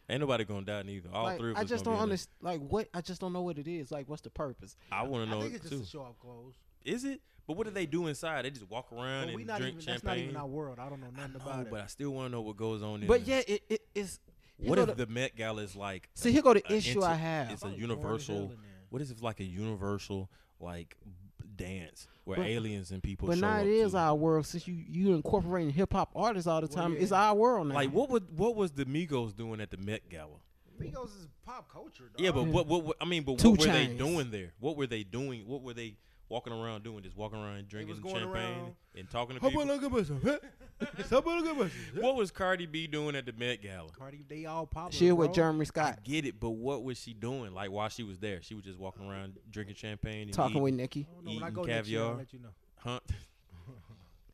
Speaker 2: Ain't nobody gonna die neither. All
Speaker 3: like,
Speaker 2: three of us.
Speaker 3: I just
Speaker 2: gonna
Speaker 3: don't
Speaker 2: be in there.
Speaker 3: understand. Like what? I just don't know what it is. Like what's the purpose?
Speaker 2: [LAUGHS] I want to
Speaker 5: I
Speaker 2: know
Speaker 5: think
Speaker 2: it
Speaker 5: it's just
Speaker 2: too.
Speaker 5: to show off clothes.
Speaker 2: Is it? But what do they do inside? They just walk around
Speaker 5: But we
Speaker 2: and
Speaker 5: not
Speaker 2: drink
Speaker 5: even. That's not
Speaker 2: champagne.
Speaker 5: even our world. I don't know nothing
Speaker 2: No,
Speaker 5: about
Speaker 2: but
Speaker 5: it.
Speaker 2: I still want to know what goes on. In
Speaker 3: But
Speaker 2: there.
Speaker 3: yeah, it, it it's. here
Speaker 2: what
Speaker 3: go
Speaker 2: if
Speaker 3: the-
Speaker 2: the Met Gala is like?
Speaker 3: See, here go the
Speaker 2: a
Speaker 3: issue
Speaker 2: inter-
Speaker 3: I have.
Speaker 2: It's
Speaker 5: I
Speaker 2: a
Speaker 5: was born as hell
Speaker 2: universal.
Speaker 5: in there.
Speaker 2: What is it like a universal like b- dance where
Speaker 3: But-
Speaker 2: aliens and people?
Speaker 3: But
Speaker 2: show
Speaker 3: now
Speaker 2: up
Speaker 3: it is
Speaker 2: too?
Speaker 3: our world since you you incorporating hip hop artists all the
Speaker 5: Well,
Speaker 3: time.
Speaker 5: yeah.
Speaker 3: It's our world now.
Speaker 2: Like what would what was the Migos doing at the Met Gala?
Speaker 5: Migos is pop culture. Dog.
Speaker 2: Yeah, [LAUGHS] but what, what what I mean, but
Speaker 3: Mm. Two
Speaker 2: what were they
Speaker 3: Chainz.
Speaker 2: doing there? What were they doing? What were they walking around doing? Just walking around drinking
Speaker 5: was going
Speaker 2: champagne
Speaker 5: around-
Speaker 2: and talking to people. What was Cardi B doing at the Met Gala?
Speaker 5: Cardi, they all pop.
Speaker 3: She with
Speaker 5: German.
Speaker 3: Jeremy
Speaker 2: I
Speaker 3: Scott
Speaker 2: get it, but what was she doing? Like while she was there, she was just walking around drinking champagne and
Speaker 3: talking
Speaker 2: eating,
Speaker 3: with Nicki.
Speaker 5: I don't know. When I
Speaker 2: eating
Speaker 5: go next year, I'll
Speaker 2: caviar.
Speaker 5: let you know.
Speaker 2: Huh?
Speaker 3: [LAUGHS]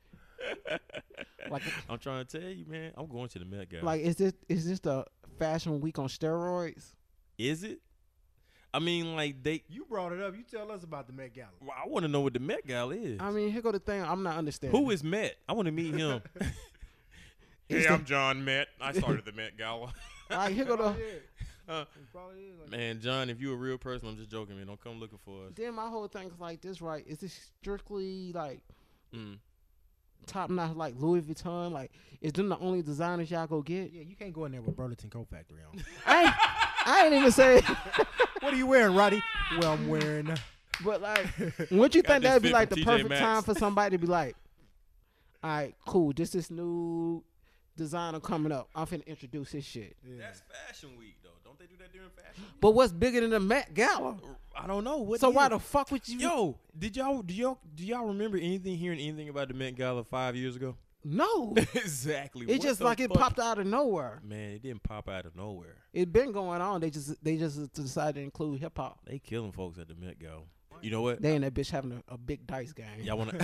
Speaker 3: Like
Speaker 2: [LAUGHS] I'm trying to tell you, man. I'm going to the Met Gala.
Speaker 3: like is this is this the fashion week on steroids?
Speaker 2: is it? I mean, like they.
Speaker 5: You brought it up. You tell us about the Met Gala.
Speaker 2: well, I want to know what the Met Gala is.
Speaker 3: I mean, here go the thing I'm not understanding.
Speaker 2: Who is Met? I want to meet
Speaker 3: [LAUGHS]
Speaker 2: him. hey,
Speaker 3: It's the-
Speaker 2: I'm John Met. I started the Met
Speaker 3: [LAUGHS]
Speaker 2: Gala.
Speaker 3: [LAUGHS]
Speaker 2: Uh,
Speaker 3: Like here
Speaker 2: [LAUGHS]
Speaker 3: go the.
Speaker 5: Probably is. Like,
Speaker 2: Man, John, if you're a real person, I'm just joking, man. Don't come looking for us.
Speaker 3: Then my whole thing is like this, right? Is this strictly like
Speaker 2: Mm.
Speaker 3: top notch, like Louis Vuitton? Like, is them the only designers y'all go get?
Speaker 5: yeah, you can't go in there with Burlington Coat Factory on.
Speaker 3: I ain't, I ain't
Speaker 2: [LAUGHS]
Speaker 3: even say,
Speaker 5: what are you wearing, Roddy? Well, I'm wearing.
Speaker 3: but like, wouldn't you
Speaker 2: Got this
Speaker 3: think that'd be
Speaker 2: fit
Speaker 3: like
Speaker 2: from
Speaker 3: the
Speaker 2: TJ
Speaker 3: perfect
Speaker 2: Maxx.
Speaker 3: time for somebody to be like, all right, cool, this is new designer coming up. I'm finna introduce his shit.
Speaker 2: That's Fashion Week, though. Don't they do that during Fashion?
Speaker 3: But what's bigger than the Met Gala?
Speaker 2: I don't know. What
Speaker 3: so
Speaker 2: is
Speaker 3: why
Speaker 2: it?
Speaker 3: the fuck would you?
Speaker 2: Yo, did y'all do y'all do y'all remember anything hearing anything about the Met Gala five years
Speaker 3: [LAUGHS]
Speaker 2: ago?
Speaker 3: no,
Speaker 2: exactly.
Speaker 3: it's just like it popped out of nowhere.
Speaker 2: Man, it didn't pop out of nowhere.
Speaker 3: It's been going on. They just they just decided to include hip hop.
Speaker 2: They killing folks at the Met Gala. You know what?
Speaker 3: They and that bitch having a, a big dice game.
Speaker 2: Y'all wanna [LAUGHS]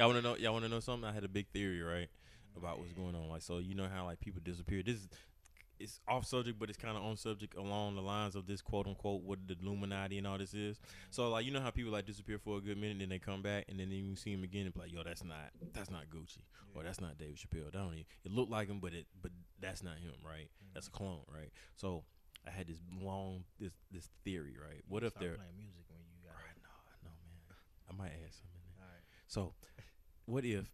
Speaker 2: y'all wanna know y'all wanna know something? I had a big theory right about what's going on. Like so, you know how like people disappear. This is it's off subject, but it's kind of on subject along the lines of this quote unquote what the Illuminati and all this is. So like you know how people like disappear for a good minute, then they come back, and then you see them again and be like, yo, that's not that's not Gucci or that's not David Chappelle. That don't even, it looked like him, but it but that's not him, right? That's a clone, right? So I had this long this this theory, right? What if they're
Speaker 5: playing music when you got.
Speaker 2: I know, I know, man. I might add something. in there. So, what if?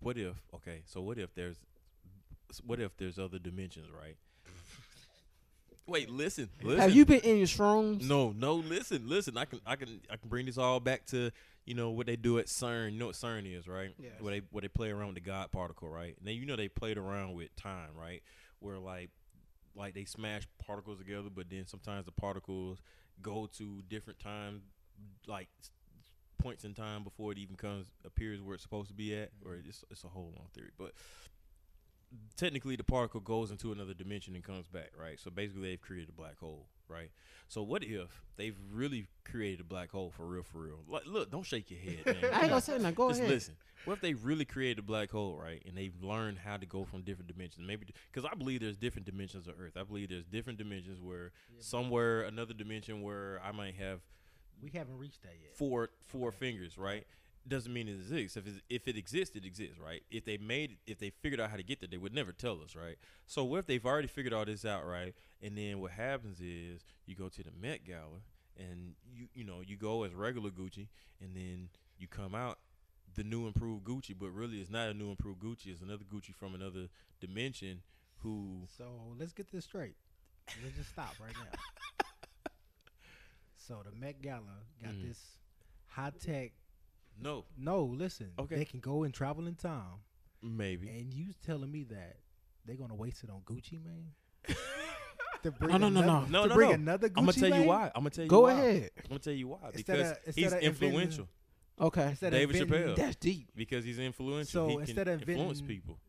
Speaker 2: What if? Okay, so what if there's? s- What if there's other dimensions,
Speaker 3: [LAUGHS]
Speaker 2: right? Wait, listen, listen.
Speaker 3: Have you been in your shrooms?
Speaker 2: No, no. Listen, listen. I can, I can, I can bring this all back to you know what they do at CERN. You know what CERN is, right?
Speaker 3: Yes.
Speaker 2: Where they where they play around with the God particle, right? Now you know they played around with time, right? Where like like they smash particles together, but then sometimes the particles go to different time, like s- points in time before it even comes appears where it's supposed to be at, or it's it's a whole long theory, but technically the particle goes into another dimension and comes back, right? So basically they've created a black hole, right? So what if they've really created a black hole for real, for real? Like, look, don't shake your head, man.
Speaker 3: [LAUGHS] I ain't gonna say nothing. Go
Speaker 2: Just
Speaker 3: ahead.
Speaker 2: listen. What if they really created a black hole, right? And they've learned how to go from different dimensions? Maybe because I believe there's different dimensions of Earth. I believe there's different dimensions where somewhere another dimension where I might have
Speaker 5: We haven't reached that yet.
Speaker 2: four four fingers, right? Doesn't mean it exists. If it's, if it exists, it exists, right? If they made, if they figured out how to get there, they would never tell us, right? So what if they've already figured all this out, right? And then what happens is you go to the Met Gala, and you you know you go as regular Gucci, and then you come out the new improved Gucci, but really it's not a new improved Gucci. It's another Gucci from another dimension. Who
Speaker 5: So let's get this straight. Let's just stop right now.
Speaker 2: [LAUGHS]
Speaker 5: so the Met Gala got
Speaker 2: Mhm.
Speaker 5: this high tech.
Speaker 2: no
Speaker 5: No, listen.
Speaker 2: Okay.
Speaker 5: They can go and travel in time,
Speaker 2: maybe
Speaker 5: and you telling me that they're gonna waste it on Gucci,
Speaker 2: [LAUGHS]
Speaker 5: man?
Speaker 3: No, no, no, no.
Speaker 2: no
Speaker 5: to
Speaker 2: no
Speaker 5: bring
Speaker 2: no.
Speaker 5: another
Speaker 2: I'm gonna
Speaker 5: Gucci
Speaker 2: tell you
Speaker 5: Mane?
Speaker 2: why. I'm gonna tell you
Speaker 3: Go
Speaker 2: why.
Speaker 3: ahead.
Speaker 2: I'm gonna tell you why
Speaker 5: Instead
Speaker 2: because
Speaker 5: of- instead
Speaker 2: he's
Speaker 5: of inventing-
Speaker 2: influential.
Speaker 3: Okay.
Speaker 5: Instead of
Speaker 2: David
Speaker 5: inventing-
Speaker 2: Chappelle.
Speaker 3: That's deep.
Speaker 2: because he's influential.
Speaker 5: So
Speaker 2: he
Speaker 5: instead
Speaker 2: can
Speaker 5: of
Speaker 2: influence
Speaker 5: inventing-
Speaker 2: people.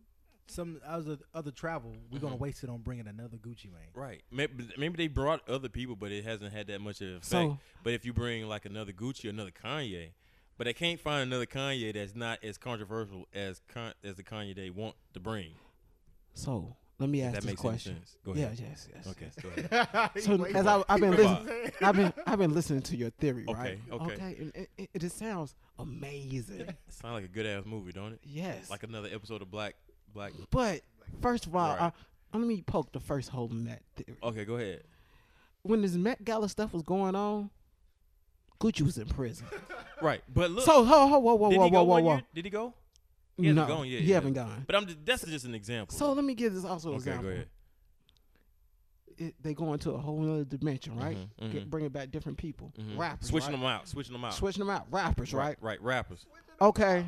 Speaker 5: some other other travel, we're gonna
Speaker 2: Mm-hmm.
Speaker 5: waste it on bringing another
Speaker 2: [LAUGHS]
Speaker 5: Gucci Mane.
Speaker 2: Right. Maybe, maybe they brought other people, but it hasn't had that much of an effect.
Speaker 3: So-
Speaker 2: but if you bring like another Gucci, another Kanye, but they can't find another Kanye that's not as controversial as con- as the Kanye they want to bring.
Speaker 3: So let me ask
Speaker 2: that
Speaker 3: this
Speaker 2: makes any
Speaker 3: question.
Speaker 2: sense. Go
Speaker 3: yeah,
Speaker 2: ahead.
Speaker 3: yes, yes.
Speaker 2: Okay. Go ahead.
Speaker 5: [LAUGHS]
Speaker 3: So because I've been
Speaker 2: raised his
Speaker 3: listening, I've been I've been listening to your theory,
Speaker 2: Okay,
Speaker 3: right?
Speaker 2: okay.
Speaker 3: and it, it, it just sounds
Speaker 2: [LAUGHS]
Speaker 3: amazing.
Speaker 2: Sound like a good ass movie, don't it?
Speaker 3: yes.
Speaker 2: Like another episode of Black Black.
Speaker 3: but first of all,
Speaker 2: Right.
Speaker 3: I, let me poke the first hole in that theory.
Speaker 2: Okay, go ahead.
Speaker 3: When this Met Gala stuff was going on, Gucci was in prison.
Speaker 2: Right, but look.
Speaker 3: so ho ho whoa whoa
Speaker 2: did
Speaker 3: whoa
Speaker 2: he go
Speaker 3: whoa whoa
Speaker 2: one
Speaker 3: whoa.
Speaker 2: year? Did he go? He hasn't
Speaker 3: no,
Speaker 2: gone yet,
Speaker 3: he
Speaker 2: yeah.
Speaker 3: haven't gone.
Speaker 2: But I'm just, that's just an example.
Speaker 3: So let me give this also an
Speaker 2: okay,
Speaker 3: example.
Speaker 2: go ahead.
Speaker 3: It, they go into a whole other dimension, right?
Speaker 2: Mhm,
Speaker 3: Get- bringing back different people,
Speaker 2: Mm-hmm.
Speaker 3: rappers,
Speaker 2: Switching
Speaker 3: right?
Speaker 2: them out. Switching them out.
Speaker 3: switching them out, rappers, right?
Speaker 2: Right, rappers. [LAUGHS]
Speaker 3: Okay.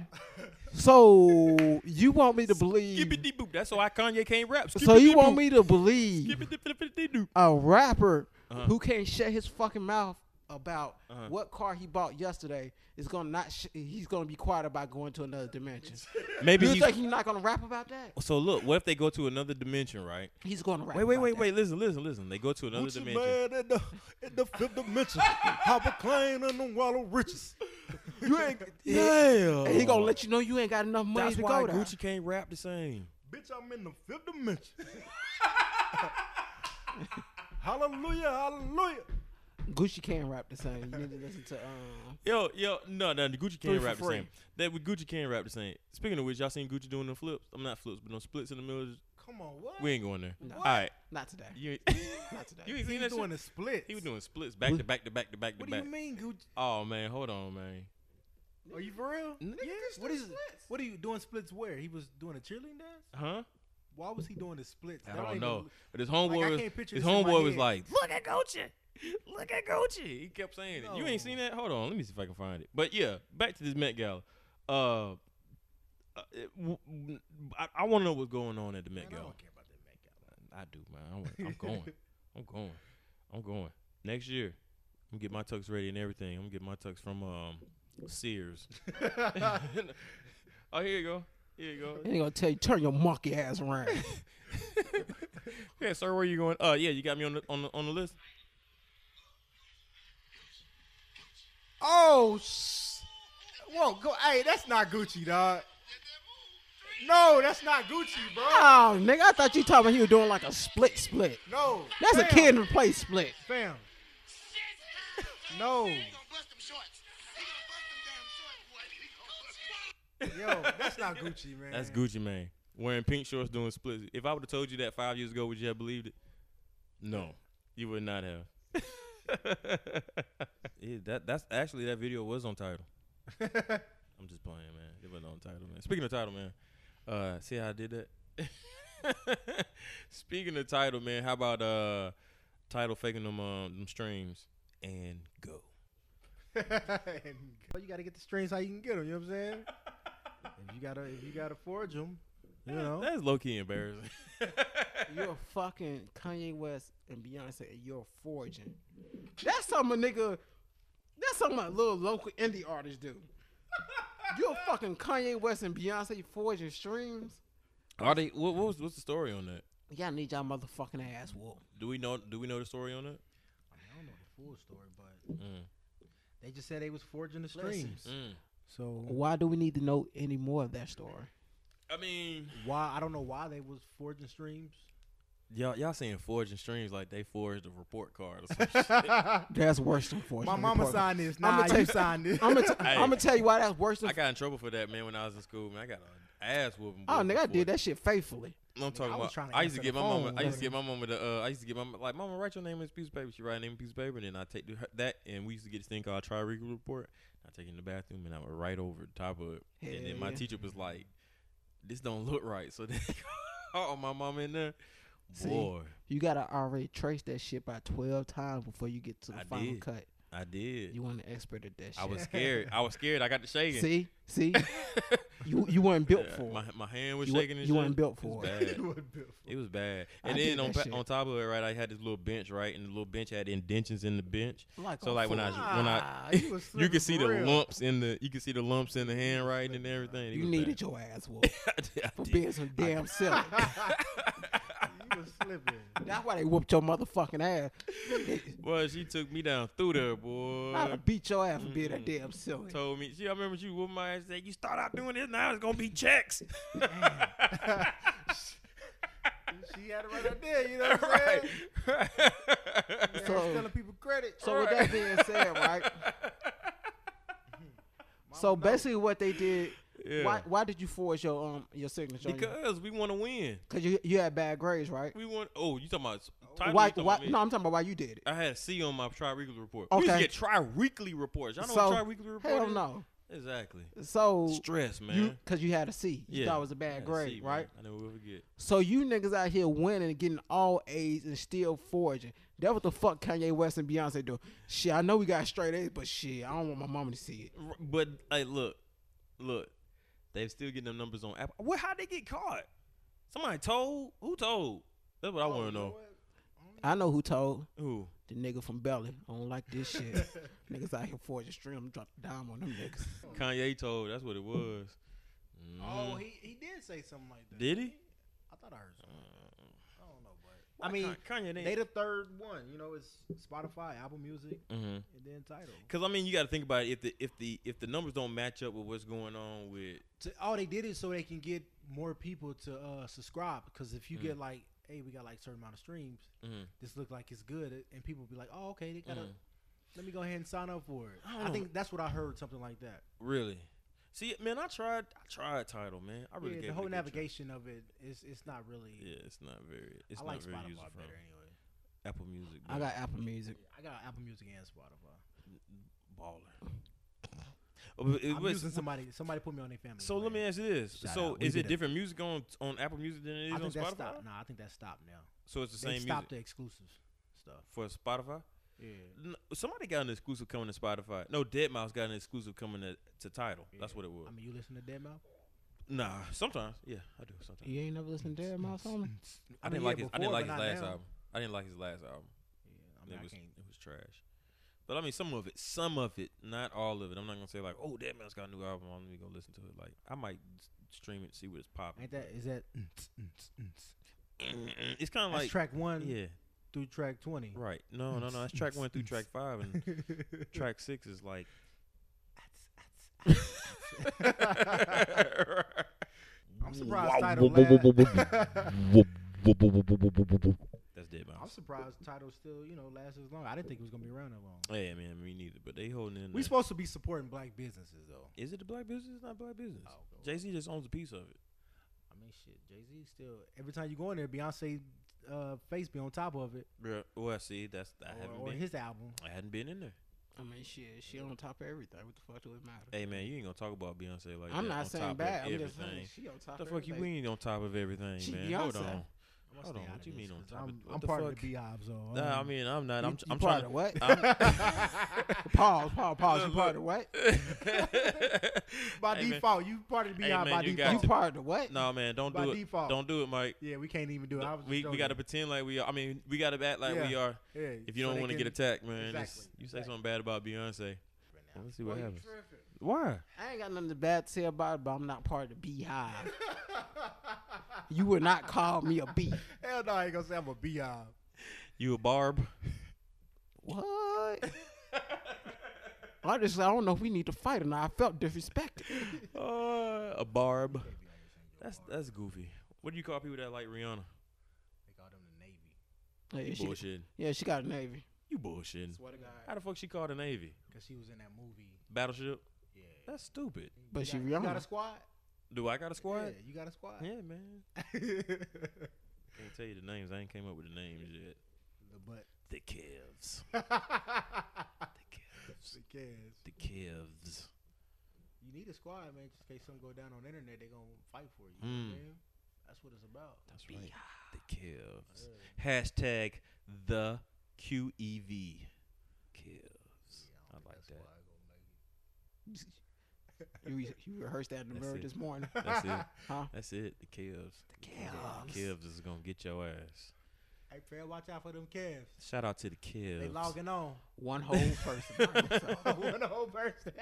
Speaker 3: So you want me to believe?
Speaker 2: Skippity boop. That's why Kanye can't rap.
Speaker 3: So you want me to believe
Speaker 2: Skippity-dippity-dippity-doo.
Speaker 3: a rapper
Speaker 2: Uh-huh.
Speaker 3: who can't shut his fucking mouth about
Speaker 2: Uh-huh.
Speaker 3: what car he bought yesterday is gonna not? Sh- he's gonna be quiet about going to another
Speaker 2: [LAUGHS]
Speaker 3: dimension.
Speaker 2: Maybe
Speaker 3: You
Speaker 2: he's.
Speaker 3: think he's not gonna rap about that?
Speaker 2: so look, what if they go to another dimension, right?
Speaker 3: He's gonna rap.
Speaker 2: Wait, wait,
Speaker 3: about
Speaker 2: wait,
Speaker 3: that.
Speaker 2: wait. Listen, listen, listen. They go to another
Speaker 4: Gucci
Speaker 2: dimension.
Speaker 4: Man in the, in the fifth dimension. Hop a plane in the wall of riches.
Speaker 3: You
Speaker 2: [LAUGHS]
Speaker 3: ain't,
Speaker 2: Damn.
Speaker 3: And he gonna let you know you ain't got enough money
Speaker 2: That's
Speaker 3: to
Speaker 2: why
Speaker 3: go there.
Speaker 2: Gucci can't rap the same.
Speaker 4: Bitch, I'm in the fifth dimension. hallelujah, hallelujah.
Speaker 3: Gucci can rap the same. You need to listen to um.
Speaker 2: Yo, yo, no, no, the Gucci
Speaker 3: Three
Speaker 2: can't
Speaker 3: for
Speaker 2: rap the
Speaker 3: free.
Speaker 2: same. That with Gucci can't rap the same. Speaking of which, y'all seen Gucci doing the flips? I'm not flips, but no splits in the middle. of-
Speaker 4: Come on, what?
Speaker 2: We ain't going there.
Speaker 3: No.
Speaker 2: All right,
Speaker 3: Not today.
Speaker 2: you ain't,
Speaker 3: Not today.
Speaker 2: you ain't
Speaker 4: he
Speaker 2: seen
Speaker 4: was
Speaker 2: that
Speaker 4: doing
Speaker 2: shit.
Speaker 4: the split.
Speaker 2: He was doing splits back to back to back to back to
Speaker 4: What do
Speaker 2: back.
Speaker 4: you mean, Gucci?
Speaker 2: Oh man, hold on, man.
Speaker 4: Are you for real?
Speaker 2: N- [LAUGHS] yeah.
Speaker 4: What is What are you doing splits where? He was doing a cheerleading dance?
Speaker 2: Huh?
Speaker 4: Why was he doing the splits?
Speaker 2: I
Speaker 4: That
Speaker 2: don't
Speaker 4: even
Speaker 2: know.
Speaker 4: look-
Speaker 2: But his
Speaker 4: Like, I
Speaker 2: homeboy,
Speaker 4: can't
Speaker 2: was,
Speaker 4: picture
Speaker 2: his
Speaker 4: this in my
Speaker 2: homeboy was
Speaker 4: head.
Speaker 2: like, "Look at Gucci, look at Gucci." He kept saying it. You ain't
Speaker 4: No.
Speaker 2: seen that? Hold on, let me see if I can find it. But yeah, back to this Met Gala. Uh, uh, it- w- w- I, want to know what's going on at the Met
Speaker 4: Man, I
Speaker 2: Gala.
Speaker 4: don't care about that Met Gala.
Speaker 2: I do, man. I want- I'm, going.
Speaker 4: [LAUGHS]
Speaker 2: I'm going. I'm going. Next year, I'm gonna get my tux ready and everything. I'm gonna get my tux from um
Speaker 4: [LAUGHS]
Speaker 2: Sears. oh, here you go. Here you go.
Speaker 4: [LAUGHS]
Speaker 2: [LAUGHS]
Speaker 3: He ain't gonna tell you turn your monkey ass around.
Speaker 2: Yeah, sir, where you going? Uh, yeah, you got me on the on the on the list.
Speaker 4: Oh, sh- whoa, go. Hey, that's not Gucci, dog. No, that's not Gucci, bro.
Speaker 3: oh, nigga, I thought you talking. He was doing like a split, split.
Speaker 4: No,
Speaker 3: That's a
Speaker 4: fam,
Speaker 3: kid and play split.
Speaker 4: Fam, no, yo, that's not Gucci, man.
Speaker 2: That's Gucci man wearing pink shorts doing splits. If I would have told you that five years ago, would you have believed it? No, you would not have. [LAUGHS] yeah, that that's actually that video was on [LAUGHS] title. I'm just playing, man. It wasn't on title, man. Speaking of title, man, uh, see how I did that. [LAUGHS] Speaking of title, man, how about uh, title faking them um them streams and go.
Speaker 5: [LAUGHS]
Speaker 4: Well, you gotta get the strings how you can get them. You know what I'm saying? if you gotta, if you gotta forge them,
Speaker 2: [LAUGHS]
Speaker 4: you know.
Speaker 2: That's low key embarrassing.
Speaker 3: You're fucking Kanye West and Beyonce, and you're forging. That's something a nigga. That's something a little local indie artists do. You're fucking Kanye West and Beyonce forging streams.
Speaker 2: Are [LAUGHS] they? What, what was what's the story on that?
Speaker 3: Y'all need y'all motherfucking ass whooped.
Speaker 2: Do we know? Do we know the story on that?
Speaker 5: I don't know the full story, but they just said they was forging the streams.
Speaker 2: Mm.
Speaker 5: So
Speaker 3: Why do we need to know any more of that story?
Speaker 2: I mean,
Speaker 5: why I don't know why they was forging streams.
Speaker 2: y'all y'all saying forging streams like they forged a report card
Speaker 3: [LAUGHS]
Speaker 2: or some shit.
Speaker 3: That's worse than forging.
Speaker 4: My mama signed this.
Speaker 3: I'ma
Speaker 4: Nah,
Speaker 3: tell
Speaker 4: you
Speaker 3: you-
Speaker 4: signed this.
Speaker 3: I'm gonna t-
Speaker 2: Hey.
Speaker 3: I'm gonna tell you why that's worse than.
Speaker 2: I got in trouble for that man when I was in school. Man, I got an ass whooping.
Speaker 3: oh, nigga, I
Speaker 2: before.
Speaker 3: did that shit faithfully.
Speaker 2: I'm talking
Speaker 5: I was
Speaker 2: about.
Speaker 5: trying to
Speaker 2: I used to
Speaker 5: answer
Speaker 2: get
Speaker 5: the
Speaker 2: my mama.
Speaker 5: phone,
Speaker 2: I used to
Speaker 5: wasn't
Speaker 2: get my mama the. Uh, I used to get my mama- like mama write your name on this piece of paper. She write a name on a piece of paper, and then I take the, that, and we used to get this thing called triregal report. I take it in the bathroom, and I would write over the top of it. and then
Speaker 3: Hell
Speaker 2: my
Speaker 3: yeah.
Speaker 2: teacher was like, "This don't look right." So then, [LAUGHS] oh my mama in there.
Speaker 3: See?
Speaker 2: Boy,
Speaker 3: You gotta already trace that shit by twelve times before you get to the
Speaker 2: I
Speaker 3: final
Speaker 2: did.
Speaker 3: cut.
Speaker 2: I did.
Speaker 3: You weren't an expert at that shit.
Speaker 2: I was scared. I was scared. I
Speaker 3: [LAUGHS]
Speaker 2: got the [LAUGHS] shaking.
Speaker 3: See, see, you you weren't built
Speaker 2: Yeah,
Speaker 3: for. it.
Speaker 2: my my hand was
Speaker 3: You wa-
Speaker 2: shaking. and
Speaker 3: you
Speaker 2: shit.
Speaker 3: weren't built
Speaker 2: It was
Speaker 3: for it. [LAUGHS]
Speaker 2: bad.
Speaker 5: [LAUGHS]
Speaker 4: What's
Speaker 2: It was bad.
Speaker 3: I
Speaker 2: And
Speaker 3: did
Speaker 2: then on,
Speaker 3: that
Speaker 2: pa-
Speaker 3: shit.
Speaker 2: on top of it, right, I had this little bench, right, and the little bench had indentions in the bench.
Speaker 5: Like
Speaker 3: oh,
Speaker 2: so
Speaker 5: a
Speaker 2: like when I
Speaker 5: fool.
Speaker 2: when
Speaker 4: Ah,
Speaker 3: [LAUGHS]
Speaker 2: I [LAUGHS]
Speaker 4: you was
Speaker 2: you
Speaker 4: slipping
Speaker 2: could see
Speaker 4: for
Speaker 2: the
Speaker 4: real.
Speaker 2: lumps in the you could see the lumps in the handwriting and everything. It
Speaker 3: You
Speaker 2: was
Speaker 3: needed
Speaker 2: bad.
Speaker 3: your ass whooped
Speaker 2: [LAUGHS] I did- I
Speaker 3: for
Speaker 2: did.
Speaker 3: being some
Speaker 2: [LAUGHS]
Speaker 3: damn silly.
Speaker 4: you was slipping.
Speaker 3: That's why they whooped your
Speaker 2: [LAUGHS]
Speaker 3: motherfucking ass.
Speaker 2: Well, she took me down through there, boy.
Speaker 3: I done beat your ass for being
Speaker 2: mm.
Speaker 3: that damn
Speaker 2: [LAUGHS]
Speaker 3: silly.
Speaker 2: Told me, she. I remember she whooped my ass. and Said, "You start out doing this now, it's gonna be checks." [LAUGHS]
Speaker 3: [LAUGHS]
Speaker 4: She had it right out there, you know what
Speaker 2: [LAUGHS]
Speaker 4: I'm
Speaker 2: right.
Speaker 4: saying?
Speaker 2: right.
Speaker 4: Man,
Speaker 3: So-
Speaker 4: telling people credit.
Speaker 3: So with that being said, right? [LAUGHS] so basically, what they did.
Speaker 2: [LAUGHS] Yeah.
Speaker 3: Why why did you forge your um your signature? on your-
Speaker 2: because we want to win.
Speaker 3: Cause you you had bad grades, right?
Speaker 2: We want. Oh, you talking about s- title?
Speaker 3: Why
Speaker 2: you talking
Speaker 3: why?
Speaker 2: about me?
Speaker 3: No, I'm talking about why you did it.
Speaker 2: I had a C on my tri-weekly report. We used
Speaker 3: Okay.
Speaker 2: to get tri-weekly reports. Y'all know
Speaker 3: so
Speaker 2: what tri-weekly report
Speaker 3: hell
Speaker 2: is?
Speaker 3: no.
Speaker 2: Exactly.
Speaker 3: So
Speaker 2: Stress, man.
Speaker 3: you because you had a C. You
Speaker 2: yeah.
Speaker 3: thought it was a
Speaker 2: I
Speaker 3: bad
Speaker 2: had
Speaker 3: grade,
Speaker 2: C, man.
Speaker 3: right?
Speaker 2: I never will forget.
Speaker 3: So you niggas out here winning and getting all A's and still forging. That what the fuck Kanye West and Beyonce do. Shit, I know we got straight A's, but shit, I don't want my mama to see it.
Speaker 2: R- But hey, look, look, they still getting them numbers on Apple. What? How they get caught? Somebody told? Who told? That's what I want to know.
Speaker 3: I know who told
Speaker 2: Who?
Speaker 3: the nigga from Belly. I don't like this shit.
Speaker 2: [LAUGHS]
Speaker 3: niggas out here forging stream, drop the dime on them niggas.
Speaker 2: Kanye told. That's what it was.
Speaker 5: [LAUGHS] Oh, he, he did say something like that.
Speaker 2: Mm-hmm. Did he?
Speaker 5: I thought I heard something. I don't know, but
Speaker 2: Why
Speaker 5: I mean,
Speaker 2: Kanye didn't.
Speaker 5: they the third one. You know, it's Spotify, Apple Music,
Speaker 2: mm-hmm.
Speaker 5: and then title.
Speaker 2: Cause I mean, you got to think about it. If the if the if the numbers don't match up with what's going on with
Speaker 5: to, all they did is so they can get more people to uh, subscribe. Because if you
Speaker 2: Mm-hmm.
Speaker 5: get like, hey, we got like certain amount of streams,
Speaker 2: Mhm.
Speaker 5: this look like it's good, and people be like, oh, okay, they gotta.
Speaker 2: Mhm.
Speaker 5: Let me go ahead and sign up for it.
Speaker 2: I
Speaker 5: I,
Speaker 2: don't-
Speaker 5: think that's what I heard, something like that.
Speaker 2: Really? See, man, I tried. I tried title, man. I really
Speaker 5: yeah,
Speaker 2: gave
Speaker 5: the
Speaker 2: it
Speaker 5: whole
Speaker 2: a good try.
Speaker 5: navigation of it is it's not really.
Speaker 2: Yeah, it's not very. It's
Speaker 5: I
Speaker 2: not
Speaker 5: like
Speaker 2: very
Speaker 5: Spotify
Speaker 2: user
Speaker 5: better
Speaker 2: friendly.
Speaker 5: anyway.
Speaker 2: Apple Music.
Speaker 3: I got Apple Music.
Speaker 5: I got Apple Music and Spotify.
Speaker 2: baller.
Speaker 5: [COUGHS]
Speaker 2: Oh, but it
Speaker 5: I'm
Speaker 2: was-
Speaker 5: using somebody. Somebody put me on their family.
Speaker 2: so let me
Speaker 5: plan.
Speaker 2: ask you this:
Speaker 5: Shout
Speaker 2: so
Speaker 5: out. We
Speaker 2: is
Speaker 5: did
Speaker 2: it
Speaker 5: that.
Speaker 2: different music on on Apple Music than it is
Speaker 5: I
Speaker 2: on
Speaker 5: think that
Speaker 2: Spotify?
Speaker 5: stopped. Nah, I think that stopped now.
Speaker 2: So it's the
Speaker 5: they
Speaker 2: same music
Speaker 5: stopped the exclusive stuff.
Speaker 2: for Spotify.
Speaker 5: Yeah.
Speaker 2: N- somebody got an exclusive coming to Spotify. No, Dead Mouse got an exclusive coming to, to Title. That's
Speaker 5: Yeah.
Speaker 2: what it was.
Speaker 5: I mean, you listen to Deadmau5?
Speaker 2: nah, sometimes, yeah, I do sometimes.
Speaker 3: You ain't never listened to Dead
Speaker 5: [LAUGHS]
Speaker 3: Mouse Homie?
Speaker 2: I,
Speaker 5: mean,
Speaker 2: didn't
Speaker 5: yeah,
Speaker 2: like his. I didn't like
Speaker 5: before, but
Speaker 2: his
Speaker 5: not
Speaker 2: last
Speaker 5: now.
Speaker 2: album. I didn't like his last album.
Speaker 5: Yeah, I mean,
Speaker 2: it
Speaker 5: I
Speaker 2: was
Speaker 5: can't.
Speaker 2: it was trash. But I mean, some of it, some of it, not all of it. I'm not gonna say like, oh, that man's got a new album. I'm gonna go listen to it. Like, I might s- stream it, see what it's popping.
Speaker 5: Ain't that is that?
Speaker 2: [CLEARS THROAT] It's kind of
Speaker 5: That's
Speaker 2: like,
Speaker 5: track one
Speaker 2: yeah,
Speaker 5: through track twenty.
Speaker 2: right. No, no, no. That's track one through
Speaker 5: [LAUGHS]
Speaker 2: track five, and track six is like.
Speaker 5: [LAUGHS]
Speaker 4: I'm surprised title
Speaker 5: [LAUGHS]
Speaker 4: last.
Speaker 2: [LAUGHS] That's dead
Speaker 5: I'm
Speaker 2: mouse.
Speaker 5: surprised title still you know lasts as long. I didn't think it was gonna be around that long.
Speaker 2: Yeah, man, me neither. But they holding in.
Speaker 5: We
Speaker 2: there.
Speaker 5: supposed to be supporting black businesses though.
Speaker 2: is it the black business? It's not black business.
Speaker 5: Oh, God.
Speaker 2: Jay Z just owns a piece of it.
Speaker 5: I mean, shit, Jay Z still every time you go in there, Beyonce uh, face be on top of it,
Speaker 2: Yeah. Well, see, that's I haven't
Speaker 5: or, or
Speaker 2: been.
Speaker 5: his album.
Speaker 2: I hadn't been in there.
Speaker 3: I mean, shit, she on top of everything. What the fuck do it matter?
Speaker 2: Hey man, you ain't gonna talk about Beyonce like
Speaker 3: I'm
Speaker 2: that
Speaker 3: not
Speaker 2: on
Speaker 3: saying
Speaker 2: top
Speaker 3: bad.
Speaker 2: of
Speaker 3: I'm
Speaker 2: everything.
Speaker 3: just saying she on top
Speaker 2: the
Speaker 3: of
Speaker 2: fuck you
Speaker 3: everything.
Speaker 2: mean on top of everything,
Speaker 3: She
Speaker 2: man? Hold
Speaker 3: Beyonce.
Speaker 2: on.
Speaker 5: I'm gonna
Speaker 2: Hold
Speaker 5: stay
Speaker 2: on,
Speaker 5: out
Speaker 2: what
Speaker 5: of
Speaker 2: you
Speaker 5: this
Speaker 2: mean on
Speaker 5: 'cause
Speaker 2: top of-
Speaker 5: I'm,
Speaker 2: what
Speaker 5: I'm
Speaker 2: the
Speaker 5: part
Speaker 2: fuck?
Speaker 5: of the Beehive, so um,
Speaker 2: Nah, I mean I'm not. I'm,
Speaker 3: You- you
Speaker 2: I'm trying
Speaker 3: part
Speaker 2: to.
Speaker 3: of what?
Speaker 2: [LAUGHS]
Speaker 5: [LAUGHS]
Speaker 2: I'm- [LAUGHS]
Speaker 3: Pause, pause, pause.
Speaker 2: Look,
Speaker 3: you
Speaker 2: look.
Speaker 3: part of the what?
Speaker 5: by
Speaker 2: Hey, man.
Speaker 5: default, you part of the
Speaker 2: Hey,
Speaker 5: Beehive
Speaker 2: man,
Speaker 5: by
Speaker 2: you got
Speaker 5: default.
Speaker 2: to-
Speaker 3: You part of the what?
Speaker 2: No man, don't
Speaker 5: By
Speaker 2: do it.
Speaker 5: default.
Speaker 2: Don't do it, Mike.
Speaker 5: yeah, we can't even do it. I was
Speaker 2: We we
Speaker 5: joking.
Speaker 2: gotta pretend like we are. I mean, we gotta act like we
Speaker 5: Yeah.
Speaker 2: are.
Speaker 5: Yeah,
Speaker 2: If you
Speaker 5: so
Speaker 2: don't
Speaker 5: they
Speaker 2: want to get
Speaker 5: can-
Speaker 2: attacked, man,
Speaker 5: Exactly,
Speaker 2: it's- you say something bad about Beyonce. Well, let's see
Speaker 5: Oh,
Speaker 2: what
Speaker 4: Boy, you
Speaker 2: happens.
Speaker 4: tripping.
Speaker 2: Why?
Speaker 3: I ain't got nothing to bad to say about it, but I'm not part of the beehive. you will not call me a bee.
Speaker 5: [LAUGHS] Hell no, I ain't gonna say I'm a Beehive.
Speaker 2: [LAUGHS] You a barb?
Speaker 3: What? I just I don't know if we need to fight or not. I felt disrespected.
Speaker 2: Uh, a barb. That's that's goofy. What do you call people that like Rihanna?
Speaker 5: They call them the Navy.
Speaker 3: Yeah,
Speaker 2: You
Speaker 3: she,
Speaker 2: bullshitting.
Speaker 3: yeah, she got a navy.
Speaker 2: You bullshitting.
Speaker 5: Swear to God.
Speaker 2: [LAUGHS] How the fuck she called the Navy?
Speaker 5: Because she was in that movie.
Speaker 2: Battleship?
Speaker 5: Yeah.
Speaker 2: That's stupid.
Speaker 3: But
Speaker 5: You
Speaker 3: she
Speaker 5: got- You got a
Speaker 3: Rihanna.
Speaker 5: squad?
Speaker 2: Do I got a
Speaker 5: Yeah,
Speaker 2: squad?
Speaker 5: you got a squad.
Speaker 2: Yeah, man.
Speaker 5: [LAUGHS] the
Speaker 2: Can't tell you the names. I ain't came up with the names yet. [LAUGHS]
Speaker 5: butt.
Speaker 2: The Kevs. The Kevs.
Speaker 5: Because
Speaker 2: The Kevs.
Speaker 5: you need a squad, man. Just in case something go down on the internet, they going to fight for you.
Speaker 2: Mm.
Speaker 5: Man. That's what it's about.
Speaker 2: That's right. The E Kevs. Hashtag the QEV. Kevs.
Speaker 3: You, re- you rehearsed that in the
Speaker 2: That's
Speaker 3: mirror
Speaker 2: it. [LAUGHS]
Speaker 3: this morning,
Speaker 2: That's it.
Speaker 3: huh?
Speaker 2: That's it. The Cavs.
Speaker 3: The
Speaker 2: The
Speaker 3: Cavs.
Speaker 2: Cavs is gonna get your ass.
Speaker 5: [LAUGHS] Hey, Fred, watch out for them calves.
Speaker 2: Shout out to the
Speaker 5: They
Speaker 2: Cavs.
Speaker 5: logging on. [LAUGHS]
Speaker 3: One whole person. All
Speaker 2: [LAUGHS]
Speaker 3: right, so-
Speaker 5: One whole person.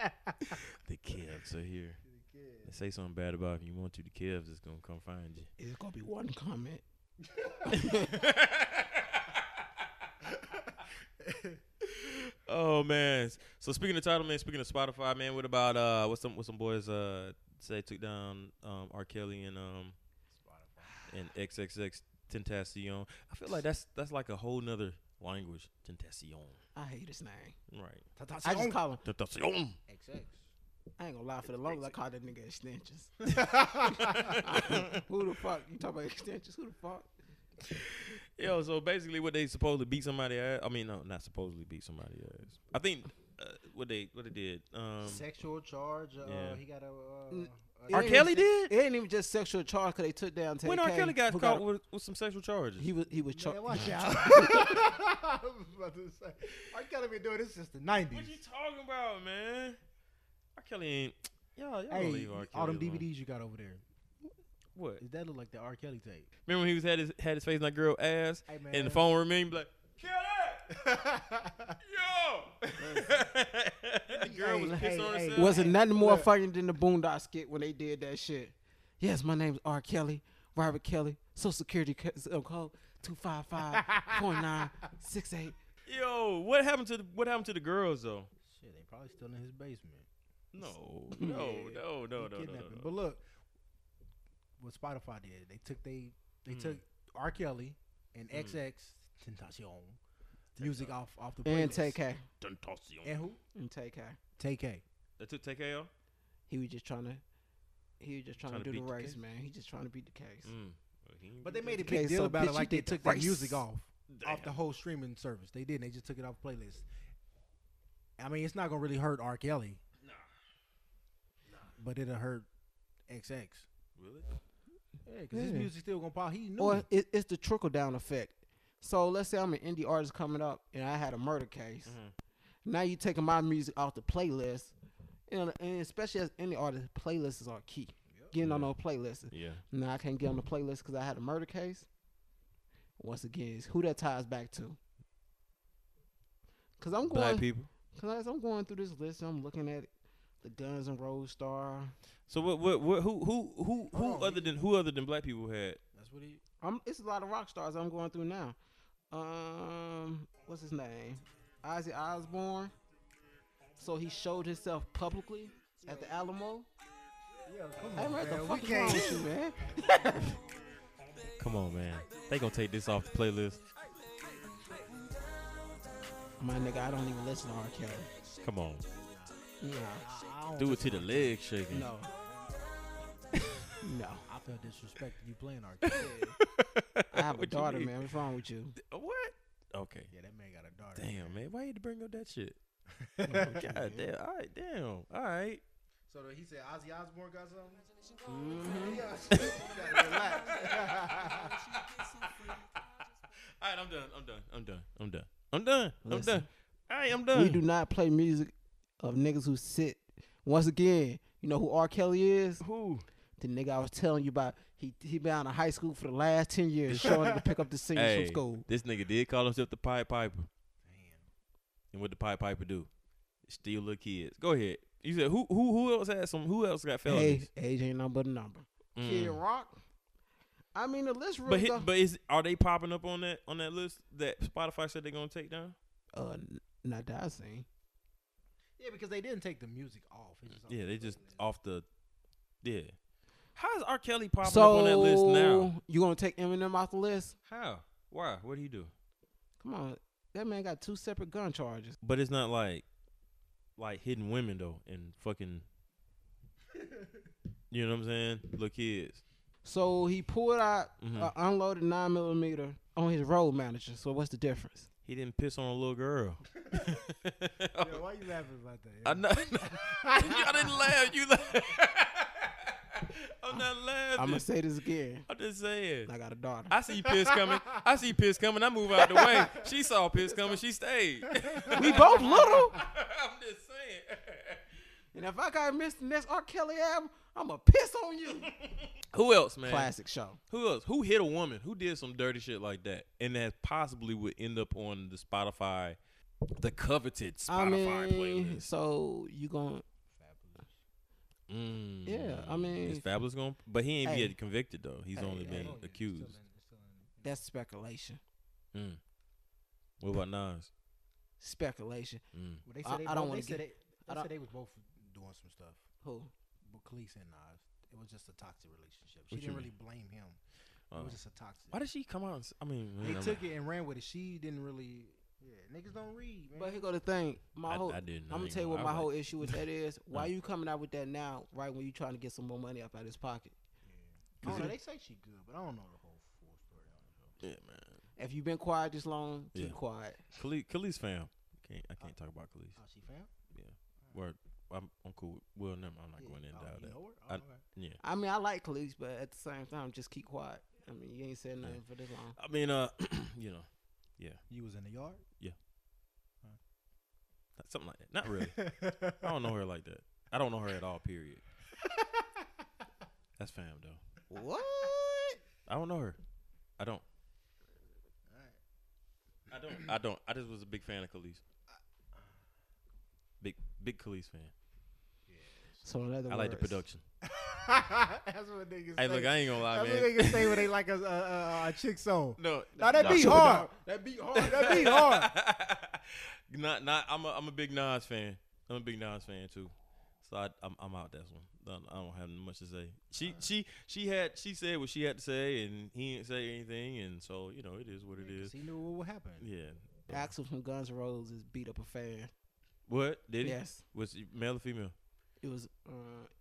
Speaker 5: [LAUGHS]
Speaker 2: The Cavs are here. They say something bad about him. You want to? The Cavs is gonna come find you.
Speaker 3: It's gonna be one comment.
Speaker 2: oh man. So speaking of title man, speaking of Spotify man, what about uh what some what some boys uh say took down um R. Kelly and um and XXX Tentacion. I feel like that's that's like a whole nother language. Tentacion.
Speaker 3: I hate this name.
Speaker 2: Right.
Speaker 3: I just call him.
Speaker 2: Tentacion.
Speaker 3: I ain't gonna lie. For the longest, I called that nigga extensions. [LAUGHS] Who the fuck you talk about extensions? Who the fuck?
Speaker 2: Yo, so basically, what they supposedly beat somebody ass. I mean, no, not supposedly beat somebody ass. I think uh, what they what they did. Um, [LAUGHS]
Speaker 5: [LAUGHS] Sexual charge. Uh,
Speaker 2: Yeah.
Speaker 5: He got a. Uh,
Speaker 3: Mm.
Speaker 5: a-
Speaker 2: R.
Speaker 3: It ain't
Speaker 2: Kelly
Speaker 3: even-
Speaker 2: did.
Speaker 3: It ain't even just sexual charge because they took down. 10
Speaker 2: When R. Kelly got
Speaker 3: who
Speaker 2: caught with, with some sexual charges,
Speaker 3: he was he was char-
Speaker 5: Man, watch out. [LAUGHS] I was about to say. R. Kelly been doing this since the 90s.
Speaker 2: what you talking about, man? R. Kelly ain't. Y'all, y'all don't
Speaker 5: Hey,
Speaker 2: leave R. Kelly
Speaker 5: all them
Speaker 2: alone.
Speaker 5: DVDs you got over there.
Speaker 2: What?
Speaker 5: Does that look like the R. Kelly tape?
Speaker 2: Remember when he was had his had his face in that girl ass,
Speaker 5: Hey,
Speaker 2: and
Speaker 5: man.
Speaker 2: the [LAUGHS] phone remained like, Kelly, yo. [LAUGHS] that girl was
Speaker 5: Hey,
Speaker 2: pissing on
Speaker 5: hey, hey.
Speaker 2: herself.
Speaker 3: wasn't nothing more
Speaker 5: look.
Speaker 3: funny than the Boondock skit when they did that shit. Yes, my name's R. Kelly, Robert Kelly, Social Security co- zip code two five five four nine six eight.
Speaker 2: Yo, what happened to the, what happened to the girls though?
Speaker 5: Shit, they probably still in his basement. [LAUGHS]
Speaker 2: No, no, no, no, no, no, no,
Speaker 5: Kidnapping.
Speaker 2: no.
Speaker 5: But look, what Spotify did, they took they
Speaker 2: Hmm.
Speaker 5: they took R. Kelly and XX Tentacion music off off the
Speaker 3: And
Speaker 5: playlist.
Speaker 3: TK
Speaker 5: And who?
Speaker 3: and TK.
Speaker 5: TK.
Speaker 2: They took TKO.
Speaker 3: He was just trying to. He was just trying,
Speaker 2: Trying
Speaker 3: to
Speaker 2: to
Speaker 3: do the
Speaker 2: beat the
Speaker 3: race,
Speaker 2: case.
Speaker 3: man. He just trying to beat the case.
Speaker 5: Mm.
Speaker 2: Mm. Mm-hmm.
Speaker 5: But they made a
Speaker 3: Okay,
Speaker 5: big deal
Speaker 3: so
Speaker 5: about
Speaker 3: bitch,
Speaker 5: it,
Speaker 3: you
Speaker 5: like they
Speaker 3: did the
Speaker 5: took the
Speaker 3: race.
Speaker 5: music off off the
Speaker 2: Damn.
Speaker 5: whole streaming service. They didn't. They just took it off playlist. I mean, it's not gonna really hurt R. Kelly. But it'll hurt XX.
Speaker 2: really?
Speaker 5: Yeah, because his
Speaker 3: Yeah.
Speaker 5: music still gonna pop. He knew.
Speaker 3: Or
Speaker 5: it.
Speaker 3: it, it's the trickle down effect. So let's say I'm an indie artist coming up, and I had a murder case.
Speaker 2: Mhm.
Speaker 3: Now you taking my music off the playlist, you know, and especially as indie artist, playlists are key. Getting on
Speaker 2: Yeah.
Speaker 3: those playlists.
Speaker 2: Yeah.
Speaker 3: Now I can't get on the playlist because I had a murder case. Once again, it's who that ties back to. Cause I'm
Speaker 2: Black
Speaker 3: going,
Speaker 2: people.
Speaker 3: cause as I'm going through this list, I'm looking at the Guns and Rose star.
Speaker 2: So what? What? what who? Who? Who? Who?
Speaker 5: Hold on.
Speaker 2: other than who? Other than black people had?
Speaker 5: That's what he.
Speaker 3: I'm, it's a lot of rock stars I'm going through now. Um, what's his name? Ozzy Osbourne. So he showed himself publicly at the Alamo.
Speaker 5: Yeah, come
Speaker 3: Hey,
Speaker 5: on,
Speaker 3: what the
Speaker 5: man, we
Speaker 3: fuck is wrong
Speaker 5: can't- [LAUGHS]
Speaker 3: with you, man?
Speaker 2: Come on, man. They gonna take this off the playlist.
Speaker 3: My nigga, I don't even listen to R. Kelly.
Speaker 2: Come on.
Speaker 3: Yeah,
Speaker 5: I don't
Speaker 2: Do it
Speaker 5: think-
Speaker 2: to the leg shaking. [LAUGHS]
Speaker 5: [LAUGHS]
Speaker 3: no, no.
Speaker 5: I feel disrespected you playing [LAUGHS] R. Kelly.
Speaker 3: I have
Speaker 2: What
Speaker 3: a
Speaker 2: you
Speaker 3: daughter,
Speaker 2: mean?
Speaker 3: man. What's wrong with you?
Speaker 2: Uh, What? Okay.
Speaker 5: yeah, that man got a daughter.
Speaker 2: Damn, man. Why you had to bring up that
Speaker 3: [LAUGHS]
Speaker 2: shit?
Speaker 3: Oh,
Speaker 2: [LAUGHS] God damn. All right. Damn. All right.
Speaker 5: So he said Ozzy Osbourne got something.
Speaker 2: Mm-hmm.
Speaker 3: Mhm.
Speaker 2: All right. I'm done. I'm done. I'm done. I'm done. I'm done. I'm
Speaker 3: Listen.
Speaker 2: done. All right. I'm done.
Speaker 3: We do not play music of niggas who sit. Once again, you know who R. Kelly is?
Speaker 2: Who?
Speaker 3: The nigga I was telling you about. He he been out of high school for the last ten
Speaker 2: [LAUGHS]
Speaker 3: years, showing up to pick up the singers
Speaker 2: Hey,
Speaker 3: from school.
Speaker 2: this nigga did call himself the Pied Piper. And what the Pied Piper do? Steal little kids. Go ahead. You said who who who else had some who else got
Speaker 3: Hey,
Speaker 2: felonies?
Speaker 3: age ain't nothing but a number.
Speaker 2: Mm.
Speaker 3: Kid Rock. I mean, the list
Speaker 2: But
Speaker 3: really.
Speaker 2: hit,
Speaker 3: go-
Speaker 2: but is are they popping up on that on that list that Spotify said they're gonna take down?
Speaker 3: uh, n- not that I seen.
Speaker 5: Yeah, because they didn't take the music off. It's just off
Speaker 2: Yeah,
Speaker 5: the
Speaker 2: they just
Speaker 5: playlist.
Speaker 2: off the yeah. How is R. Kelly popping
Speaker 3: so
Speaker 2: up on that list now?
Speaker 3: you gonna take Eminem off the list?
Speaker 2: How? Why? What do you do?
Speaker 3: Come on, that man got two separate gun charges.
Speaker 2: But it's not like like hitting women though and [LAUGHS] fucking You know what I'm saying? Little kids.
Speaker 3: So he pulled out
Speaker 2: Mhm.
Speaker 3: a unloaded nine millimeter on his road manager. So what's the difference?
Speaker 2: He didn't piss on a little [LAUGHS] girl.
Speaker 5: Yeah, why you laughing about that?
Speaker 2: I know. I didn't laugh. You laugh. [LAUGHS] I'm not laughing.
Speaker 3: I'm
Speaker 2: I'm,
Speaker 3: gonna say this again.
Speaker 2: just saying.
Speaker 3: I got a [LAUGHS] daughter.
Speaker 2: I see piss coming. I see piss coming. I move out the way. She [LAUGHS] saw piss coming. She stayed. I'm
Speaker 3: we both little.
Speaker 2: just saying.
Speaker 3: And if I got missed the next R. Kelly album, I'ma piss on you.
Speaker 2: Who else, man?
Speaker 3: Classic show.
Speaker 2: Who else? Who hit a woman? Who did some dirty shit like that? And that possibly would end up on the Spotify, the coveted Spotify
Speaker 3: I mean,
Speaker 2: playlist.
Speaker 3: so you going
Speaker 2: Mm.
Speaker 3: yeah, I mean-
Speaker 2: is Fabulous going? But he ain't
Speaker 3: Hey.
Speaker 2: yet convicted though. He's
Speaker 3: Hey,
Speaker 2: only
Speaker 3: hey.
Speaker 2: been
Speaker 3: Oh, yeah,
Speaker 2: accused.
Speaker 3: that's speculation.
Speaker 2: Mm. What about Nas?
Speaker 3: Speculation.
Speaker 2: Mm.
Speaker 5: Well, they
Speaker 3: I-
Speaker 5: said they
Speaker 3: I don't
Speaker 5: both-
Speaker 3: wanna
Speaker 5: they
Speaker 3: get-
Speaker 5: said They,
Speaker 3: I
Speaker 5: they
Speaker 3: don't-
Speaker 5: said they was both doing some stuff.
Speaker 3: Who?
Speaker 5: But Khalees and Nas, it was just a toxic relationship. She
Speaker 2: What you
Speaker 5: didn't really blame him.
Speaker 2: Oh.
Speaker 5: It was just a toxic.
Speaker 2: Why did she come out? And, s- I mean,
Speaker 5: they
Speaker 2: man,
Speaker 5: took it and ran with it. She didn't really. Yeah, niggas don't read. Man.
Speaker 3: But here go the thing. My
Speaker 2: I-
Speaker 3: whole
Speaker 2: I didn't know
Speaker 3: I'm
Speaker 2: you
Speaker 3: gonna tell you
Speaker 2: were-
Speaker 3: what
Speaker 2: I
Speaker 3: my
Speaker 2: like-
Speaker 3: whole issue
Speaker 2: [LAUGHS]
Speaker 3: with that is. Why you coming out with that now, right when you trying to get some more money up out of his pocket?
Speaker 5: I don't know, they say she good, but I don't know the whole full story on it. though.
Speaker 2: yeah, man.
Speaker 3: If you've been quiet this long, keep
Speaker 2: Yeah.
Speaker 3: quiet.
Speaker 2: Khalees, Khalees fam. Can't I can't talk about Khalees.
Speaker 5: Oh, she found.
Speaker 2: Word. I'm, I'm cool. With, well, never. mind, I'm not
Speaker 5: Yeah.
Speaker 2: going in
Speaker 5: oh,
Speaker 2: and
Speaker 5: you
Speaker 2: that.
Speaker 5: know her?
Speaker 2: I-
Speaker 5: Oh, okay.
Speaker 2: Yeah.
Speaker 3: I mean, I like Khalees, but at the same time, just keep quiet. I mean, you ain't said nothing for this long.
Speaker 2: I mean, uh, [CLEARS THROAT] you know,
Speaker 5: You was in the yard.
Speaker 2: something like that. Not [LAUGHS]
Speaker 5: [LAUGHS]
Speaker 2: really. I don't know her like that. I don't know her at all. Period. That's fam though.
Speaker 3: What?
Speaker 2: I don't know her. I don't. I don't. I don't. I just was a big fan of Khalees. uh. Big big Khalees fan.
Speaker 3: So in other
Speaker 2: I
Speaker 3: words,
Speaker 2: like the production.
Speaker 5: [LAUGHS] That's what niggas
Speaker 2: Hey,
Speaker 5: say.
Speaker 2: look, I ain't gonna lie,
Speaker 5: That's what
Speaker 2: man.
Speaker 5: niggas say when they like a, a, a, a chick song.
Speaker 2: No,
Speaker 5: Now that
Speaker 2: nah.
Speaker 5: beat hard.
Speaker 3: That
Speaker 5: [LAUGHS]
Speaker 3: beat hard.
Speaker 5: That beat [LAUGHS] hard.
Speaker 2: [LAUGHS] not not. I'm a I'm a big Nas fan. I'm a big Nas fan too. So I, I'm I'm out that one. I don't- I don't have much to say. She she she had she said what she had to say, and he didn't say anything, and so you know it is what it is.
Speaker 5: He knew what would happen.
Speaker 2: Yeah.
Speaker 3: Axel from Guns N' Roses beat up a fan.
Speaker 2: What did he?
Speaker 3: Yes,
Speaker 2: Was he male or female?
Speaker 3: it was. Uh,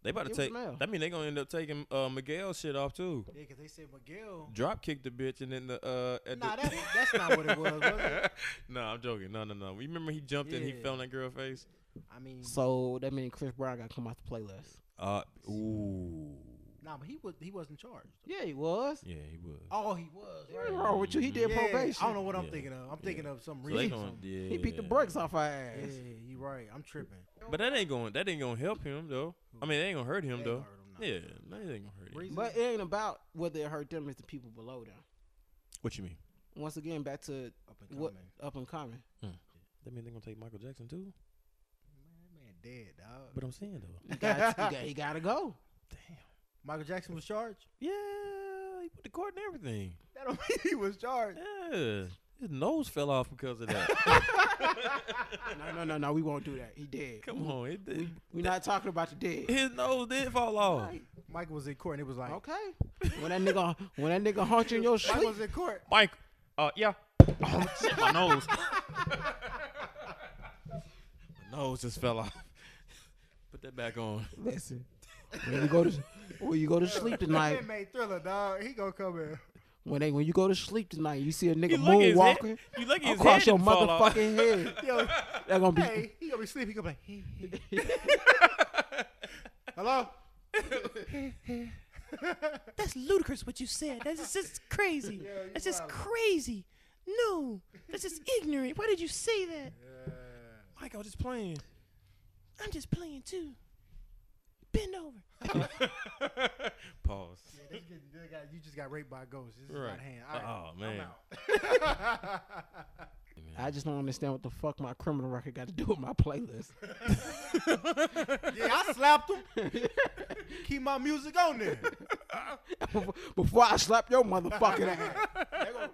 Speaker 2: They about to
Speaker 3: It was
Speaker 2: take.
Speaker 3: male.
Speaker 2: That mean they gonna end up taking uh, Miguel's shit off too.
Speaker 5: Yeah, because they said
Speaker 2: [LAUGHS]
Speaker 5: Miguel.
Speaker 2: Drop kicked the bitch and then the uh. At
Speaker 5: Nah,
Speaker 2: the
Speaker 5: that, that's not what it was. was it?
Speaker 2: [LAUGHS] no, I'm joking. No, no, no. You remember he jumped and he
Speaker 5: Yeah.
Speaker 2: fell on that girl face.
Speaker 5: I mean,
Speaker 3: so that means Chris Brown got to come off the playlist.
Speaker 2: Uh, ooh.
Speaker 5: nah, but he was he wasn't charged.
Speaker 3: Yeah, he was.
Speaker 2: Yeah, he was.
Speaker 5: Oh, he was.
Speaker 3: What's
Speaker 5: Right.
Speaker 3: wrong with you? He did
Speaker 5: Yeah,
Speaker 3: probation.
Speaker 5: I don't know what I'm
Speaker 2: Yeah.
Speaker 5: thinking of. I'm thinking of some
Speaker 2: So they
Speaker 5: reason.
Speaker 2: gonna, yeah.
Speaker 3: He beat the brakes off our ass.
Speaker 5: yeah, you right. I'm tripping.
Speaker 2: But that ain't going. That ain't gonna help him though. I mean, it ain't gonna hurt him
Speaker 5: That
Speaker 2: though.
Speaker 5: hurt him, nah.
Speaker 2: Yeah, no, it ain't gonna hurt him.
Speaker 5: Reason-
Speaker 3: But it ain't about whether it hurt them; it's the people below them.
Speaker 2: What you mean?
Speaker 3: Once again, back to
Speaker 5: Up and coming.
Speaker 3: what up and coming.
Speaker 2: That mean they gonna take Michael Jackson too?
Speaker 5: Man, that man dead dog.
Speaker 2: But I'm saying though.
Speaker 3: He got, he got, he got to go.
Speaker 2: Damn.
Speaker 5: Michael Jackson was charged.
Speaker 2: Yeah, he put the court and everything.
Speaker 5: That don't mean he was charged.
Speaker 2: Yeah, his nose fell off because of that.
Speaker 3: No, no, no, no. We won't do that. He
Speaker 2: [LAUGHS]
Speaker 3: dead.
Speaker 2: Come on, it did.
Speaker 3: We're not talking about the dead.
Speaker 2: His nose did fall off.
Speaker 3: Right.
Speaker 5: Michael was in court and it was like,
Speaker 3: Okay. When that nigga, when that nigga haunt you in your
Speaker 5: Michael
Speaker 3: sleep,
Speaker 5: was in court.
Speaker 2: Mike, uh,
Speaker 3: [LAUGHS]
Speaker 2: yeah. Oh shit, my nose. my nose just fell off. Put that back on.
Speaker 3: listen. When you go to, when you go to sleep tonight,
Speaker 5: That made Thriller, dog. He gonna come in.
Speaker 3: when they, when you go to sleep tonight, you see a nigga
Speaker 2: You look his
Speaker 3: moonwalking
Speaker 2: head. You look his
Speaker 3: across
Speaker 2: head
Speaker 3: your
Speaker 2: didn't fall off.
Speaker 3: motherfucking [LAUGHS] head.
Speaker 5: Yo,
Speaker 3: They're gonna be.
Speaker 5: hey, he gonna be sleeping. He gonna be like, hello.
Speaker 6: That's ludicrous what you said. That's just, just crazy. That's just crazy. No, that's just ignorant. Why did you say that?
Speaker 2: Mike, I was just playing.
Speaker 6: I'm just playing too. Bend over.
Speaker 2: [LAUGHS] Pause.
Speaker 5: They get- they got- You just got raped by a ghost. This is
Speaker 2: Right.
Speaker 5: not hand.
Speaker 2: Oh man.
Speaker 3: I just don't understand what the fuck my criminal record got to do with my playlist. [LAUGHS]
Speaker 5: [LAUGHS] yeah, I slapped him.
Speaker 2: [LAUGHS]
Speaker 5: Keep my music on there.
Speaker 3: Before I slap your [LAUGHS] motherfucking ass.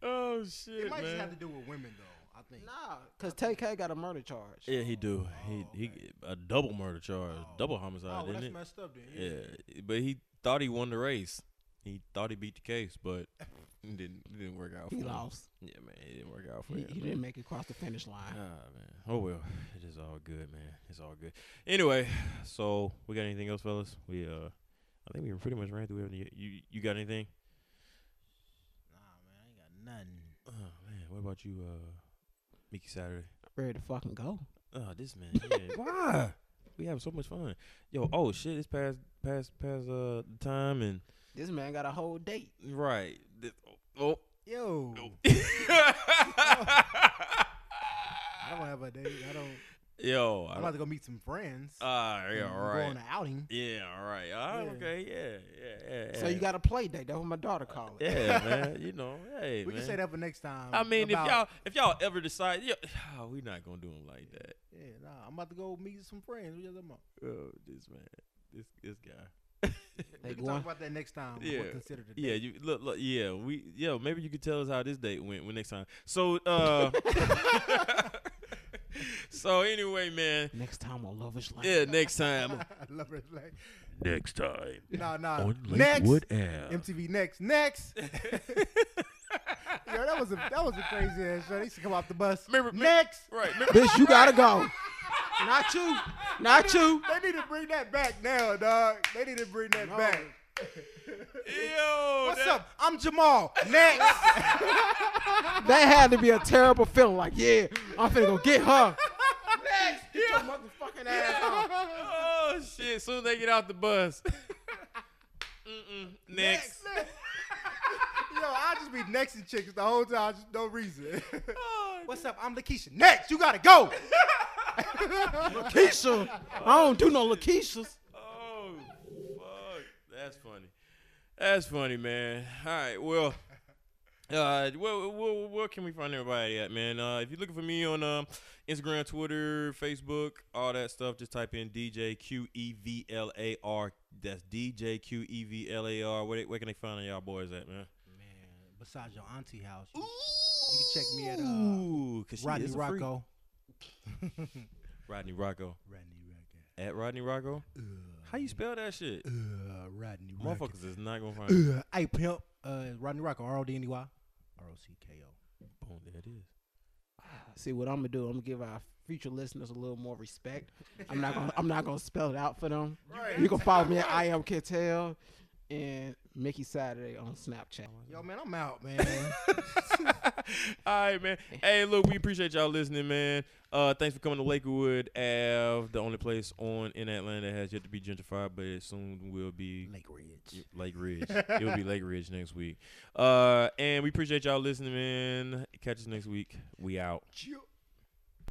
Speaker 2: Oh
Speaker 5: It
Speaker 2: shit,
Speaker 5: might just
Speaker 2: man.
Speaker 5: have to do with women, though. I think.
Speaker 3: Nah, cause TK got a murder charge.
Speaker 2: Yeah, he do. He he a double murder charge, double homicide,
Speaker 5: Oh, well,
Speaker 2: didn't
Speaker 5: that's
Speaker 2: it?
Speaker 5: messed up then. Yeah.
Speaker 2: Yeah, but he thought he won the race. He thought he beat the case,
Speaker 5: [LAUGHS]
Speaker 2: but it didn't it didn't work out.
Speaker 3: He
Speaker 2: for
Speaker 3: lost.
Speaker 2: Him. Yeah, man, it didn't work out for
Speaker 3: He,
Speaker 2: him.
Speaker 3: he
Speaker 2: man.
Speaker 3: didn't make it across the finish
Speaker 2: Ah,
Speaker 3: line.
Speaker 2: man. Oh well, it is all good, man. It's all good. Anyway, so we got anything else, fellas? We uh, I think we pretty much ran through everything. You you got anything?
Speaker 5: Nah, man, I ain't got nothing.
Speaker 2: Oh man, what about you, uh, Mickey Saturday?
Speaker 3: Ready to fucking go.
Speaker 2: Oh, this [LAUGHS] man. Yeah. Why? We having so much fun. Yo, oh shit, it's past past past uh the time and
Speaker 3: This man got a whole date.
Speaker 2: right. This, oh,
Speaker 5: Yo,
Speaker 2: oh. [LAUGHS]
Speaker 5: I don't have a date. I don't.
Speaker 2: Yo,
Speaker 5: I'm
Speaker 2: I,
Speaker 5: about to go meet some friends.
Speaker 2: ah, yeah,
Speaker 5: and
Speaker 2: all
Speaker 5: Go on
Speaker 2: right.
Speaker 5: an outing.
Speaker 2: Yeah, all right. Ah,
Speaker 5: Yeah.
Speaker 2: okay, yeah, yeah, yeah.
Speaker 3: So
Speaker 2: yeah.
Speaker 3: you got a play date. That's what my daughter called
Speaker 2: [LAUGHS]
Speaker 3: it.
Speaker 2: Yeah, man. You know, hey,
Speaker 5: We
Speaker 2: man.
Speaker 5: can say that for next time.
Speaker 2: I mean,
Speaker 5: about-
Speaker 2: if y'all if y'all ever decide, yeah, [SIGHS] we not gonna do them like that.
Speaker 5: Yeah, nah, I'm about to go meet some friends. What y'all talking about?
Speaker 2: Oh, this man, this this guy. [LAUGHS]
Speaker 3: They
Speaker 5: We can
Speaker 3: going-
Speaker 5: talk about that next time.
Speaker 2: Yeah.
Speaker 5: Yeah. Consider the
Speaker 2: yeah,
Speaker 5: date.
Speaker 2: you look, look, yeah, we, yo, maybe you could tell us how this date went when next time. So, uh, [LAUGHS] so anyway, man,
Speaker 3: Next time on Lover's Lane.
Speaker 2: yeah, next time,
Speaker 5: [LAUGHS] I love it. Like,
Speaker 1: Next time.
Speaker 5: nah, nah.
Speaker 1: On
Speaker 5: next.
Speaker 1: Lakewood Ave.
Speaker 5: MTV next. Next. [LAUGHS] Yo, that was a that was a crazy ass show. They used to come off the bus.
Speaker 2: Remember-
Speaker 5: next.
Speaker 2: right?
Speaker 5: [LAUGHS]
Speaker 2: Remember,
Speaker 3: Bitch, you gotta go. [LAUGHS] Not you. Not you.
Speaker 5: They need to bring that back now, dog. They need to bring that back.
Speaker 2: yo,
Speaker 5: What's
Speaker 2: that-
Speaker 5: up? I'm Jamal. Next.
Speaker 3: That had to be a terrible feeling. Like, yeah, I'm finna go get her.
Speaker 5: Fucking ass.
Speaker 2: Oh shit! Soon as they get out the bus. [LAUGHS] Mm-mm, next.
Speaker 5: Yo, I'll just be nexting chicks the whole time, just no [LAUGHS] reason.
Speaker 2: Oh,
Speaker 5: What's up? I'm Lakeisha. Next, you gotta go.
Speaker 3: Keisha. I don't do no Lakeishas.
Speaker 2: Oh, fuck. That's funny. That's funny, man. All right, well, uh, where, where, where can we find everybody at, man? Uh, if you're looking for me on um Instagram, Twitter, Facebook, all that stuff, just type in DJ E QEVLAR. That's DJ QEVLAR. Where, they- where can they find y'all boys at, man?
Speaker 5: Man, besides your auntie house, you, you can check me at uh,
Speaker 2: Ooh, cause she
Speaker 5: Rodney
Speaker 2: is a freak.
Speaker 5: [LAUGHS] Rocco.
Speaker 2: Rodney Rocco.
Speaker 5: Rodney Rocco.
Speaker 2: At Rodney Rocco. How you spell that
Speaker 5: [LAUGHS]
Speaker 2: shit?
Speaker 5: Uh, Rodney Rocco.
Speaker 2: Motherfuckers is not gonna find. it.
Speaker 5: Uh, hey, pimp. Uh, Rodney Rocco. R O D N E Y. R O C K O.
Speaker 2: Boom, there it is.
Speaker 3: See what I'm gonna do? I'm gonna give our future listeners a little more respect. I'm not gonna I'm not gonna spell it out for them. You can follow me at I am Kittel and Mickey Saturday on Snapchat.
Speaker 5: Yo, man, I'm out, man.
Speaker 2: [LAUGHS] All right, man. Hey, look, we appreciate y'all listening, man. Uh, thanks for coming to Lakewood Ave, the only place on in Atlanta that has yet to be gentrified, but it soon will be
Speaker 5: [LAUGHS] Lake Ridge.
Speaker 2: Lake Ridge. It'll be Lake Ridge next week. Uh, and we appreciate y'all listening, man. Catch us next week. We out.
Speaker 5: Chill.